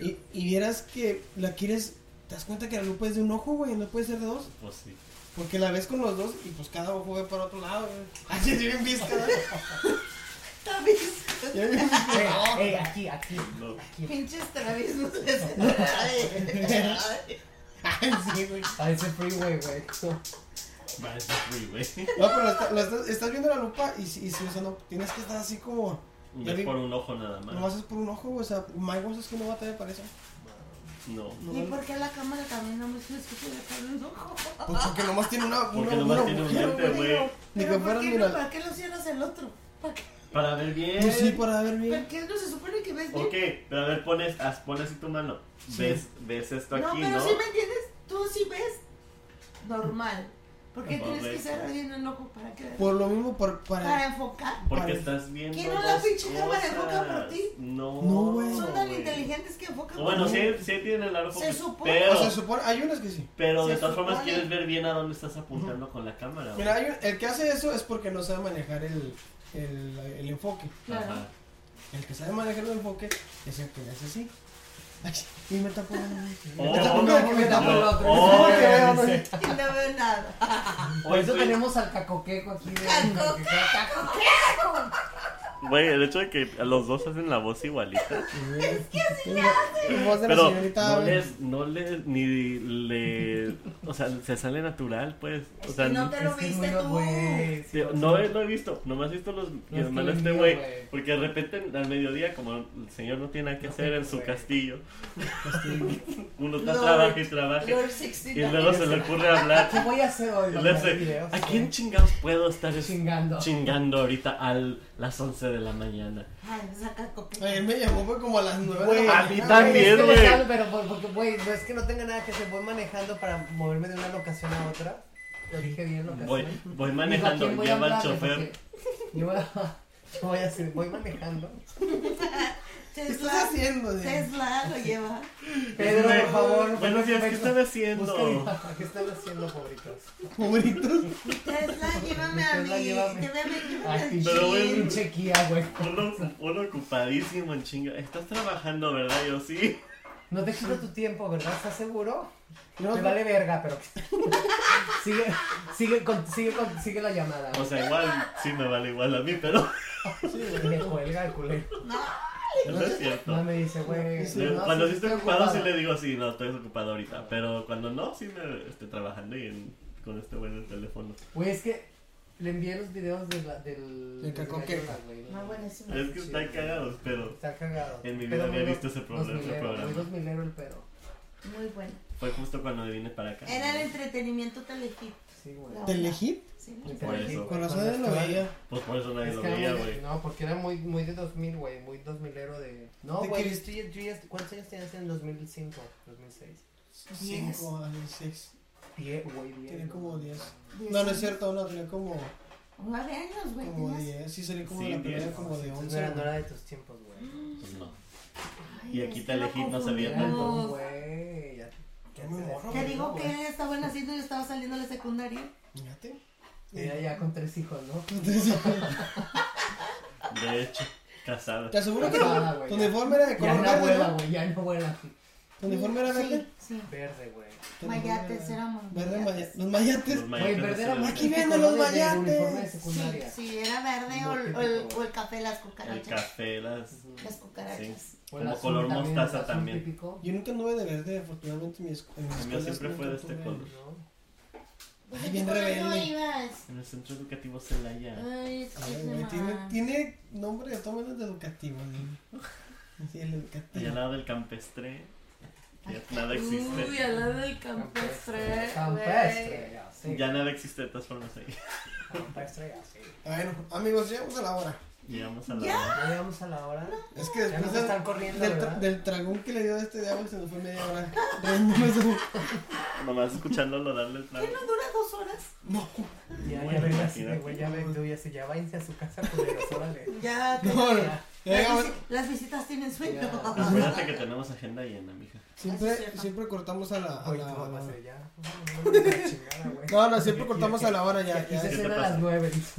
Speaker 1: y, y vieras que la quieres, te das cuenta que la lupa es de un ojo, güey, no puede ser de dos,
Speaker 2: Pues sí.
Speaker 1: porque la ves con los dos y pues cada ojo ve para otro lado, güey. Así es bien vista, güey.
Speaker 4: Travis.
Speaker 1: Ya bien
Speaker 3: Ey,
Speaker 1: vista.
Speaker 3: ey, Eh, aquí, aquí.
Speaker 2: No.
Speaker 4: Pinches Travis no se les Ay,
Speaker 1: Ay, sí, güey.
Speaker 3: Parece freeway, güey.
Speaker 2: Va, ese fui, güey.
Speaker 1: No, pero la está- la está- estás viendo la lupa y, si- y si, o sea, no, tienes que estar así como, Ya vi-
Speaker 2: Es por un ojo nada
Speaker 1: no
Speaker 2: más.
Speaker 1: haces por un ojo, güey, o sea, Mike es que no va a tener para eso.
Speaker 2: No.
Speaker 4: ¿Y por qué la cámara también no me escucha de con un ojo?
Speaker 1: Pues porque nomás tiene una. una
Speaker 2: Porque nomás
Speaker 1: una
Speaker 2: tiene un
Speaker 1: agujero,
Speaker 2: diente,
Speaker 1: güey.
Speaker 2: güey.
Speaker 1: Ni
Speaker 4: Pero
Speaker 1: que
Speaker 4: ¿por
Speaker 1: fueran,
Speaker 4: qué
Speaker 1: mira.
Speaker 4: no? ¿Para qué lo cierras el otro? ¿Para qué?
Speaker 2: Para ver bien.
Speaker 1: Pues sí, pues- para ver bien.
Speaker 4: ¿Para qué no se supone que ves bien?
Speaker 2: Ok, pero a ver, pones, haz- pon así tu mano. ¿Ves, ves esto
Speaker 4: No,
Speaker 2: aquí,
Speaker 4: pero
Speaker 2: ¿no?
Speaker 4: si me entiendes, tú sí ves normal. ¿Por qué
Speaker 2: Normal,
Speaker 4: tienes que
Speaker 2: güey.
Speaker 4: cerrar bien el ojo para que
Speaker 1: Por lo mismo, por,
Speaker 4: para
Speaker 1: para.
Speaker 4: enfocar?
Speaker 2: Porque
Speaker 1: Vale.
Speaker 2: estás viendo.
Speaker 4: ¿Quién no la
Speaker 2: dos
Speaker 4: pinche cámara
Speaker 2: cosas.
Speaker 4: enfoca por ti?
Speaker 2: No.
Speaker 1: No, güey.
Speaker 4: Son tan
Speaker 2: güey.
Speaker 4: inteligentes que enfocan.
Speaker 2: O Bueno,
Speaker 4: por-
Speaker 2: sí, sí tienen el largo
Speaker 4: Se
Speaker 2: porque-
Speaker 4: supone.
Speaker 1: O
Speaker 2: Pero,
Speaker 1: sea, supone. Hay unas que sí.
Speaker 2: pero de
Speaker 4: se
Speaker 2: todas formas
Speaker 4: supone.
Speaker 2: quieres ver bien a dónde estás apuntando con la cámara. güey.
Speaker 1: Mira, hay un- el que hace eso es porque no sabe manejar el, el, el enfoque.
Speaker 4: Claro.
Speaker 2: Ajá.
Speaker 1: El que sabe manejar el enfoque es el que le hace así. Ay, y me tapó.
Speaker 2: Oh,
Speaker 1: me tapó
Speaker 2: no,
Speaker 1: me
Speaker 3: Mira,
Speaker 1: tapó.
Speaker 3: por el otro.
Speaker 2: Oh,
Speaker 1: que veo, no
Speaker 3: Dice,
Speaker 1: sé.
Speaker 4: Y no veo nada.
Speaker 3: Por eso
Speaker 2: Güey,
Speaker 3: tenemos al cacoqueco aquí. de-
Speaker 4: Cacoqueco.
Speaker 2: Güey, el hecho de que los dos hacen la voz igualita.
Speaker 1: Es que así le hace. Voz de la
Speaker 2: Pero
Speaker 1: señorita.
Speaker 2: no les, no les, ni le. O sea, se sale natural, pues. O sea,
Speaker 4: Y no
Speaker 2: ni-
Speaker 4: te lo
Speaker 3: Es que es
Speaker 4: viste
Speaker 3: muy-
Speaker 4: tú.
Speaker 3: güey, sí,
Speaker 2: Sí,
Speaker 3: o
Speaker 2: no,
Speaker 3: sea,
Speaker 2: he- no he visto, nomás he visto los
Speaker 3: que
Speaker 2: hermanos de este
Speaker 3: mío,
Speaker 2: güey.
Speaker 3: güey.
Speaker 2: Porque de repente al mediodía, como el señor no tiene nada que
Speaker 3: No,
Speaker 2: hacer en su
Speaker 3: güey.
Speaker 2: castillo, uno está
Speaker 4: Lord,
Speaker 2: trabajando y trabaja.
Speaker 4: Lord Sixty
Speaker 2: Y luego se le ocurre hablar.
Speaker 3: ¿Qué voy a hacer hoy?
Speaker 2: Y
Speaker 3: Vamos
Speaker 2: le
Speaker 3: a ver
Speaker 2: hace,
Speaker 3: videos,
Speaker 2: ¿A
Speaker 3: sí.
Speaker 2: quién chingados puedo estar es-
Speaker 3: Chingando.
Speaker 2: chingando ahorita a las 11 de la mañana?
Speaker 4: Ay, saca copia.
Speaker 1: Ay, él me llamó fue como a las nueve de
Speaker 3: Güey,
Speaker 1: la
Speaker 2: a mí
Speaker 1: mañana, güey.
Speaker 2: también.
Speaker 3: Es que
Speaker 2: güey.
Speaker 3: les hablo, pero por- porque, güey, no es que no tenga nada que hacer. Voy manejando para moverme de una locación a otra. Lo dije bien, locación.
Speaker 2: Voy, voy
Speaker 3: Digo, ¿a quién
Speaker 2: manejando,
Speaker 3: voy a
Speaker 2: llama al
Speaker 3: hablarle?
Speaker 2: chofer.
Speaker 3: Porque Yo voy a, yo voy a decir, voy manejando.
Speaker 1: ¿Qué estás
Speaker 4: Tesla.
Speaker 1: haciendo? de-
Speaker 4: Tesla lo lleva.
Speaker 3: Pedro,
Speaker 2: Güey,
Speaker 3: por favor.
Speaker 2: Buenos días, ¿qué
Speaker 3: ven-
Speaker 2: están haciendo?
Speaker 3: busca mi papá, ¿Qué están haciendo, pobritos?
Speaker 1: Pobritos.
Speaker 4: Tesla, llévame a
Speaker 3: Tesla,
Speaker 4: mí.
Speaker 3: llévame.
Speaker 4: Llévame,
Speaker 3: Ay,
Speaker 4: llévame.
Speaker 3: pinche-
Speaker 2: Pero, güey,
Speaker 3: pinche Kia, güey.
Speaker 2: Uno, uno ocupadísimo en chinga. Estás trabajando, ¿verdad? Yo sí.
Speaker 3: No te quito tu tiempo, ¿verdad? ¿Estás seguro?
Speaker 1: No,
Speaker 3: Me vale verga, pero. sigue, sigue, con- sigue, con- sigue la llamada.
Speaker 2: O sea, igual, sí me vale igual a mí, pero
Speaker 3: Me cuelga el culero.
Speaker 4: No,
Speaker 2: no es cierto.
Speaker 3: No me dice, güey.
Speaker 1: Sí,
Speaker 2: Eh,
Speaker 3: no,
Speaker 2: cuando
Speaker 3: sí
Speaker 2: sí estoy
Speaker 3: estoy
Speaker 2: ocupado,
Speaker 3: ocupada.
Speaker 2: sí le digo, sí, no, estoy ocupado ahorita. Pero cuando no, sí me estoy trabajando y en- con este güey del teléfono.
Speaker 3: Güey, es que le envié los videos de la,
Speaker 1: Del
Speaker 3: del. de
Speaker 1: cacao
Speaker 3: la
Speaker 1: que-
Speaker 3: yoga, güey,
Speaker 4: no, buenísimo.
Speaker 2: Es que
Speaker 3: Sí.
Speaker 2: están cagados, pero
Speaker 3: Está cagado.
Speaker 2: En mi vida
Speaker 3: Pero
Speaker 2: había
Speaker 3: muy dos-
Speaker 2: visto ese problema-
Speaker 3: dos
Speaker 2: ese
Speaker 3: milero,
Speaker 2: programa.
Speaker 3: muy dos milero el pedo.
Speaker 4: Muy bueno.
Speaker 2: fue justo cuando me vine para acá.
Speaker 4: Era el entretenimiento telehit.
Speaker 3: Sí, güey.
Speaker 4: No.
Speaker 1: ¿Te elegí?
Speaker 4: ¿sí?
Speaker 2: Por eso.
Speaker 1: Con razón lo veía.
Speaker 2: Pues por eso nadie
Speaker 3: Es
Speaker 2: lo
Speaker 3: que era
Speaker 2: veía,
Speaker 3: muy de-
Speaker 2: güey.
Speaker 3: no, porque era muy, muy de 2000, güey, muy 2000ero de... No,
Speaker 1: ¿De
Speaker 3: güey,
Speaker 1: qué?
Speaker 3: yo estoy- yo ya- ¿cuántos años tenías en 2005, 2006?
Speaker 4: Diez.
Speaker 1: Cinco, a ver, seis.
Speaker 3: 10, güey, Ah, 10.
Speaker 1: Tenía como diez.
Speaker 4: Diez
Speaker 1: No, no es
Speaker 4: años.
Speaker 1: cierto, no, tenía como,
Speaker 4: Nueve años, güey.
Speaker 1: como
Speaker 4: tenías.
Speaker 1: diez. Sí, salí como
Speaker 2: Sí,
Speaker 1: de la
Speaker 2: diez.
Speaker 1: primera, como de
Speaker 3: Entonces, no
Speaker 1: once.
Speaker 3: era, no
Speaker 1: güey.
Speaker 3: era de tus tiempos, güey.
Speaker 2: Pues no.
Speaker 4: Ay,
Speaker 2: Y
Speaker 4: es
Speaker 2: aquí
Speaker 4: que
Speaker 2: Telehit
Speaker 4: lo
Speaker 2: no se veía
Speaker 3: Era
Speaker 2: tanto.
Speaker 3: como,
Speaker 4: confundimos.
Speaker 3: güey, ya...
Speaker 1: Yo me morro,
Speaker 4: Te
Speaker 1: güey,
Speaker 4: digo
Speaker 1: no,
Speaker 4: que
Speaker 3: Pues,
Speaker 1: güey.
Speaker 4: ellas estaban haciendo y yo estaba saliendo de la secundaria.
Speaker 1: Fíjate.
Speaker 3: Era ya con tres hijos, ¿no?
Speaker 1: Entonces,
Speaker 2: De hecho, casado.
Speaker 1: Te aseguro que
Speaker 3: Nada, güey,
Speaker 1: tu
Speaker 3: ya.
Speaker 1: uniforme era de
Speaker 3: Ya
Speaker 1: color
Speaker 3: no
Speaker 1: verde,
Speaker 3: vuela,
Speaker 1: ¿no?
Speaker 3: güey, ya no vuela.
Speaker 1: Tu uniforme era verde.
Speaker 4: Sí, sí.
Speaker 3: Verde, güey.
Speaker 1: Tu
Speaker 4: Mayates,
Speaker 1: uniforme era-
Speaker 4: éramos
Speaker 1: Verde,
Speaker 4: mayates.
Speaker 1: maya- Los mayates.
Speaker 2: Los
Speaker 3: Güey,
Speaker 2: mayates
Speaker 3: verde
Speaker 2: de
Speaker 3: era
Speaker 2: ciudad.
Speaker 3: muy
Speaker 1: Aquí
Speaker 3: típico,
Speaker 1: vienen los
Speaker 3: ¿no? De- del
Speaker 1: mayates.
Speaker 3: uniforme de
Speaker 4: Sí,
Speaker 3: secundaria.
Speaker 4: sí, era verde o el, o el- o el café de las
Speaker 2: El
Speaker 4: cucarachas.
Speaker 2: café, las.
Speaker 4: Las cucarachas.
Speaker 3: O el
Speaker 2: Como
Speaker 3: azul
Speaker 2: color
Speaker 3: también,
Speaker 2: mostaza
Speaker 3: el azul
Speaker 2: también.
Speaker 3: típico.
Speaker 1: Yo nunca anduve de verde, afortunadamente. Mi escu- en mis
Speaker 2: El mío
Speaker 1: escuelas
Speaker 2: siempre
Speaker 1: nunca
Speaker 2: fue de este
Speaker 1: tuve-
Speaker 2: color.
Speaker 3: ¿no?
Speaker 4: Pues,
Speaker 1: Ay, bien rebelde.
Speaker 4: ibas?
Speaker 2: En el centro educativo Celaya.
Speaker 4: Ay, es
Speaker 1: Ay,
Speaker 4: que
Speaker 1: güey,
Speaker 4: se
Speaker 1: tiene,
Speaker 4: ma-
Speaker 1: tiene nombre de todo menos de educativo. ¿no? Sí, el
Speaker 2: Allá al
Speaker 1: educativo.
Speaker 2: lado del campestre. Ya nada existe.
Speaker 4: Uy, al lado del campestre.
Speaker 3: Campestre, ya, sí.
Speaker 2: Ya nada existe de todas formas ahí.
Speaker 3: Campestre, ya, sí.
Speaker 1: Bueno, amigos, llegamos a la hora.
Speaker 2: Llegamos a la.
Speaker 3: Ya llegamos a la hora.
Speaker 1: Es que
Speaker 3: Ya
Speaker 1: después
Speaker 3: nos
Speaker 1: del,
Speaker 3: están corriendo,
Speaker 1: del,
Speaker 3: ¿verdad?
Speaker 1: tra- del tragón que le dio a este diablo se nos fue media hora. Riéndonos de-
Speaker 2: Nomás escuchándolo darle el plan.
Speaker 4: ¿Qué no dura dos horas?
Speaker 1: No,
Speaker 3: Ya,
Speaker 2: Muy
Speaker 3: ya ven
Speaker 2: bien,
Speaker 3: así,
Speaker 2: imagínate.
Speaker 3: güey, ya ven tú y así, ya váyanse a su casa, culeros, órale.
Speaker 4: Ya.
Speaker 1: no. no. Ya
Speaker 4: Las,
Speaker 1: llegamos-
Speaker 4: visi- las visitas tienen sueño.
Speaker 2: Acuérdate que tenemos agenda llena, mija.
Speaker 4: Así
Speaker 1: Siempre,
Speaker 4: se llama.
Speaker 1: siempre cortamos a la, a
Speaker 3: Hoy
Speaker 1: la-
Speaker 3: tu
Speaker 1: a la-
Speaker 3: mamá se ya. No, no, no, la chingada, güey.
Speaker 1: No, no, siempre
Speaker 3: Y aquí-
Speaker 1: cortamos
Speaker 3: y aquí-
Speaker 1: a la hora ya,
Speaker 3: y aquí
Speaker 1: ya.
Speaker 3: se
Speaker 2: ¿Qué te
Speaker 3: cena a
Speaker 2: pasa?
Speaker 3: las nueve. dice.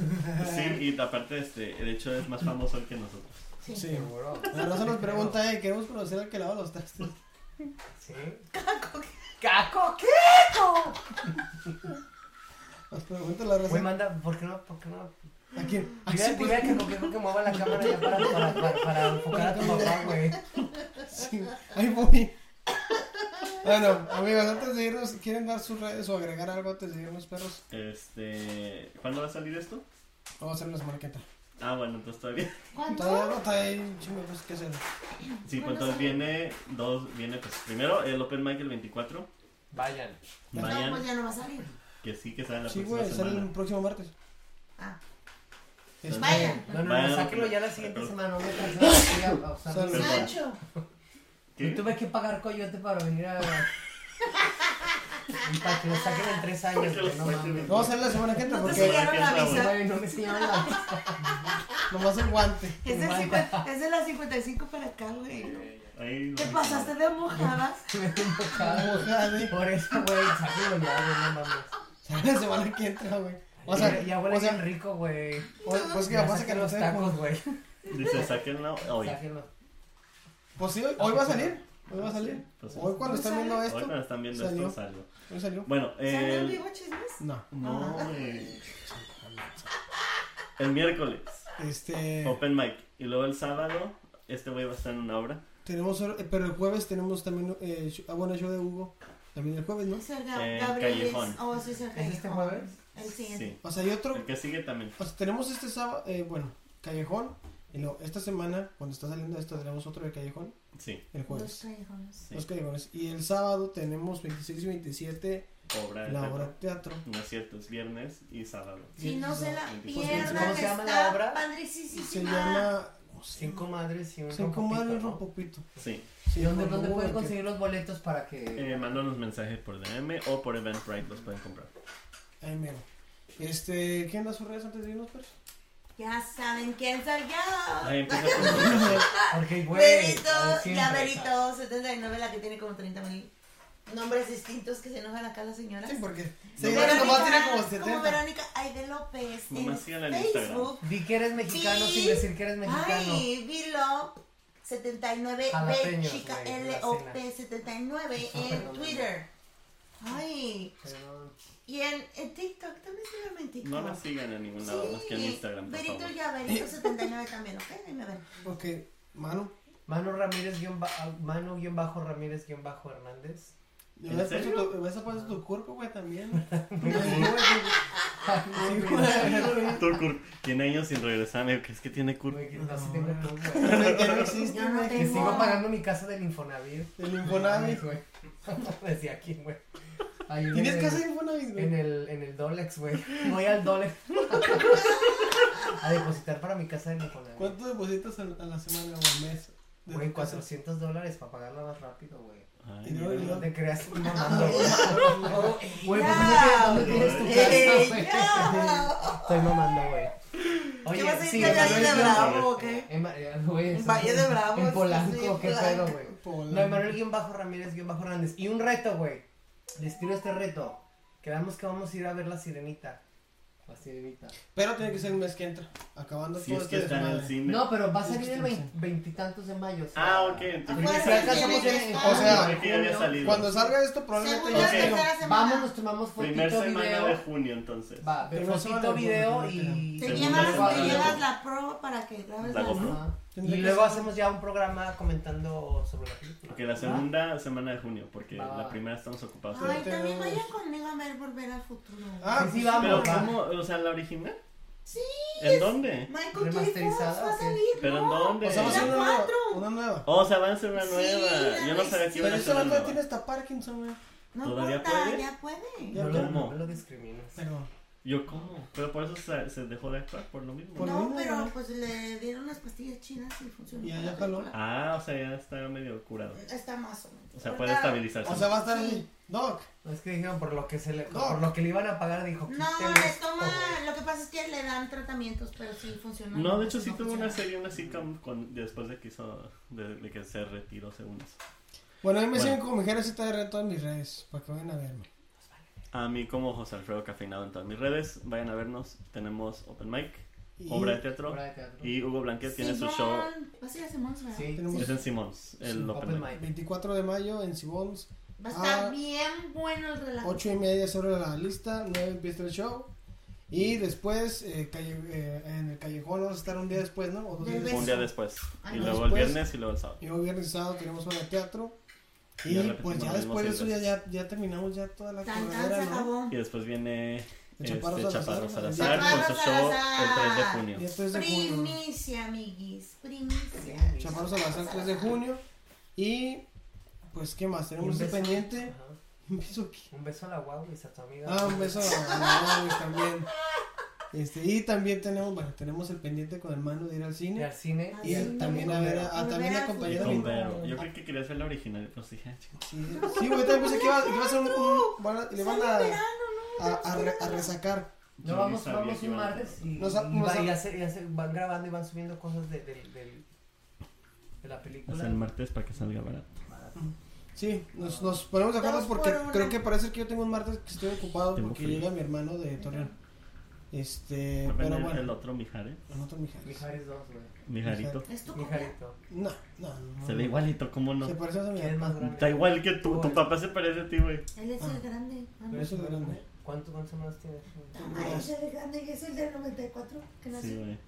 Speaker 2: Sí, y aparte, este, de hecho es más famoso el que nosotros.
Speaker 4: Sí.
Speaker 1: Sí.
Speaker 3: Seguro.
Speaker 1: La Rosa nos pregunta, eh, queremos conocer al que lava los trastes.
Speaker 3: Sí.
Speaker 1: Pues
Speaker 4: ¡Caco, qué!
Speaker 1: Nos pregunta la
Speaker 3: Güey,
Speaker 1: Rosa.
Speaker 3: manda, ¿por qué no? ¿Por qué no?
Speaker 1: ¿A quién? pues, ¿A
Speaker 3: Mira,
Speaker 1: quién?
Speaker 3: mira que como que, como que mueva la cámara ya para, para, para, para enfocar a tu papá, güey.
Speaker 1: Sí, ahí voy. Bueno, amigos, antes de irnos, ¿quieren dar sus redes o agregar algo antes de irnos, perros?
Speaker 2: Este, ¿cuándo va a salir esto?
Speaker 1: Vamos a hacer una marqueta.
Speaker 2: Ah, bueno, entonces todavía.
Speaker 1: Todavía
Speaker 4: ¿Cuánto?
Speaker 1: no está ahí un chingo de cosas que hacer.
Speaker 2: Sí, pues
Speaker 4: ¿Cuándo
Speaker 2: entonces
Speaker 4: sale?
Speaker 2: viene dos, viene pues primero el Open Mic el 24.
Speaker 3: Vayan.
Speaker 2: Vayan.
Speaker 4: No, pues ya no va a salir.
Speaker 2: Que sí, que sale la
Speaker 1: Sí,
Speaker 2: próxima
Speaker 1: güey, sale el
Speaker 2: semana.
Speaker 1: próximo martes.
Speaker 4: Ah,
Speaker 1: Este,
Speaker 4: vayan.
Speaker 3: No, no, no,
Speaker 2: Bueno.
Speaker 3: sáquenlo ya la siguiente semana. Vamos a alcanzar a- a usarlo.
Speaker 1: Salud.
Speaker 4: Sancho.
Speaker 2: ¿Qué?
Speaker 3: Yo tuve que pagar coyote para venir a. y para que lo saquen en tres años, güey, no mames.
Speaker 1: No va a salir la semana que entra
Speaker 4: No te
Speaker 1: porque
Speaker 4: sellaron la
Speaker 2: Porque-
Speaker 4: visa.
Speaker 3: Güey, no me enseñaron la
Speaker 1: nomás el guante.
Speaker 4: Es de,
Speaker 3: Vaya.
Speaker 4: 50 es de las 55 para acá, güey.
Speaker 2: Ahí
Speaker 4: ¿Te
Speaker 2: lo-
Speaker 4: pasaste de mojadas?
Speaker 3: mojada.
Speaker 1: Mojade.
Speaker 3: Por eso, güey, sáquenlo ya, güey, no mames.
Speaker 1: Sale la semana que entra, güey. O
Speaker 3: O
Speaker 1: sea,
Speaker 3: ya huele
Speaker 1: o sea,
Speaker 3: bien rico, güey.
Speaker 1: o- pues que
Speaker 3: Ya
Speaker 1: pasa que
Speaker 3: saquen
Speaker 1: no
Speaker 3: los
Speaker 1: sé.
Speaker 3: tacos, güey.
Speaker 2: Dice, sáquenla hoy.
Speaker 3: Sáquenlo.
Speaker 1: Pues sí, hoy, hoy va a salir. Hoy va a salir.
Speaker 2: Pues sí.
Speaker 1: Hoy cuando están viendo
Speaker 2: Hoy
Speaker 1: esto.
Speaker 2: cuando están viendo
Speaker 1: salió.
Speaker 2: esto salió.
Speaker 1: Hoy salió.
Speaker 2: Bueno,
Speaker 4: ¿Salió en
Speaker 2: el...
Speaker 4: vivo Ah. chismes?
Speaker 1: No.
Speaker 2: No, eh, el miércoles,
Speaker 1: Este.
Speaker 2: open mic. Y luego el sábado, este güey va a estar en una obra.
Speaker 1: Tenemos. hor- eh, Pero el jueves tenemos también. Eh, sh- ah, bueno, show de Hugo. También el jueves, ¿no?
Speaker 4: Es el Gab-
Speaker 2: Eh,
Speaker 4: Gabriel. es-
Speaker 2: Callejón.
Speaker 4: Oh, sí, es el
Speaker 3: ¿Es este
Speaker 4: Callejón.
Speaker 3: jueves?
Speaker 4: El siguiente.
Speaker 2: Sí.
Speaker 1: O sea, hay otro.
Speaker 2: El que sigue también.
Speaker 1: O sea, tenemos este sábado. eh, bueno, Callejón. Y luego, esta semana, cuando está saliendo esto, tenemos otro de Callejón.
Speaker 2: Sí,
Speaker 1: El
Speaker 4: Dos
Speaker 1: jueves.
Speaker 4: callejones.
Speaker 2: sí.
Speaker 1: Los Callejones. Y el sábado tenemos 26 y 27.
Speaker 2: Obra. de
Speaker 1: La
Speaker 2: teatro.
Speaker 1: obra de teatro.
Speaker 2: No es cierto, es viernes y sábado.
Speaker 4: Si no se la
Speaker 2: ¿Cómo
Speaker 4: pierdan,
Speaker 3: se llama la
Speaker 4: está
Speaker 3: obra?
Speaker 4: padricísima.
Speaker 1: Se llama. ¿cómo se llama?
Speaker 3: Cinco madres y un
Speaker 1: Cinco madres
Speaker 3: rompopito, ¿no?
Speaker 1: rompopito.
Speaker 2: Sí.
Speaker 1: Sí,
Speaker 3: ¿Dónde,
Speaker 1: por
Speaker 3: dónde
Speaker 1: Google,
Speaker 3: pueden
Speaker 1: que-
Speaker 3: conseguir los boletos para que.?
Speaker 2: Eh, mándanos mensaje por DM o por Eventbrite los pueden comprar.
Speaker 1: Ay, mero. Este, ¿quién da sus redes antes de irnos, pues? Pers?
Speaker 4: Ya saben quién soy
Speaker 2: Ahí
Speaker 4: yo.
Speaker 2: empieza con
Speaker 4: Ah,
Speaker 3: Porque, güey.
Speaker 4: Verito,
Speaker 3: Pues, ahí siempre.
Speaker 4: la Verito 79, la que tiene como 30 mil nombres distintos que se enojan acá las señoras.
Speaker 1: Sí, porque.
Speaker 2: Sí,
Speaker 1: Sí,
Speaker 2: Verónica,
Speaker 1: nomás tiene como
Speaker 4: como
Speaker 1: 70.
Speaker 4: Verónica Aide López en
Speaker 2: Nomás síganla en
Speaker 4: Facebook.
Speaker 3: Di que eres mexicano
Speaker 4: Sí.
Speaker 3: sin decir que eres mexicano.
Speaker 4: Ay, Vilo 79 B
Speaker 3: Jalapeños,
Speaker 4: chica
Speaker 3: güey,
Speaker 4: L
Speaker 3: la
Speaker 4: O
Speaker 3: cena.
Speaker 4: P 79
Speaker 3: Jalapeños.
Speaker 4: en Twitter. Ay,
Speaker 3: Pero-
Speaker 4: y en, en TikTok también síganme en TikTok.
Speaker 2: No la sigan en ningún lado más que en Instagram, por
Speaker 4: Verito
Speaker 2: favor.
Speaker 4: ya, Verito 79 también, ¿ok? Ahí me ven.
Speaker 1: Ok, mano.
Speaker 3: Mano Ramírez guión ba- ah, Manu guión bajo Ramírez guión bajo Hernández.
Speaker 1: ¿Le
Speaker 2: ¿En
Speaker 1: vas a
Speaker 2: serio?
Speaker 1: poner pues, tu- le vas a poner tu cuerpo, güey, también?
Speaker 3: Ay, güey,
Speaker 2: Turcur tiene años sin regresar, me dijo, que es que tiene curva.
Speaker 3: güey, que no, sí tengo todo, güey.
Speaker 1: Que no existe,
Speaker 4: Yo no
Speaker 1: güey.
Speaker 3: Que
Speaker 4: tengo-
Speaker 3: sigo pagando mi casa del Infonavit.
Speaker 1: El Infonavit.
Speaker 3: Ay, güey. Desde aquí, güey. Ahí en
Speaker 1: ¿Tienes
Speaker 3: el-
Speaker 1: casa de Infonavit,
Speaker 3: En
Speaker 1: güey?
Speaker 3: el, en el Dolex, güey. Voy al Dolex. A depositar para mi casa del Infonavit.
Speaker 1: ¿Cuánto depositas a, a la semana o al mes? de
Speaker 3: Güey,
Speaker 1: tu casa?
Speaker 3: 400 dólares para pagarla más rápido, güey.
Speaker 2: Ay,
Speaker 1: Y luego- y
Speaker 3: No
Speaker 1: luego-
Speaker 3: te creas mamando, güey. Güey, pues no sé
Speaker 4: Ya,
Speaker 3: dónde tienes tu
Speaker 4: Ey,
Speaker 3: casa, güey.
Speaker 4: ya.
Speaker 3: Estoy mamando, güey.
Speaker 4: ¿Qué vas a
Speaker 3: sí,
Speaker 4: ir a
Speaker 3: Emanuel
Speaker 4: Valle de
Speaker 3: guión-
Speaker 4: Bravo o qué?
Speaker 3: Ema- eh, güey,
Speaker 4: En
Speaker 3: eso-
Speaker 4: Valle de Bravo,
Speaker 3: En Polanco,
Speaker 4: sí, en
Speaker 3: qué
Speaker 4: Polanco.
Speaker 3: pedo, güey.
Speaker 1: Polanco.
Speaker 3: No, Emanuel guión bajo Ramírez guión bajo Hernández. Y un reto, güey. Les tiro este reto. Quedamos que vamos a ir a ver la sirenita. La sirenita.
Speaker 1: Pero tiene que ser el mes que entra. Acabando
Speaker 2: Si
Speaker 1: todo este
Speaker 2: es que está en el
Speaker 1: desmadre.
Speaker 2: cine.
Speaker 3: No, pero va a
Speaker 1: Es que
Speaker 3: salir el
Speaker 1: estamos
Speaker 3: vein- veintitantos de mayo. o sea.
Speaker 2: Ah, ok, entonces
Speaker 4: Afuera
Speaker 3: Si
Speaker 4: del
Speaker 3: acaso
Speaker 4: cine
Speaker 3: vamos en-
Speaker 4: ya
Speaker 3: en
Speaker 4: está.
Speaker 1: O sea,
Speaker 3: junio,
Speaker 2: que ya había salido.
Speaker 1: Cuando salga esto, probablemente
Speaker 4: Segunda,
Speaker 1: ya
Speaker 2: Ok.
Speaker 1: esté.
Speaker 4: tercera semana.
Speaker 3: Vamos, nos tomamos fotito,
Speaker 2: Primer semana de
Speaker 3: video.
Speaker 2: junio, entonces.
Speaker 3: Va,
Speaker 1: Primer semana
Speaker 3: fotito,
Speaker 1: de junio,
Speaker 3: video
Speaker 1: creo que
Speaker 3: y...
Speaker 4: Te
Speaker 2: Segunda
Speaker 4: llevas,
Speaker 2: semana
Speaker 4: te
Speaker 2: de
Speaker 4: llevas
Speaker 2: agosto.
Speaker 4: la pro para que grabes
Speaker 2: La
Speaker 4: la
Speaker 2: GoPro.
Speaker 3: Ajá.
Speaker 1: Tendría
Speaker 3: Y
Speaker 1: que
Speaker 3: luego
Speaker 1: ser-
Speaker 3: hacemos ya un programa comentando sobre la película.
Speaker 2: Ok, la segunda semana de junio, porque
Speaker 3: Va, va.
Speaker 2: la primera estamos ocupados.
Speaker 4: Ay,
Speaker 1: Te-
Speaker 4: también vaya conmigo a ver Volver al Futuro.
Speaker 1: Ah,
Speaker 3: Sí, sí,
Speaker 1: pues,
Speaker 2: Pero
Speaker 3: vamos. va.
Speaker 2: ¿cómo? O sea, la original.
Speaker 4: Sí,
Speaker 2: ¿En dónde?
Speaker 4: Michael J. Fox
Speaker 3: ¿Remasterizada
Speaker 4: va
Speaker 3: o
Speaker 4: a
Speaker 3: qué?
Speaker 4: salir,
Speaker 2: ¿Pero en
Speaker 4: ¿no?
Speaker 2: dónde?
Speaker 1: O sea, va a ser una
Speaker 4: La
Speaker 1: nueva.
Speaker 4: cuatro.
Speaker 1: Una nueva.
Speaker 2: Oh, o sea, va a ser una
Speaker 4: Sí,
Speaker 2: nueva. Yo no sabía que iba
Speaker 1: Pero
Speaker 2: a
Speaker 1: esa
Speaker 2: ser
Speaker 1: otra
Speaker 2: una nueva.
Speaker 1: tiene hasta Parkinson, güey.
Speaker 4: No
Speaker 2: ¿Todavía
Speaker 4: importa,
Speaker 2: puede?
Speaker 4: ya puede.
Speaker 1: Ya,
Speaker 3: No
Speaker 1: pero-
Speaker 3: lo,
Speaker 2: ¿Cómo?
Speaker 3: no lo discriminas.
Speaker 1: Perdón.
Speaker 2: Yo, ¿cómo? Pero por eso se, se dejó de actuar, por lo mismo.
Speaker 1: Por- lo
Speaker 4: No,
Speaker 1: mismo,
Speaker 4: pero
Speaker 1: ¿no?
Speaker 4: pues le dieron unas pastillas chinas y funcionó.
Speaker 1: Y ya- ya jaló.
Speaker 2: Ah, o sea, ya está medio curado.
Speaker 4: Está más o menos.
Speaker 2: O sea, puede
Speaker 4: Ahorita-
Speaker 2: estabilizarse.
Speaker 1: O sea, va a estar
Speaker 4: Sí.
Speaker 1: ahí. Doc.
Speaker 3: No, Es que dijeron por lo que se le,
Speaker 1: No.
Speaker 3: por lo que le iban a pagar dijo
Speaker 4: No,
Speaker 3: "Quíteme
Speaker 4: le
Speaker 3: esto,
Speaker 4: toma.
Speaker 3: güey".
Speaker 4: Lo que pasa es que le dan tratamientos, pero sí funciona.
Speaker 2: No, de hecho sí
Speaker 4: No
Speaker 2: tuvo una
Speaker 4: funciona.
Speaker 2: serie, una sitcom con- después de que hizo, de, de que se retiró según eso.
Speaker 1: Bueno, ahí me
Speaker 2: Bueno.
Speaker 1: siguen como Mujeres ZR en todas mis redes, para que vayan a verme.
Speaker 2: A mí como José Alfredo Cafeinado en todas mis redes, vayan a vernos, tenemos Open Mic,
Speaker 1: Y-
Speaker 2: obra de teatro,
Speaker 3: Obra de teatro.
Speaker 2: y Hugo Blanquet tiene su
Speaker 4: Simón,
Speaker 2: show,
Speaker 4: Vas a ir a Simón, ¿verdad?
Speaker 3: Sí,
Speaker 1: Tenemos-
Speaker 2: es en Simons, el
Speaker 1: Sí,
Speaker 2: Open,
Speaker 3: open
Speaker 2: Mic.
Speaker 3: mic.
Speaker 1: 24 de mayo en Sibons,
Speaker 4: Va a estar
Speaker 1: Ah.
Speaker 4: bien bueno el relajo.
Speaker 1: 8 y media sobre la lista, 9 empieza el show. Y después, eh, calle- eh, en el callejón vamos a estar un día después, ¿no? O dos días
Speaker 4: Del
Speaker 2: Un
Speaker 1: después.
Speaker 2: día después,
Speaker 4: Ah,
Speaker 2: y
Speaker 1: no.
Speaker 2: luego
Speaker 1: Después-
Speaker 2: el viernes y luego el sábado.
Speaker 1: Y hoy viernes y sábado tenemos obra de teatro.
Speaker 2: Ya
Speaker 1: Y
Speaker 2: repetimos
Speaker 1: pues ya
Speaker 2: lo mismo
Speaker 1: después de eso
Speaker 2: seis
Speaker 1: ya, ya,
Speaker 2: veces.
Speaker 1: ya terminamos ya toda la
Speaker 4: Tan tan se
Speaker 1: carrera, ¿no?
Speaker 4: acabó.
Speaker 2: Y después viene
Speaker 1: El
Speaker 2: este,
Speaker 1: Chaparro
Speaker 2: Chaparro,
Speaker 1: Salazar.
Speaker 2: Salazar con su
Speaker 4: Chaparro
Speaker 2: show el 3 de
Speaker 4: Salazar.
Speaker 2: junio.
Speaker 1: Y esto es de junio.
Speaker 4: Primicia, amiguis. Primicia.
Speaker 1: Chaparro Salazar, 3 de junio. Y pues, ¿qué más? Tenemos
Speaker 3: Inves-
Speaker 1: este pendiente.
Speaker 3: Ajá.
Speaker 1: ¿Un beso qué?
Speaker 3: Un beso a la Huawei, a tu amiga.
Speaker 1: Ah, un beso a Maui también. Este, y también tenemos, bueno, tenemos el pendiente con hermano de ir al
Speaker 3: Ir
Speaker 1: cine.
Speaker 3: al cine.
Speaker 1: Y
Speaker 4: Al
Speaker 1: también
Speaker 4: cine.
Speaker 1: a ver, a, a-
Speaker 4: Y
Speaker 1: también
Speaker 4: ver a
Speaker 2: Y
Speaker 1: acompañar a mi
Speaker 2: con
Speaker 4: Fujimoto.
Speaker 2: Vero. Yo creí que quería hacer la original, pero dije, ah, chinga.
Speaker 1: Sí, sí, güey, también pensé que iba, que iba a ser un, un- van a- le van
Speaker 4: Sale en
Speaker 1: a,
Speaker 4: verano,
Speaker 1: a, a re- a resacar.
Speaker 3: No,
Speaker 2: Yo
Speaker 3: vamos,
Speaker 2: ni sabía
Speaker 3: vamos
Speaker 2: que
Speaker 3: un
Speaker 2: iban a
Speaker 3: martes y,
Speaker 1: Nos ha-
Speaker 3: y
Speaker 1: nos
Speaker 3: va-
Speaker 1: ha-
Speaker 3: y ya se, ya se van grabando y van subiendo cosas de, del- del- de la
Speaker 2: O
Speaker 3: película.
Speaker 2: sea, el martes para que salga barato.
Speaker 1: Sí, nos, nos ponemos de acuerdo
Speaker 4: Dos por
Speaker 1: porque
Speaker 4: una.
Speaker 1: creo que parece que yo tengo un martes que estoy ocupado
Speaker 2: Tengo
Speaker 1: porque
Speaker 2: frío.
Speaker 1: llega mi hermano de Torreón. Este,
Speaker 2: Va a
Speaker 1: pero
Speaker 2: venir el
Speaker 1: bueno,
Speaker 2: otro Mijares.
Speaker 1: nosotros
Speaker 3: Mi
Speaker 1: mi
Speaker 3: Jares 2, güey.
Speaker 2: Mijarito.
Speaker 4: ¿no? Es tu
Speaker 3: Mi
Speaker 4: copia.
Speaker 3: Jarito.
Speaker 1: No, no, no.
Speaker 2: Se ve igualito, ¿cómo no?
Speaker 1: Se parece a mi
Speaker 3: ¿Quién es más
Speaker 1: hermano.
Speaker 3: grande?
Speaker 2: Está igual que tú, tu
Speaker 3: Igual.
Speaker 2: papá se parece a ti, güey.
Speaker 4: Él es
Speaker 1: Ah.
Speaker 4: el grande. Ah, no.
Speaker 1: Pero eso es grande.
Speaker 3: ¿Cuánto, ¿Cuántos hermanos tienes?
Speaker 4: Ah, es el grande y es el del 94 que
Speaker 2: Sí,
Speaker 4: nació.
Speaker 2: güey.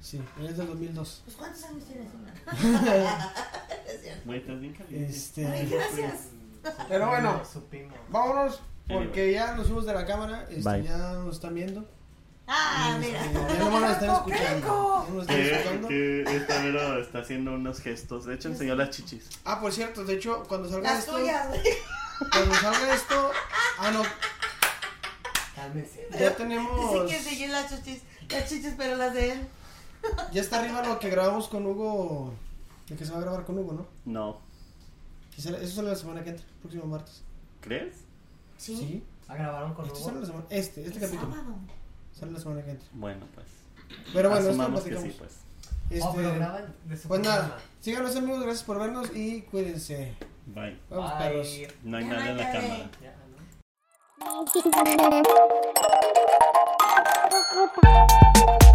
Speaker 1: Sí, él es del 2002.
Speaker 4: Pues ¿cuántos años tienes, hermano? Es cierto.
Speaker 2: Güey, estás bien caliente.
Speaker 4: Ay,
Speaker 1: Este,
Speaker 4: gracias.
Speaker 1: Pero bueno.
Speaker 3: Supimos.
Speaker 1: vámonos porque ya nos fuimos de la cámara, este,
Speaker 2: Bye.
Speaker 1: ya nos están viendo.
Speaker 4: Ah, mira.
Speaker 1: Este, ya no nos están
Speaker 4: ¡Coco,
Speaker 1: escuchando.
Speaker 4: Creco!
Speaker 1: ya no nos están
Speaker 2: Que,
Speaker 1: escuchando.
Speaker 2: que esta Vero está haciendo unos gestos. De hecho, enseñó las chichis.
Speaker 1: Ah, por cierto, de hecho, cuando salga
Speaker 4: Las
Speaker 1: esto,
Speaker 4: tuyas, güey.
Speaker 1: cuando salga esto, ah no,
Speaker 3: Cálmense.
Speaker 1: ya tenemos
Speaker 4: Dice que seguí las chuchis, las chichis, pero las de él.
Speaker 1: Ya está arriba lo que grabamos con Hugo. Lo que se va a grabar con Hugo, ¿no?
Speaker 2: No.
Speaker 1: Que sale- Eso sale la semana que entra, próximo martes.
Speaker 2: ¿Crees?
Speaker 4: Sí.
Speaker 3: ¿Ah, grabaron con
Speaker 1: Esto sale
Speaker 3: Hugo?
Speaker 1: la semana, este, este
Speaker 4: el
Speaker 1: capítulo.
Speaker 4: sábado.
Speaker 1: Sale la semana que entra.
Speaker 2: Bueno, pues.
Speaker 1: Pero bueno, esto lo
Speaker 2: Asumamos que
Speaker 1: platicamos.
Speaker 2: sí, pues.
Speaker 3: Oh, pero
Speaker 1: este,
Speaker 3: graban de su
Speaker 1: pues nada,
Speaker 3: programa.
Speaker 1: síganos amigos, gracias por vernos y cuídense.
Speaker 2: pues. Bye.
Speaker 1: Vamos,
Speaker 3: Bye.
Speaker 1: perros.
Speaker 2: No hay
Speaker 4: Ya
Speaker 2: nada en la
Speaker 4: vaya,
Speaker 2: cámara.
Speaker 4: ve.
Speaker 3: Ya, ¿no?
Speaker 5: Thank you.